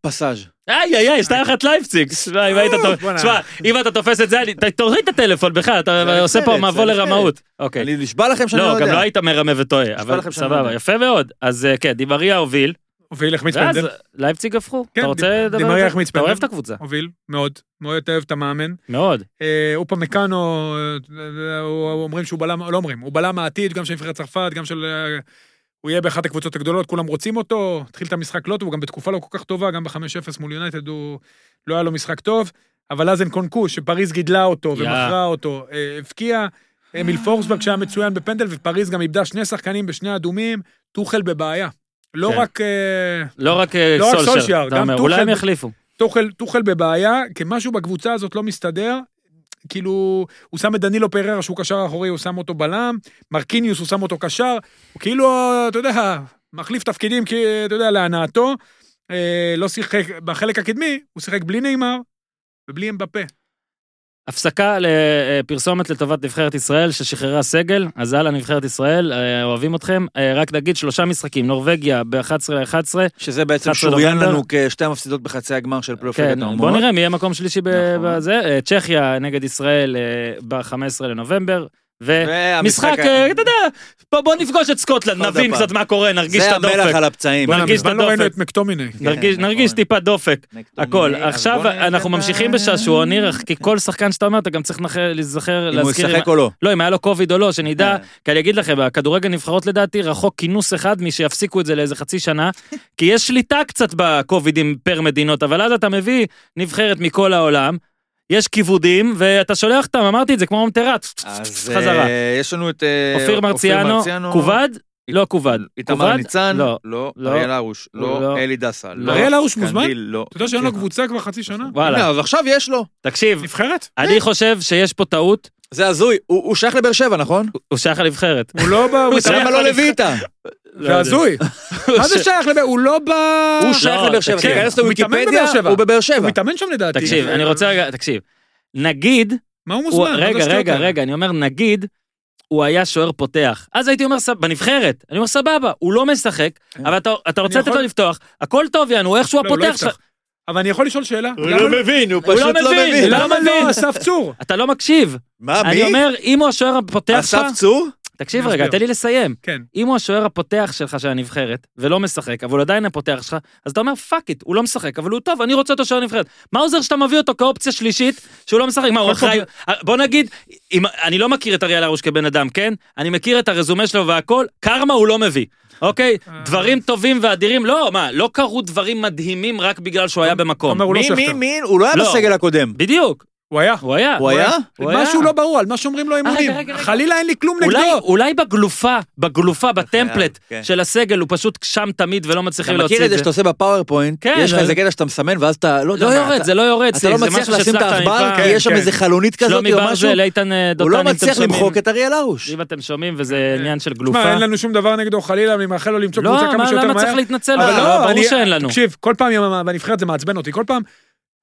S4: פסאז'.
S1: איי איי איי, שתיים אחת לייפציג. שמע, אם היית תופס-
S3: בואנה.
S1: שמע, אם אתה תופס את זה, אני- ת- תוריד את הטלפון בכלל, אתה
S4: זה
S1: עושה פה
S4: נבחרת, זה
S1: מבוא
S4: נבחרת.
S1: לרמאות. אוקיי.
S4: אני נשבע לכם שאני לא
S1: לא,
S4: יודע.
S1: גם לא היית מרמה וטועה, אבל
S4: לכם שאני לא
S1: סבבה,
S4: יודע.
S1: יפה מאוד. אז אה, כן, דימריה הוביל,
S3: הוביל החמיץ
S1: ואז
S3: פנדל.
S1: לייפציג הפכו.
S3: כן,
S1: אתה רוצה
S3: דימ-
S1: לדבר
S3: דימריה
S1: על זה?
S3: החמיץ
S1: אתה אוהב
S3: פנדל.
S1: את הקבוצה,
S3: הוביל, מאוד. מאוד אוהב את המאמן.
S1: מאוד.
S3: אה, אופה מקאנו, אה, הוא- הוא- אומרים שהוא בלם, לא אומרים, הוא בלם העתיד, גם של נבחרת צרפת, גם של... אה, הוא יהיה באחת הקבוצות הגדולות, כולם רוצים אותו, התחיל את המשחק לא טוב, הוא גם בתקופה לא כל כך טובה, גם ב-5-0 מול יונייטד הוא... לא היה לו משחק טוב, אבל אז אין קונקו, שפריז גידלה אותו
S1: יא.
S3: ומכרה אותו, אה, הבקיע. אמיל פורסברג שהיה מצוין בפנדל, ופריז גם איבדה שני שחקנים בשני אדומים, טוחל בבעיה. לא
S1: כן.
S3: רק... אה,
S1: לא רק אה,
S3: לא רק
S1: סולשר,
S3: סולשייר,
S1: אתה
S3: גם
S1: אומר,
S3: טוחל
S1: אולי הם
S3: ב-
S1: יחליפו.
S3: טוחל, טוחל בבעיה, כי משהו בקבוצה הזאת לא מסתדר. כאילו, הוא שם את דנילו פררה שהוא קשר אחורי, הוא שם אותו בלם, מרקיניוס הוא שם אותו קשר, הוא כאילו, אתה יודע, מחליף תפקידים, כי, אתה יודע, להנאתו. אה, לא שיחק, בחלק הקדמי, הוא שיחק בלי נאמר ובלי אמבפה.
S1: הפסקה לפרסומת לטובת נבחרת ישראל ששחררה סגל, אז הלאה נבחרת ישראל, אה, אוהבים אתכם. אה, רק נגיד שלושה משחקים, נורבגיה ב-11 ל-11,
S4: שזה בעצם
S1: קצת של
S4: שוריין
S1: נובמבר.
S4: לנו כשתי המפסידות בחצי הגמר של פלייאוף ליגת
S1: כן,
S4: האומות.
S1: בוא נראה מי יהיה מקום שלישי ב-
S4: נכון.
S1: בזה. אה, צ'כיה נגד ישראל אה, ב-15 לנובמבר, ו...
S4: והמשחק
S1: משחק,
S4: ה-
S1: אה, אתה יודע, בוא- בוא נפגוש את סקוטלנד,
S4: עוד
S1: נבין
S4: הפעם.
S1: קצת מה קורה, נרגיש את
S4: זה המלח
S1: הדופק.
S4: על הפצעים.
S1: בוא
S3: וואלה,
S1: נרגיש את
S3: מזמן לא ראינו
S1: הדופק.
S3: את מקטומיני.
S4: כן,
S1: נרגיש-
S4: נכון. אוקיי,
S1: נרגיש טיפה דופק. הכל.
S4: אז
S1: עכשיו
S4: בוא נראה
S1: אנחנו
S4: את ה-
S1: ממשיכים בשעשוע, ניר, כי כל שחקן שאתה אומר, אתה גם צריך לנח- להיזכר,
S4: אם הוא
S1: להזכיר...
S4: ישחק או לא.
S1: לא, אם היה לו קוביד או לא, שנדע,
S4: כן.
S1: כי אני אגיד לכם, הכדורגל נבחרות לדעתי רחוק כינוס אחד משיפסיקו את זה לאיזה חצי שנה, כי יש שליטה קצת בקובידים פר מדינות, אבל אז אתה מביא נבחרת מכל העולם, יש כיבודים, ואתה שולח אותם, אמרתי את זה כמו ממטרת,
S4: אז
S1: חזרה.
S4: אה, יש לנו את... אה,
S1: אופיר מרציאנו, כובד? לא כובד.
S4: איתמר
S1: כובד?
S4: ניצן?
S1: לא.
S4: לא.
S1: לא.
S4: אריאל הרוש?
S1: לא.
S4: לא. אלי דסה?
S1: לא.
S4: לא.
S3: אריאל הרוש מוזמן?
S4: קנדיל? לא.
S3: אתה יודע שאין לו
S4: כן.
S3: קבוצה כבר חצי שנה?
S1: וואלה,
S4: הנה, אז עכשיו יש לו.
S1: תקשיב,
S3: נבחרת?
S1: אני חושב שיש פה טעות,
S4: זה הזוי. הוא הוא שייך לבאר שבע, נכון?
S1: הוא שייך לנבחרת.
S3: הוא לא ב... הוא
S1: שייך
S3: התאמן
S4: למה
S3: לא
S4: לא
S1: לנבחרת.
S4: לויטה?
S1: לא
S3: זה
S1: יודע.
S3: הזוי. מה זה שייך לבאר? הוא לא ב...
S4: הוא שייך לבאר שבע.
S1: תקשיב,
S4: תיכנס
S3: הוא מתאמן
S4: לוויקיפדיה,
S3: בבאר שבע.
S4: הוא בבאר
S3: הוא
S4: שבע.
S3: מתאמן שם לדעתי.
S1: תקשיב, אני רוצה רגע, תקשיב. נגיד
S3: מה הוא
S1: הוא,
S3: מוזמן? מה זה
S1: רגע,
S3: השטויות
S1: רגע,
S3: האלה?
S1: רגע, אני אומר, נגיד, הוא היה שוער פותח. אז הייתי אומר, סב- בנבחרת, אני אומר, סבבה, הוא לא משחק, אבל אתה- אתה רוצה
S3: כן. אני
S1: לתת
S3: יכול-
S1: לו לפתוח, הכל טוב, יענו, איכשהו
S3: לא, הוא לא
S1: הפותח שלך.
S3: יפתח. אבל אני יכול לשאול שאלה?
S4: הוא
S3: למה-
S4: לא מבין, הוא
S1: הוא לא
S4: פשוט לא
S1: מבין,
S4: מבין.
S1: לא
S3: למה
S1: מבין.
S3: לא אסף צור?
S1: אתה לא מקשיב.
S3: אה,
S4: מה,
S1: אני
S4: מי?
S1: אומר, אם הוא השוער הפותח
S4: אסף
S1: שלך...
S4: צור?
S1: תקשיב
S3: אני
S1: רגע,
S3: אסביר.
S1: תן לי לסיים.
S3: כן.
S1: אם הוא השוער הפותח שלך של הנבחרת, ולא משחק, אבל הוא עדיין הפותח שלך, אז אתה אומר, פאק איט, הוא לא משחק, אבל הוא טוב, אני רוצה אותו שוער נבחרת. מה עוזר שאתה מביא אותו כאופציה שלישית, שהוא לא משחק? מה, הוא אחראי... בוא נגיד, אם- אני לא מכיר את אריאל הרוש כבן אדם, כן? אני מכיר את הרזומה שלו והכל, קרמה הוא לא מביא. אוקיי?
S3: אה,
S1: דברים טובים ואדירים, לא, מה, לא קרו דברים מדהימים רק בגלל שהוא היה
S3: אתה
S1: במקום.
S3: אומר, הוא לא
S4: מי, מי,
S3: שכטר.
S4: מי? הוא לא היה
S1: לא.
S4: בסגל הקודם.
S1: בדיוק,
S3: הוא היה.
S1: הוא היה.
S4: הוא היה?
S1: הוא היה. אה,
S3: משהו לא ברור, על מה שאומרים לו אימונים.
S1: רגע, רגע.
S3: חלילה אין לי כלום
S1: אולי,
S3: נגדו.
S1: אולי בגלופה, בגלופה, בטמפלט
S4: כן.
S1: של הסגל, הוא פשוט שם תמיד ולא
S4: אתה
S1: מצליחים
S4: מכיר
S1: להוציא
S4: את זה שאתה עושה בפאורפוינט,
S1: כן,
S4: יש לך
S1: אבל-
S4: איזה קטע שאתה מסמן ואז אתה לא יודע
S1: לא
S4: מה,
S1: יורד,
S4: אתה-
S1: זה לא יורד,
S4: אתה
S1: זה
S4: לא
S1: זה
S4: מצליח
S1: משהו
S4: לשים את
S1: שהצלחת
S4: העכבר
S1: מפעם.
S4: כי
S3: כן,
S4: יש שם
S3: כן.
S4: איזה חלונית כזאת
S1: שלומי
S4: או משהו,
S1: ברזל, איתן אה,
S4: הוא
S1: דותן,
S4: לא
S1: אם אתם
S4: מצליח
S1: שומעים.
S4: למחוק את אריאל הרוש.
S1: אם אתם שומעים, וזה עניין של גלופה.
S3: תשמע, אין לנו שום דבר נגדו, חלילה, אני מאחל לו למצוא קבוצה
S1: לא,
S3: כמה
S1: מה-
S3: שיותר מהר.
S1: למה צריך להתנצל?
S3: אבל
S1: עליו?
S3: לא,
S1: ברור
S3: אני-
S1: שאין לנו.
S3: תקשיב, כל פעם ימה- בנבחרת זה מעצבן אותי, כל פעם.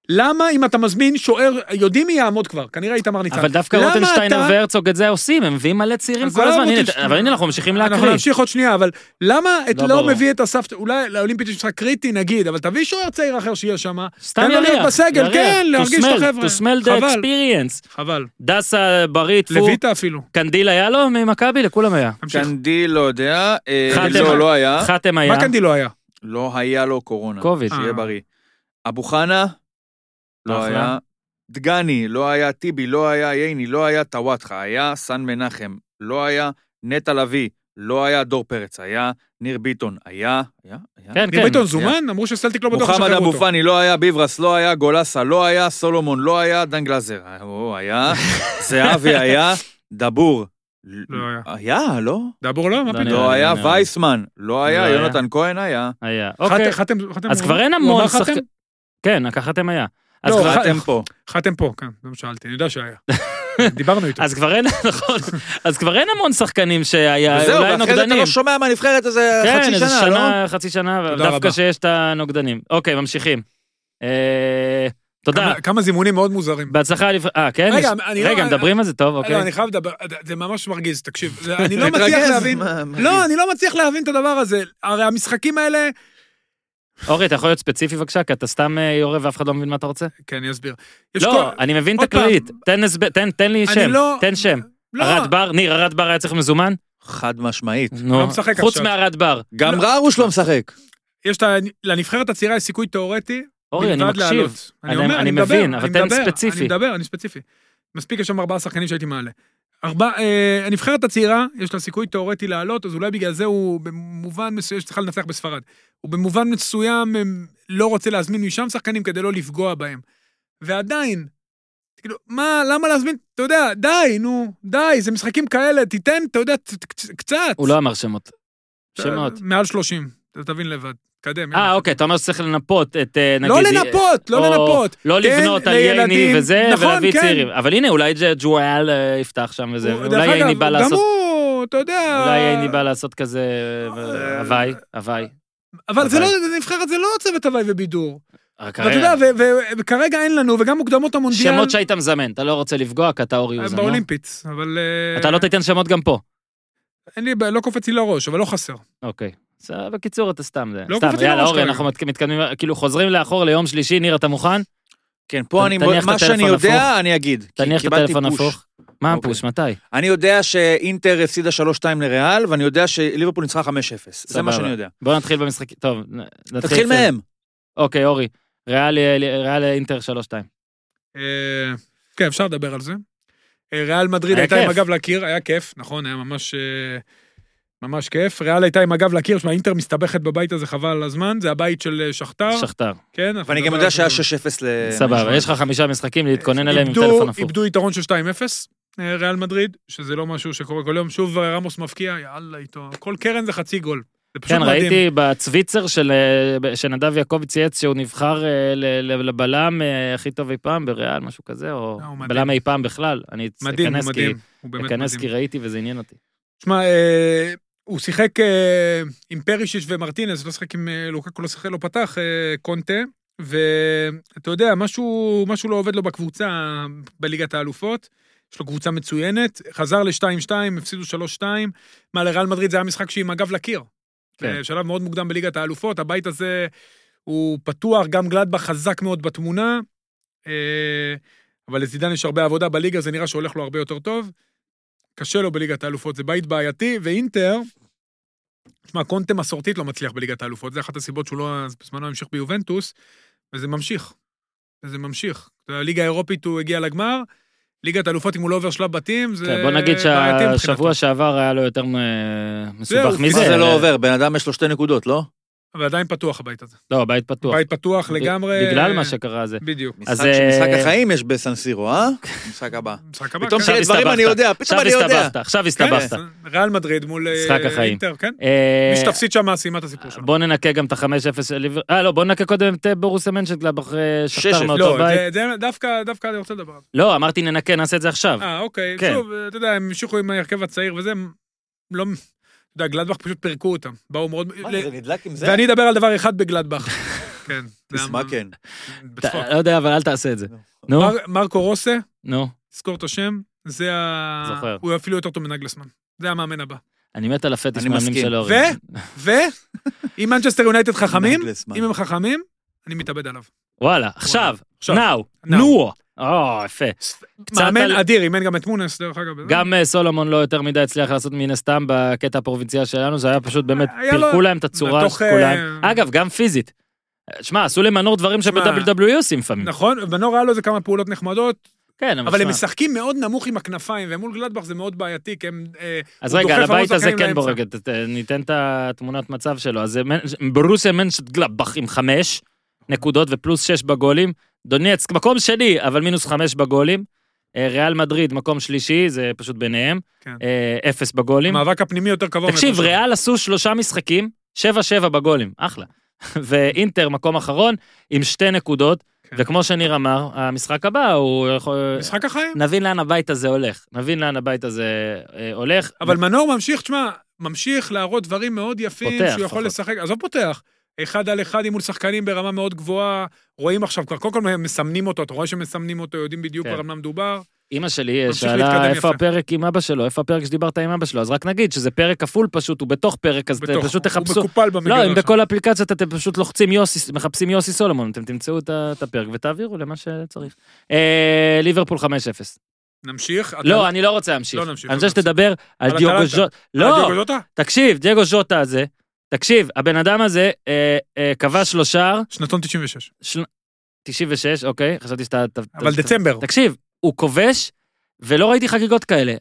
S3: למה אם אתה מזמין שוער, יודעים מי יעמוד כבר, כנראה איתמר ניצן.
S1: אבל דווקא
S3: למה
S1: רוטנשטיינר
S3: אתה-
S1: והרצוג את זה עושים, הם מביאים מלא צעירים
S3: אז
S1: כל
S3: לא
S1: הזמן, הנה,
S3: רוטנשטיינר.
S1: אבל הנה אנחנו ממשיכים
S3: אנחנו
S1: להקריא.
S3: נמשיך עוד שנייה, אבל למה את
S1: לא
S3: לא
S1: ברור.
S3: מביא את הסף, אולי לאולימפיאד יש משחק קריטי נגיד, אבל תביא שוער צעיר אחר שיהיה שם.
S1: סתם
S3: תן לו להיות
S1: יריח,
S3: בסגל,
S1: יריח.
S3: כן,
S1: To
S3: להרגיש את
S1: smell,
S3: החבר'ה.
S1: To smell the
S3: חבל.
S1: experience.
S3: חבל.
S1: דסה, ברית, פור,
S3: לויטה אפילו.
S1: קנדיל היה לו? ממכבי? לכולם היה.
S3: תמשיך.
S4: קנדיל לא יודע, אה,
S1: חתם.
S4: לא, לא היה,
S1: חתם היה.
S3: מה קנדיל לא היה?
S1: אה,
S4: לא היה לו קורונה,
S1: קוביד.
S4: שיהיה
S3: אה.
S4: בריא. אבו חנה, לא
S1: אחלה.
S4: היה, דגני, לא היה, טיבי, לא היה, ייני, לא היה, טוואטחה, היה, סן מנחם, לא היה, נטע לביא, לא היה, דור פרץ, היה, ניר ביטון, היה, היה, היה.
S1: כן,
S3: ניר
S1: כן.
S3: ביטון זומן? אמרו שסלטיק לא בטוח
S4: מוחמד
S3: ששחררו
S4: אבו
S3: אותו.
S4: פאני לא היה, ביברס לא היה, גולסה לא היה, סולומון לא היה, דן גלזר אה, הוא היה, זהבי היה, דבור.
S3: לא היה.
S4: היה, לא?
S3: דבור לא?
S1: לא,
S3: מה פתאום?
S1: נראה
S4: לא
S1: לי,
S4: היה,
S1: נראה לי.
S4: וייסמן לא היה,
S1: היה.
S4: יונתן כהן היה.
S1: היה.
S3: חתם,
S1: אוקיי.
S3: חתם, חתם.
S1: אז
S3: הוא-
S1: כבר אין
S3: הוא
S1: המון
S3: אמר חתם?
S1: שחקנים. כן, חתם היה. אז
S3: לא,
S1: כבר-
S3: ח-
S4: חתם פה.
S3: חתם פה, כן, זה מה שאלתי, אני
S1: (laughs)
S3: יודע שהיה. דיברנו איתו.
S1: אז כבר אין, (laughs) נכון, אז כבר אין המון שחקנים שהיה,
S4: וזהו,
S1: אה, אולי
S4: ואחרי זה אתה
S1: נוגדנים.
S4: לא שומע מהנבחרת איזה
S1: כן,
S4: חצי
S1: איזה
S4: שנה, לא?
S1: שנה, חצי שנה,
S3: תודה
S1: דווקא
S3: רבה.
S1: שיש את הנוגדנים. אוקיי, ממשיכים. אה, תודה.
S3: כמה- כמה זימונים מאוד מוזרים.
S1: בהצלחה, לפ- אה, כן?
S3: רגע,
S1: יש-
S3: אני לא-
S1: רגע, מדברים על זה טוב,
S3: לא,
S1: אוקיי.
S3: אני חייב לדבר, זה ממש
S1: (laughs)
S3: מרגיז, תקשיב. זה- אני לא מצליח
S4: מתרגז,
S3: להבין.
S4: מה- מה-
S3: לא, אני לא מצליח להבין את הדבר הזה. הרי המשחקים האלה...
S1: אורי, אתה יכול להיות ספציפי בבקשה? כי אתה סתם אה, יורה ואף אחד לא מבין מה אתה רוצה?
S3: כן, אני אסביר. יש
S1: לא,
S3: כל-
S1: אני מבין את
S3: עוד פעם.
S1: הכללית. תן הסבר- תן- תן לי
S3: אני
S1: שם,
S3: לא-
S1: תן שם.
S3: לא,
S1: ארד בר, ניר, ארד בר היה צריך מזומן?
S4: חד משמעית.
S1: נו,
S3: לא משחק
S1: חוץ
S3: עכשיו.
S1: מארד בר.
S4: גם רארוש לא משחק.
S3: יש את ה... לנבחרת הצעירה יש סיכוי תיאורטי
S1: אורי, אני
S3: בלבד
S1: מקשיב.
S3: לעלות. אני
S1: אני-
S3: אומר,
S1: אני
S3: אני מדבר,
S1: מבין, אבל
S3: אני
S1: תן
S3: מדבר,
S1: ספציפי.
S3: אני מדבר, אני ספציפי. מספיק יש שם ארבעה שחקנים שהייתי מעלה. ארבע, אה, הנבחרת הצעירה, יש לה סיכוי תיאורטי לעלות, אז אולי בגלל זה הוא במובן מסוים, שצריכה לנצח בספרד. הוא במובן מסוים הם, לא רוצה להזמין משם שחקנים כדי לא לפגוע בהם. ועדיין, כאילו, מה, למה להזמין, אתה יודע, די, נו, די, זה משחקים כאלה, תיתן, אתה יודע, ת- ת- קצת.
S1: הוא לא אמר שמות. שמות.
S3: מעל 30, אתה תבין לבד. קדם.
S1: אה, אוקיי, אתה אומר שצריך לנפות את, אה, נגיד...
S3: לא לנפות, לא
S1: או
S3: לנפות.
S1: לא
S3: תן
S1: לבנות על
S3: לילדים-
S1: ייני וזה,
S3: נכון,
S1: ולהביא
S3: כן.
S1: צעירים. אבל הנה, אולי ג'- ג'ואל אה, יפתח שם וזה,
S3: הוא-
S1: אולי
S3: דרך
S1: ייני
S3: אגב,
S1: בא
S3: גם
S1: לעשות...
S3: הוא, אתה יודע...
S1: אולי ייני בא לעשות כזה...
S3: אה,
S1: הוואי, הוואי.
S3: אבל זה
S1: אבל-
S3: לא, זה נבחרת זה לא צוות הוואי ובידור.
S1: רק
S3: ואתה
S1: הרי-
S3: יודע, ו- ו- וכרגע אין לנו, וגם מוקדמות המונדיאל...
S1: שמות שהיית מזמן, אתה לא רוצה לפגוע, כי אתה
S3: אה,
S1: אורי אוזן. לא?
S3: באולימפיץ, אבל... אה,
S1: אתה לא תיתן שמות גם פה.
S3: אין לי, בעיה, לא קופץ לי לראש, אבל לא חסר.
S1: אוקיי. אז, אה, בקיצור, אתה סתם זה.
S3: לא
S1: סתם,
S3: קופץ לי
S1: יאללה,
S3: לראש
S1: אורי,
S3: כרגע.
S1: אנחנו מתק- מתקדמים, כאילו חוזרים לאחור ליום שלישי, ניר, אתה מוכן?
S4: כן, פה אני,
S1: תניח את
S4: מה שאני
S1: הטלפון
S4: יודע, אני אגיד. כי
S1: תניח את
S4: קיבלתי
S1: הטלפון
S4: פוש.
S1: הפוך. מה
S4: אוקיי.
S1: הפוש, מתי?
S4: אני יודע שאינטר הפסידה 3-2 לריאל, ואני יודע שליברפול ניצחה 5-0. זה מה
S1: סבבה.
S4: שאני יודע.
S1: בוא נתחיל במשחק... טוב, נ- נתחיל...
S4: תתחיל
S1: אצל-
S4: מהם.
S1: אוקיי, אורי. ריאל, ריאל אינטר 3-2.
S3: אה, כן, אפשר לדבר על זה. אה, ריאל מדריד
S1: היה
S3: הייתה עם
S1: כיף.
S3: הגב לקיר, היה כיף, נכון, היה ממש... אה, ממש כיף, ריאל הייתה עם הגב לקיר, שמע, אינטר מסתבכת בבית הזה חבל על הזמן, זה הבית של אה, שכתר,
S1: שכתר.
S3: כן, אנחנו
S4: ואני גם
S3: נדבר
S4: יודע
S3: על זה
S4: שהיה
S3: גם.
S4: 6-0 ל...
S1: סבבה, יש לך חמישה משחקים להתכונן אליהם עם
S3: אה, איבדו-
S1: טלפון הפוך.
S3: איבדו יתרון של 2-0, אה, ריאל מדריד, שזה לא משהו שקורה כל יום. שוב אה, רמוס מפקיע, יאללה איתו. כל קרן זה חצי גול. זה פשוט
S1: כן,
S3: מדהים.
S1: ראיתי בצוויצר של, אה, שנדב יעקב צייץ שהוא נבחר אה, ל- ל- לבלם אה, הכי טוב אי פעם בריאל, משהו כזה, או
S3: אה, הוא מדהים.
S1: בלם אי פעם בכלל. אני אצ-
S3: מדהים,
S1: אכנס
S3: הוא
S1: כי-
S3: מדהים. הוא באמת
S1: אכנס כי
S3: מדהים.
S1: ראיתי וזה עניין אותי.
S3: שמע, אה, הוא שיחק אה, עם פרישיש ומרטינס, לא שיחק עם אה, לוקקו, לא שיחק, לא פתח, אה, קונטה. ואתה יודע, משהו, משהו לא עובד לו בקבוצה, בליגת האלופות. יש לו קבוצה מצוינת, חזר ל-2-2, הפסידו 3-2. מה, לריאל מדריד זה היה משחק שהיא עם הגב לקיר.
S1: כן.
S3: כן. בשלב מאוד מוקדם בליגת האלופות, הבית הזה הוא פתוח, גם גלדבך חזק מאוד בתמונה, אה, אבל לזידן יש הרבה עבודה בליגה, זה נראה שהולך לו הרבה יותר טוב. קשה לו בליגת האלופות, זה בית בעייתי, ואינטר, תשמע, קונטה מסורתית לא מצליח בליגת האלופות, זה אחת הסיבות שהוא לא, אז בזמנו המשיך ביובנטוס, וזה ממשיך. וזה ממשיך. הליגה האירופית הוא הגיע לגמר, ליגת האלופות, אם הוא לא עובר שלב בתים, זה
S1: כן, בוא נגיד
S3: בעייתי מבחינתו.
S1: שהשבוע שעבר היה לו יותר אה, מסובך
S3: זהו,
S1: מזה.
S4: מה זה לא
S1: אה,
S4: עובר? בן אדם יש לו שתי נקודות, לא?
S3: אבל עדיין פתוח הבית הזה.
S1: לא, הבית פתוח.
S3: בית פתוח
S1: ב-
S3: לגמרי.
S1: בגלל מה שקרה זה.
S3: בדיוק.
S1: אז,
S4: משחק של משחק
S1: אה,
S4: החיים יש בסנסירו,
S1: (laughs)
S4: אה? משחק הבא.
S3: משחק הבא.
S4: פתאום
S3: כן.
S1: עכשיו
S4: שאלה דברים
S1: הסתבכת.
S4: אני יודע, פתאום
S1: עכשיו
S4: אני יודע.
S1: הסתבכת, עכשיו
S3: כן,
S1: הסתבכת.
S3: ריאל מדריד מול אה,
S1: משחק החיים.
S3: אינטר, כן.
S1: אה,
S3: מי שתפסיד שם סיימה את הסיפור שלו.
S1: בוא ננקה גם את ה-5-0 של ליבר... אה, לא, בוא ננקה קודם את אה, בורוסיה מנצ'נגלבך אה, שכתר
S4: 6-0.
S1: מאותו
S3: לא,
S1: בית.
S3: זה- זה- דווקא דווקא אני רוצה לדבר על זה.
S1: לא, אמרתי ננקה, נעשה את זה עכשיו.
S3: אה, אוקיי.
S1: כן.
S3: שוב, אתה יודע, הם המשיכו עם ההרכב הצעיר וזה, הם לא... אתה יודע, גלדבך פשוט פירקו אותם. באו מאוד... ל-
S4: מה זה, זה נדלק עם זה?
S3: ואני אדבר על דבר אחד
S4: (laughs)
S3: בגלדבך. כן. זה
S4: מה
S3: היה-
S4: כן?
S3: בצחוק.
S1: אתה- לא יודע, אבל אל תעשה את זה. נו,
S3: מר- מרקו רוסה,
S1: נו,
S3: זכור את השם, זה ה...
S1: זוכר.
S3: הוא אפילו יותר טוב מנגלסמן. זה המאמן הבא.
S1: אני מת על הפטיש
S4: אני
S1: מאמנים
S4: מסכים.
S1: של
S3: ו?
S1: אורן.
S3: ו? אם מנצ'סטר יונייטד חכמים,
S4: נגלסמן.
S3: אם הם חכמים, אני מתאבד עליו.
S1: וואלה, עכשיו,
S3: עכשיו.
S1: נאו,
S3: Now.
S1: נו. או, יפה. קצת
S3: מאמן
S1: על-
S3: אדיר, אימן גם את מונס, דרך אגב.
S1: לא- גם אה, סולומון לא יותר מדי הצליח לעשות מן הסתם בקטע הפרובינציאל שלנו, זה היה פשוט באמת,
S3: היה
S1: פירקו
S3: לו-
S1: להם את הצורה
S3: בתוך,
S1: של כולם.
S3: אה,
S1: אגב, גם פיזית. אה, שמע, עשו למנור דברים
S3: שמע,
S1: שב-WW עושים לפעמים.
S3: נכון, ונור היה לו איזה כמה פעולות נחמדות,
S1: כן,
S3: אבל הם
S1: אבל שמע.
S3: משחקים מאוד נמוך עם הכנפיים, ומול גלדבך זה מאוד בעייתי, כי הם... אה,
S1: אז
S3: הוא
S1: רגע,
S3: דוחף
S1: על
S3: המון
S1: הבית הזה
S3: שחקנים
S1: כן
S3: לאמצע.
S1: בורג, ת- ת- ניתן את התמונת מצב שלו. אז זה מנ- ברוסיה מנשטגלבך עם חמש נקודות ופלוס שש בגולים. דונייצק, מקום שני, אבל מינוס חמש בגולים. אה, ריאל מדריד, מקום שלישי, זה פשוט ביניהם.
S3: כן.
S1: אה, אפס בגולים.
S3: המאבק הפנימי יותר קבוע.
S1: תקשיב,
S3: מאיפה
S1: ריאל עשו שלושה משחקים, 7-7 בגולים, אחלה. (laughs) ואינטר מקום אחרון עם שתי נקודות,
S3: כן.
S1: וכמו שניר אמר, המשחק הבא הוא יכול...
S3: שהוא. משחק החיים.
S1: נבין לאן הבית הזה הולך, נבין לאן הבית הזה אה, הולך.
S3: אבל מנור ממשיך, תשמע, ממשיך להראות דברים מאוד יפים,
S1: פותח
S3: שהוא יכול
S1: לפחות.
S3: לשחק, עזוב פותח. אחד על אחד עם מול שחקנים ברמה מאוד גבוהה, רואים עכשיו כבר, קודם כל מסמנים אותו, אתה רואה שמסמנים אותו, יודעים בדיוק
S1: כן.
S3: כבר על מה מדובר.
S1: אימא שלי אה,
S3: ממשיך להתקדם
S1: שאלה איפה
S3: יפה."
S1: הפרק עם אבא שלו, איפה הפרק שדיברת עם אבא שלו, אז רק נגיד שזה פרק כפול פשוט, הוא בתוך פרק, אז
S3: בתוך-
S1: פשוט תחפשו.
S3: הוא מקופל במגרש.
S1: לא, אם בכל האפליקציות אתם פשוט לוחצים יוסי, מחפשים יוסי סולומון, אתם תמצאו את ה- את הפרק ותעבירו למה שצריך. אה, ליברפול 5-0.
S3: נמשיך. אתה-
S1: לא, אני לא רוצה להמשיך.
S3: לא נמשיך,
S1: אני
S3: לא
S1: רוצה שתדבר על
S3: על
S1: דיוגו
S3: אטלנטה.
S1: ז'וטה.
S3: אה,
S1: לא,
S3: דייגו ז'וטה?
S1: תקשיב, דייגו ז'וטה הזה, תקשיב, הבן אדם הזה אה, אה, כבש לו שער,
S3: שנתון 96.
S1: של- 96, אוקיי, חשבתי שאתה... ת- ת-
S3: אבל
S1: ת-
S3: דצמבר.
S1: אוקיי. תקשיב, הוא כובש, ולא ראיתי חגיגות כאלה.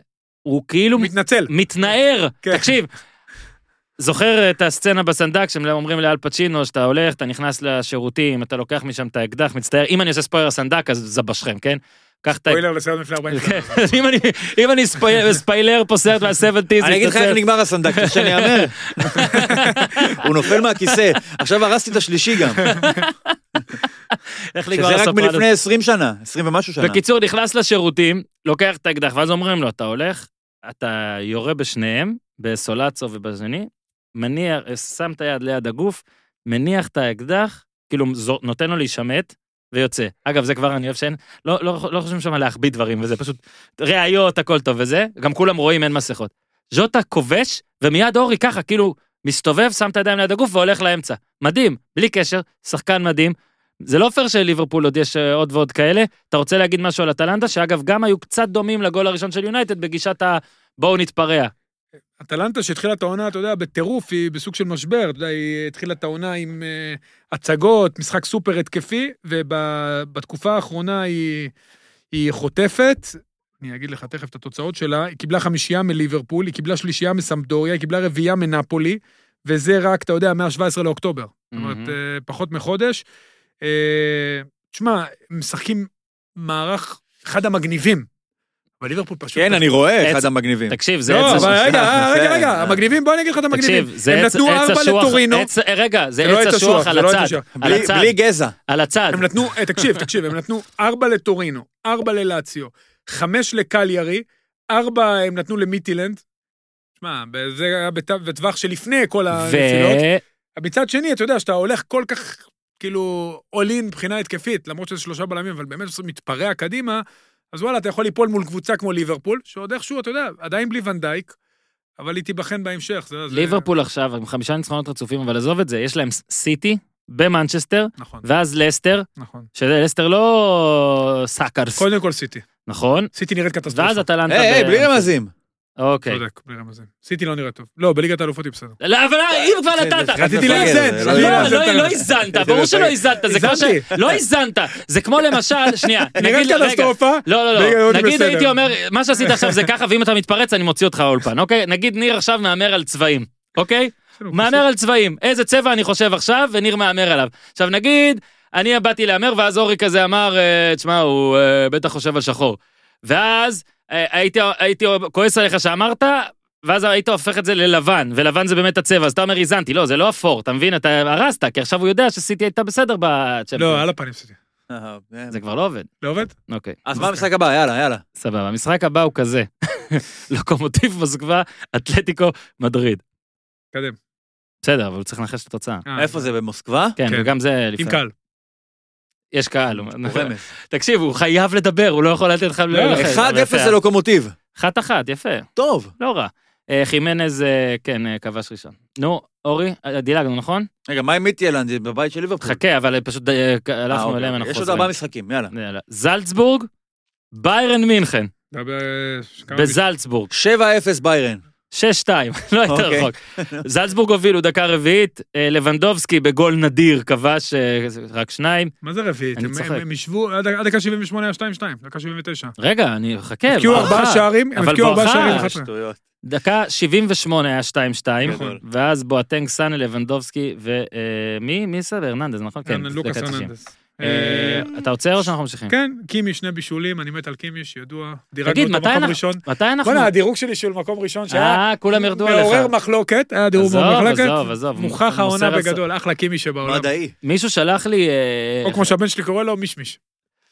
S1: הוא כאילו
S3: הוא מתנצל.
S1: מתנער,
S3: כן.
S1: תקשיב. זוכר את הסצנה בסנדק שהם אומרים לאל פצ'ינו שאתה הולך, אתה נכנס לשירותים, אתה לוקח משם את האקדח, מצטער, אם אני עושה ספוילר סנדק אז זבשכם, כן? קח את האקדח.
S3: ספוילר לסרט לפני 40 שנה.
S1: כן, אז אם אני- אם אני ספויל- ספיילר פה סרט מה-70's,
S4: אני אגיד לך איך נגמר הסנדק, אתה רוצה שאני אאמר. (laughs) הוא נופל מהכיסא. עכשיו הרסתי את השלישי גם.
S1: איך נגמר
S4: שזה רק
S1: הסופרנוס.
S4: מלפני 20 שנה, 20 ומשהו שנה.
S1: בקיצור, נכנס לשירותים, לוקח את האקדח, ואז אומרים לו, אתה הולך, אתה יורה בשניהם, בסולצו ובשני, מניח, שם את היד ליד הגוף, מניח את האקדח, כאילו זו- נותן לו להישמט, ויוצא. אגב, זה כבר אני אוהב שאין, לא, לא, לא חושבים שם להחביא דברים, וזה פשוט ראיות, הכל טוב וזה, גם כולם רואים, אין מסכות. ז'וטה כובש, ומיד אורי ככה, כאילו, מסתובב, שם את הידיים ליד הגוף והולך לאמצע. מדהים, בלי קשר, שחקן מדהים. זה לא פייר שלליברפול עוד יש אה, עוד ועוד כאלה. אתה רוצה להגיד משהו על אטלנטה, שאגב, גם היו קצת דומים לגול הראשון של יונייטד בגישת ה... בואו נתפרע.
S3: אטלנטה שהתחילה את העונה, אתה יודע, בטירוף, היא בסוג של משבר, אתה יודע, היא התחילה את העונה עם אה, הצגות, משחק סופר התקפי, ובתקופה האחרונה היא, היא חוטפת, אני אגיד לך תכף את התוצאות שלה, היא קיבלה חמישייה מליברפול, היא קיבלה שלישייה מסמדוריה, היא קיבלה רביעייה מנפולי, וזה רק, אתה יודע, מה-17 לאוקטובר. זאת אומרת, אה, פחות מחודש. אה, תשמע, הם משחקים מערך, אחד המגניבים, אבל ליברפול פשוט...
S4: כן, אני רואה,
S1: עץ-
S4: אחד המגניבים.
S1: תקשיב, זה
S3: לא,
S1: עץ...
S3: אבל
S1: הש-
S3: רגע,
S4: שנייה,
S3: רגע,
S4: אחרי.
S3: רגע, המגניבים, בוא אני אגיד לך את המגניבים.
S1: כן, אה. תקשיב, זה
S3: הם
S1: עץ
S3: נתנו
S1: עץ
S3: ארבע
S1: אשוח,
S3: לטורינו.
S1: עץ- רגע, זה
S3: זה לא
S1: עץ
S3: עץ
S1: אשוח
S3: אשוח,
S1: על
S3: זה לא עץ
S1: הצד,
S3: אשוח.
S1: על
S4: בלי-
S1: הצד,
S4: בלי גזע.
S1: על הצד.
S3: הם נתנו, אה, תקשיב, תקשיב, הם נתנו ארבע לטורינו, ארבע ללאציו, חמש לקליירי, ארבע הם נתנו למיטילנד. שמע, זה היה בת- בטווח שלפני כל
S1: ו...
S3: הנפילות. מצד שני, אתה יודע, שאתה הולך כל כך כאילו all in מבחינה התקפית, למרות שזה שלושה בלמים, אבל באמת הוא מתפרע קדימה, אז וואלה, אתה יכול ליפול מול קבוצה כמו ליברפול, שעוד איכשהו, אתה יודע, עדיין בלי ונדייק, אבל היא תיבחן בהמשך. זה- זה-
S1: ליברפול עכשיו עם חמישה ניצחונות רצופים, אבל עזוב את זה, יש להם ס- סיטי במנצ'סטר,
S3: נכון,
S1: ואז לסטר,
S3: נכון.
S1: שלסטר לא סאקרס,
S3: קודם כל סיטי.
S1: נכון?
S3: סיטי נראית קטסטרופה.
S1: ואז אטלנטה...
S4: היי, היי,
S1: ב-
S4: בלי רמזים.
S1: אוקיי.
S3: צודק, בלי רמזים. סיטי לא נראית טוב. לא, בליגת האלופות היא בסדר.
S1: לא, אבל אם כבר נתת...
S3: רציתי
S4: מפגר,
S3: לאזן.
S4: זה
S1: לא,
S4: לא
S3: רציתי
S1: לא,
S3: לאזן את
S4: יאמן.
S1: לא
S3: ה-
S1: איזנת, ברור שלא איזנת, זה כמו ש...
S3: איזנתי.
S1: לא איזנת, זה כמו למשל, שנייה,
S3: נראית
S1: נגיד, רגע,
S3: קטסטרופה,
S1: לא, לא, לא,
S3: בליגה הלאומית
S1: נגיד
S3: בסדר.
S1: הייתי אומר, מה שעשית עכשיו זה ככה, ואם אתה מתפרץ אני מוציא אותך האולפן, אוקיי? נגיד ניר עכשיו מהמר על צבעים, אוקיי?
S3: בסדר,
S1: מהמר על צבעים, איזה צבע אני חושב עכשיו, וניר מהמר עליו. עכשיו נגיד, אני באתי להמר, ואז אורי כזה אמר, אה, תשמע, הוא אה, בטח חושב על שחור. ואז אה, הייתי, הייתי כועס עליך שאמרת, ואז היית הופך את זה ללבן, ולבן זה באמת הצבע, אז אתה אומר, איזנתי, לא, זה לא אפור, אתה מבין? אתה הרסת, כי עכשיו הוא יודע שסיטי הייתה בסדר בצ'מפיון.
S3: לא, על הפנים סיטי.
S4: אה, אה,
S1: זה כבר לא עובד.
S3: לא עובד?
S1: אוקיי,
S4: אז מה המשחק הבא? יאללה, יאללה.
S1: סבבה. המשחק הבא הוא כזה. (laughs) לוקומוטיב מוסקבה, אתלטיקו, מדריד.
S3: קדם.
S1: בסדר, אבל הוא צריך לנחש את התוצאה.
S3: אה,
S4: איפה זה, במוסקבה?
S1: כן,
S3: כן.
S1: וגם זה
S3: עם
S1: לפני.
S3: קהל.
S1: יש קהל. הוא-
S4: הוא רמז.
S1: תקשיב, הוא חייב לדבר, הוא לא יכול לתת לך...
S3: לא,
S1: ללכת.
S4: 1-0
S1: נכון. יפה.
S4: זה לוקומוטיב.
S1: אחת אחת, יפה,
S4: טוב.
S1: לא רע. אה, חימנז, אה, כן, אה, כבש ראשון. נו, אורי, אה, דילגנו, נכון?
S4: רגע, מה עם מיטילנד? זה בבית של ליברפול.
S1: חכה, אבל אה, פשוט אה, ק-
S4: אה,
S1: הלכנו
S4: אוקיי,
S1: אליהם,
S4: אוקיי.
S1: אנחנו
S4: יש עוד ארבעה
S1: חוזרים.
S4: משחקים, יאללה.
S1: יאללה. זלצבורג, ביירן מינכן,
S3: זה היה ב- אה, כמה משחקים.
S1: בזלצבורג,
S4: 7-0 ביירן.
S1: 6-2, (laughs) לא יותר
S4: אוקיי.
S1: רחוק.
S4: (laughs)
S1: זלצבורג הובילו דקה רביעית, אה, לבנדובסקי בגול נדיר כבש אה, רק שניים.
S3: מה זה רביעית?
S1: אני
S3: הם-
S1: צוחק.
S3: הם הם ישבו, עד עד דקה 78 היה 2-2, דקה 79.
S1: רגע, אני חכה.
S3: הבקיעו
S1: ברכה.
S3: ארבעה שערים, הם
S1: אבל
S3: הבקיעו ארבעה
S1: ברכה.
S3: שערים.
S4: אה,
S3: אחת עשרה.
S4: שטויות.
S1: דקה 78 היה 2-2,
S4: גדול.
S1: ואז בואטנג סאנה לבנדובסקי ומי? אה, מי סבא? הרננדז, נכון? כן,
S3: כן, לוקאס
S1: דקה 90.
S3: הרננדס.
S1: אה,
S3: אה,
S1: אתה עוצר או שאנחנו ממשיכים?
S3: כן, קימי שני בישולים, אני מת על קימי, שידוע.
S1: תגיד,
S3: דירגנו
S1: מתי
S3: אותו מקום
S1: אנחנו-
S3: ראשון.
S1: מתי אנחנו...
S3: בוא'נה, הדירוג שלי של מקום ראשון, שהיה
S1: אה, כולם ירדו
S3: מעורר
S1: עליך.
S3: מחלוקת, היה דירוג
S1: עזוב,
S3: מעורר מחלוקת.
S1: עזוב, עזוב.
S3: מוכח
S1: מוסר
S3: העונה
S1: הס-
S3: בגדול, אחלה קימי שבעולם.
S4: מדעי.
S1: מישהו שלח לי, אה,
S3: או כמו שהבן שלי קורא לו, מישמיש.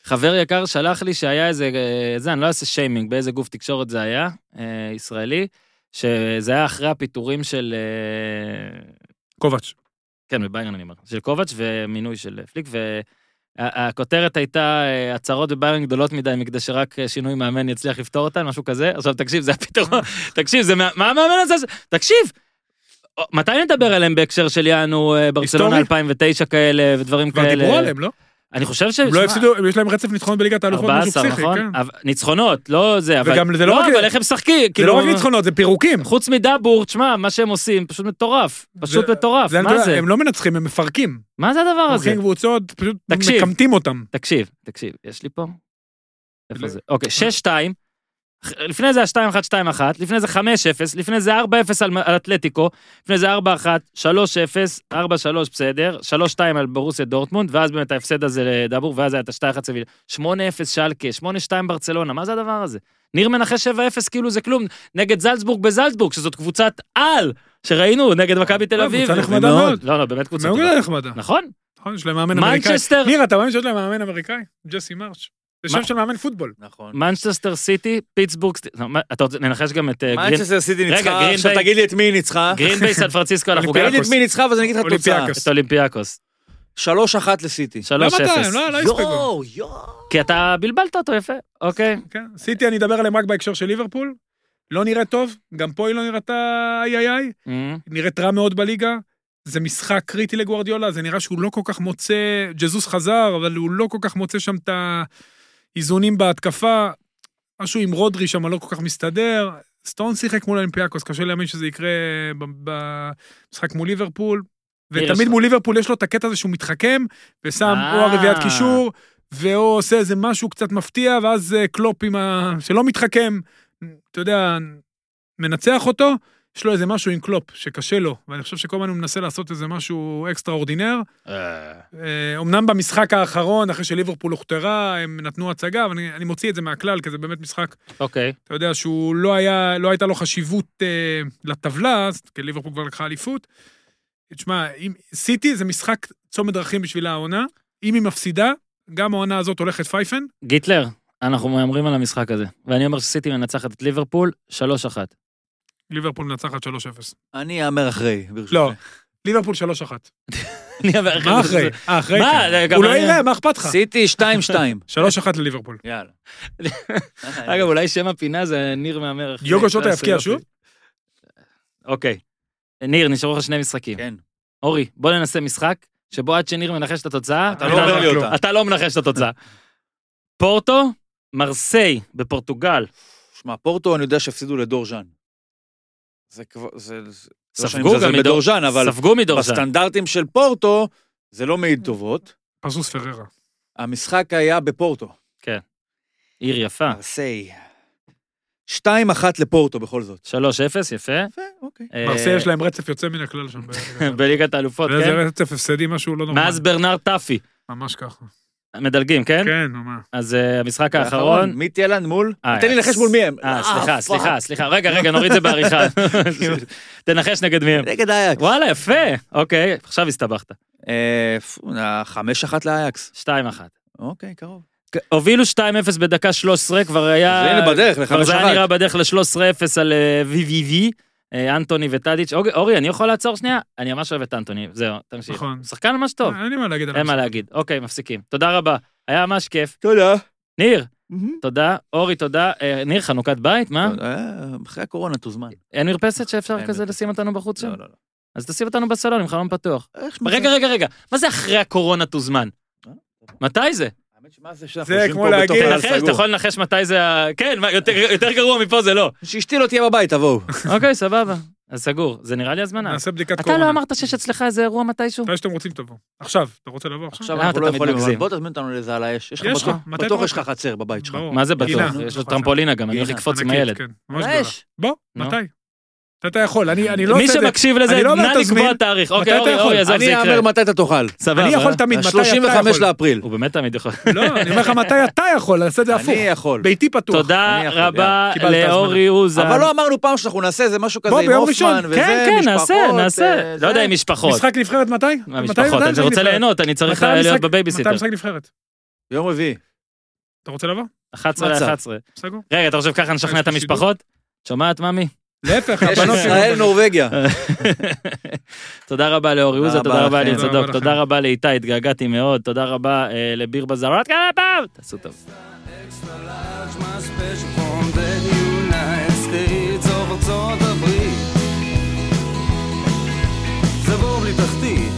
S1: חבר יקר שלח לי שהיה איזה, אה, זה, אני לא אעשה שיימינג, באיזה גוף תקשורת זה היה, אה, ישראלי, שזה היה אחרי הפיטורים של, אה,
S3: קובץ'.
S1: כן, בביירן אני אומר, של קובץ' ומינוי של פליק, והכותרת הייתה אה, הצהרות בביירן גדולות מדי מכדי שרק אה, שינוי מאמן יצליח לפתור אותן, משהו כזה. עכשיו תקשיב, זה
S3: (laughs)
S1: הפתרון, תקשיב, זה מה מה המאמן הזה, עשה? תקשיב. או, מתי נדבר עליהם בהקשר של יענו אה, ברצלונה
S3: היסטורי?
S1: 2009 כאלה ודברים
S3: כבר
S1: כאלה? אה,
S3: דיברו עליהם, לא?
S1: אני חושב ש...
S3: הם לא הפסידו, יש להם רצף ניצחון בליגת האלופות, משהו
S1: 14,
S3: פסיכי,
S1: נכון?
S3: כן.
S1: אבל- ניצחונות, לא זה, אבל...
S3: וגם זה לא
S1: לא,
S3: רק-
S1: אבל איך הם משחקים?
S3: זה לא
S1: כאילו-
S3: רק ניצחונות, זה פירוקים.
S1: חוץ מדאבור, תשמע, מה שהם עושים פשוט מטורף. פשוט
S3: זה-
S1: מטורף,
S3: זה אני
S1: מה
S3: יודע,
S1: זה?
S3: הם לא מנצחים, הם מפרקים.
S1: מה זה הדבר הזה?
S3: לוקחים קבוצות, פשוט
S1: תקשיב.
S3: מקמטים אותם.
S1: תקשיב, תקשיב, יש לי פה? איפה
S3: לא.
S1: זה? אוקיי, 6-2, לפני זה ה-2-1-2-1, לפני זה 5-0, לפני זה 4-0 על על אתלטיקו, לפני זה 4-1, 3-0, 4-3 בסדר, 3-2 על ברוסיה דורטמונד, ואז באמת ההפסד הזה לדבור, ואז היה את ה-2-1 סביל, 8-0 שלקה, 8-2 ברצלונה, מה זה הדבר הזה? ניר מנחש 7-0 כאילו זה כלום, נגד זלצבורג בזלצבורג, שזאת קבוצת על, שראינו, נגד מכבי תל
S3: אה,
S1: אביב.
S3: קבוצה נחמדה
S1: מאוד.
S3: מאוד.
S1: לא, לא, באמת קבוצה
S3: מאוד
S1: טובה.
S3: נחמדה.
S1: נכון?
S3: נכון, יש להם מאמן אמריקאי.
S1: מנצ'סטר,
S3: ניר, אתה מאמין שיש להם מאמן אמריקאי? ג'סי מרש. זה
S1: מה?
S3: שם של מאמן פוטבול.
S4: נכון.
S1: מנצ'סטר סיטי, פיטסבורג, סט- לא, מה- אתה רוצה, ננחש גם את אה, גרין-
S4: מנצ'סטר סיטי
S1: רגע,
S4: ניצחה,
S1: גרין
S4: עכשיו
S1: ביי-
S4: תגיד לי את מי היא ניצחה.
S1: גרין ביי סן פרנסיסקו, אנחנו גם
S4: תגיד לי את
S3: אולימפיאקוס.
S4: מי היא ניצחה ואז אני אגיד לך את התוצאה.
S3: אולימפיאקוס.
S1: את אולימפיאקוס,
S4: 3-1 לסיטי.
S1: 3-0.
S3: למה אתה? הם לא לא הספקו.
S4: יואו, יואו.
S1: כי אתה בלבלת אותו יפה, אוקיי.
S3: כן. סיטי, אני אדבר עליהם רק בהקשר של ליברפול. לא נראית טוב, גם פה היא לא נראתה איי איי איי.
S1: אה,
S3: נראית רע מאוד בליגה. זה משחק קריטי לגוארדיולה, זה נראה שהוא לא כל כך מוצא, ג'זוס חזר, אבל הוא לא כל כך מוצא שם את האיזונים בהתקפה. משהו עם רודרי שם לא כל כך מסתדר. סטון שיחק מול אולימפיאקוס, קשה להאמין שזה יקרה ב- במשחק מול ליברפול. ותמיד
S1: הירשמן.
S3: מול ליברפול יש לו את הקטע הזה שהוא מתחכם, ושם
S1: אה.
S3: או הרביעיית קישור, ואו עושה איזה משהו קצת מפתיע, ואז אה, קלופ עם ה... שלא מתחכם, אתה יודע, מנצח אותו, יש לו איזה משהו עם קלופ שקשה לו, ואני חושב שכל הזמן הוא מנסה לעשות איזה משהו אקסטרה אורדינר. אה, אומנם במשחק האחרון, אחרי שליברפול הוכתרה, הם נתנו הצגה, אבל אני, אני מוציא את זה מהכלל, כי זה באמת משחק,
S1: אוקיי.
S3: אתה יודע, שהוא לא, היה, לא הייתה לו חשיבות אה, לטבלה, אז- כי ליברפול כבר לקחה אליפות. תשמע, אם, סיטי זה משחק צומת דרכים בשביל העונה, אם היא מפסידה, גם העונה הזאת הולכת פייפן,
S1: גיטלר, אנחנו מהמרים על המשחק הזה. ואני אומר שסיטי מנצחת את ליברפול, 3-1.
S3: ליברפול מנצחת לא, 3-0.
S4: אני אאמר אחרי, ברשותך.
S3: לא, ליברפול 3-1.
S1: (laughs) אני אומר לכם,
S3: מה
S1: זה-
S3: אחרי?
S1: זה-
S3: אה, אחרי?
S1: מה,
S3: כן.
S1: גם
S3: הוא לא
S1: אני-
S3: יראה, מה אכפת לך?
S4: סיטי 2-2.
S3: 3-1 לליברפול.
S4: (laughs) יאללה. (laughs)
S1: אגב, אולי שם הפינה זה ניר מהמר. אחרי
S3: יוגו שוטה
S1: קלאסי
S3: יפקיע
S1: יופי.
S3: שוב?
S1: אוקיי. ניר, נשארו לך שני משחקים.
S4: כן.
S1: אורי, בוא ננסה משחק, שבו עד שניר מנחש את התוצאה...
S5: אתה לא אומר לי אותה.
S1: אתה לא מנחש את התוצאה. פורטו, מרסיי בפורטוגל,
S4: שמע, פורטו, אני יודע שהפסידו לדורז'אן. זה כבר... זה... זה- לא שאני
S1: ספגו
S4: מזלזל
S1: גם מדור-
S4: בדורז'אן, אבל
S1: ספגו מדורז'אן.
S4: בסטנדרטים של פורטו, זה לא מעיד טובות.
S3: פסוס פררה.
S4: המשחק היה בפורטו.
S1: עיר יפה.
S4: מרסיי. 2-1 לפורטו בכל זאת.
S1: 3-0, יפה.
S4: יפה, אוקיי.
S1: אה,
S3: מרסיי יש להם רצף יוצא מן
S1: (laughs)
S3: הכלל שם. בליגה.
S1: בליגת האלופות,
S3: זה
S1: כן?
S3: רצף הפסדי משהו לא נורמלי.
S1: מאז ברנר טאפי.
S3: ממש ככה.
S1: מדלגים, כן?
S3: כן, נו מה.
S1: אז אה, המשחק האחרון...
S4: מיטי אלן מול?
S1: אה,
S4: תן לי לנחש מול מי הם.
S1: אה, סליחה,
S4: פאק.
S1: סליחה, סליחה. רגע, רגע, נוריד את זה
S4: (laughs)
S1: בעריכה. תנחש נגד מי הם.
S4: נגד אייקס. אה,
S1: וואלה, יפה. אוקיי, עכשיו הסתבכת.
S4: חמש אחת לאייקס.
S1: 2-1.
S4: אוקיי, קרוב.
S1: הובילו 2-0 בדקה 13, כבר היה...
S4: אז הנה בדרך,
S1: אה, כבר זה היה
S4: ל-5-1.
S1: נראה בדרך ל-13-0 על אה, VVV, אה, אנטוני וטאדיץ'. אוג- אורי, אני יכול לעצור שנייה? אני ממש אוהב את אנטוני, זהו, תמשיך.
S3: נכון. לא
S1: שחקן ממש טוב,
S3: אין לי מה להגיד
S1: אין
S3: עליו.
S1: מה להגיד. אוקיי, מפסיקים. תודה רבה, היה ממש כיף.
S4: תודה.
S1: ניר, תודה. אורי, תודה. אה, ניר, חנוכת בית, מה?
S4: אה, אחרי הקורונה תוזמן.
S1: אין מרפסת שאפשר
S4: אין
S1: כזה
S4: מרפסת.
S1: לשים אותנו בחוץ שם?
S4: לא, לא.
S1: אז תשים אותנו בסלון עם חלון פתוח.
S4: איך
S1: רגע, רגע, רגע, מה זה אחרי הקורונה תוזמן?
S4: אה?
S1: מתי זה?
S4: האמת שמה זה
S3: זה
S4: שאנחנו יושבים
S3: כמו
S4: פה
S3: להגיד-
S4: בתוך
S3: כן,
S4: חלל
S1: תנחש, אתה יכול לנחש מתי זה ה... כן, מה, יותר- יותר גרוע מפה זה לא.
S4: שאשתי לא תהיה בבית, (laughs) תבואו.
S1: אוקיי, סבבה. אז סגור, זה נראה לי הזמנה.
S3: נעשה בדיקת
S1: אתה
S3: קורונה.
S1: לא אמרת שיש אצלך איזה אירוע מתישהו?
S3: מתי שאתם רוצים תבוא. עכשיו, אתה רוצה לבוא עכשיו?
S4: עכשיו
S1: למה אתה
S4: אנחנו לא
S1: תמיד
S4: יכולים, אבל
S1: מגזים?
S4: בוא תזמין אותנו לאיזה על האש. יש לך
S3: יש לך,
S4: בטוח-
S3: מתי
S4: בטוח
S3: אתה
S4: יש לך חצר בבית שלך.
S3: ברור.
S1: מה זה
S3: גינה.
S1: בטוח? יש לו
S3: חצר.
S1: טרמפולינה גם, אני הולך
S4: גינה,
S1: לקפוץ עם
S3: ענקית,
S1: הילד.
S3: כן, ממש
S4: על
S3: גדולה.
S4: האש.
S3: בוא,
S1: נו.
S3: מתי? מתי אתה יכול? אני אני לא
S1: מי
S3: עושה את זה.
S1: שמקשיב לזה,
S3: אני לא אומר
S1: נא
S3: תזמין.
S1: לקבוע תאריך. אוקיי,
S3: אתה
S1: אורי,
S3: יכול?
S1: אורי, עזוב, זה
S4: אני
S1: יקרה.
S4: אאמר מתי אתה תאכל.
S1: סבבה.
S3: אני יכול
S1: אה?
S3: תמיד, מתי אתה יכול?
S4: ה-35 לאפריל.
S1: הוא באמת תמיד יכול.
S3: לא, אני אומר לך
S1: (laughs)
S3: מתי אתה יכול, נעשה את זה הפוך.
S4: אני יכול.
S3: ביתי פתוח.
S1: תודה
S4: אני יכול,
S1: רבה
S3: יאללה. קיבלת
S1: לאורי אוזן.
S4: אבל לא אמרנו פעם שאנחנו נעשה איזה משהו כזה
S3: בוא,
S4: עם
S3: ביום ראשון.
S4: הופמן וזה,
S1: כן, כן, נעשה,
S4: משפחות,
S1: נעשה.
S4: אה,
S1: לא
S4: זה.
S1: יודע אם משפחות.
S3: משחק נבחרת מתי?
S1: מה,
S3: מתי-
S1: אה, משפחות?
S3: מתי
S1: אני
S3: משחק
S1: רוצה
S3: נבחרת?
S1: ליהנות, אני צריך אה,
S3: מתי
S1: להיות
S3: המשחק-
S1: בבייביסיטר.
S3: מתי משחק נבחרת?
S4: יום רביעי.
S3: אתה רוצה לבוא?
S1: 11
S4: מצב.
S1: ל-11.
S3: סגור.
S1: רגע, אתה חושב ככה נשכנע את
S3: שידור?
S1: המשפחות? שומעת, ממי? (laughs)
S3: להפך,
S4: יש
S3: הבנות שלי.
S4: ישראל נורבגיה.
S1: תודה רבה לאורי
S4: תודה
S1: עוזה, תודה
S4: רבה
S1: רבה
S4: לכם.
S1: ליר
S3: תודה רבה
S1: צדוק,
S3: לכם.
S1: תודה רבה לאיתי, התגעגעתי מאוד, תודה רבה אה, לביר בזארות, כאלה פעם! תעשו טוב.
S2: extra large, my special from the United States of ארצות הברית. זה בור בלי תחתית,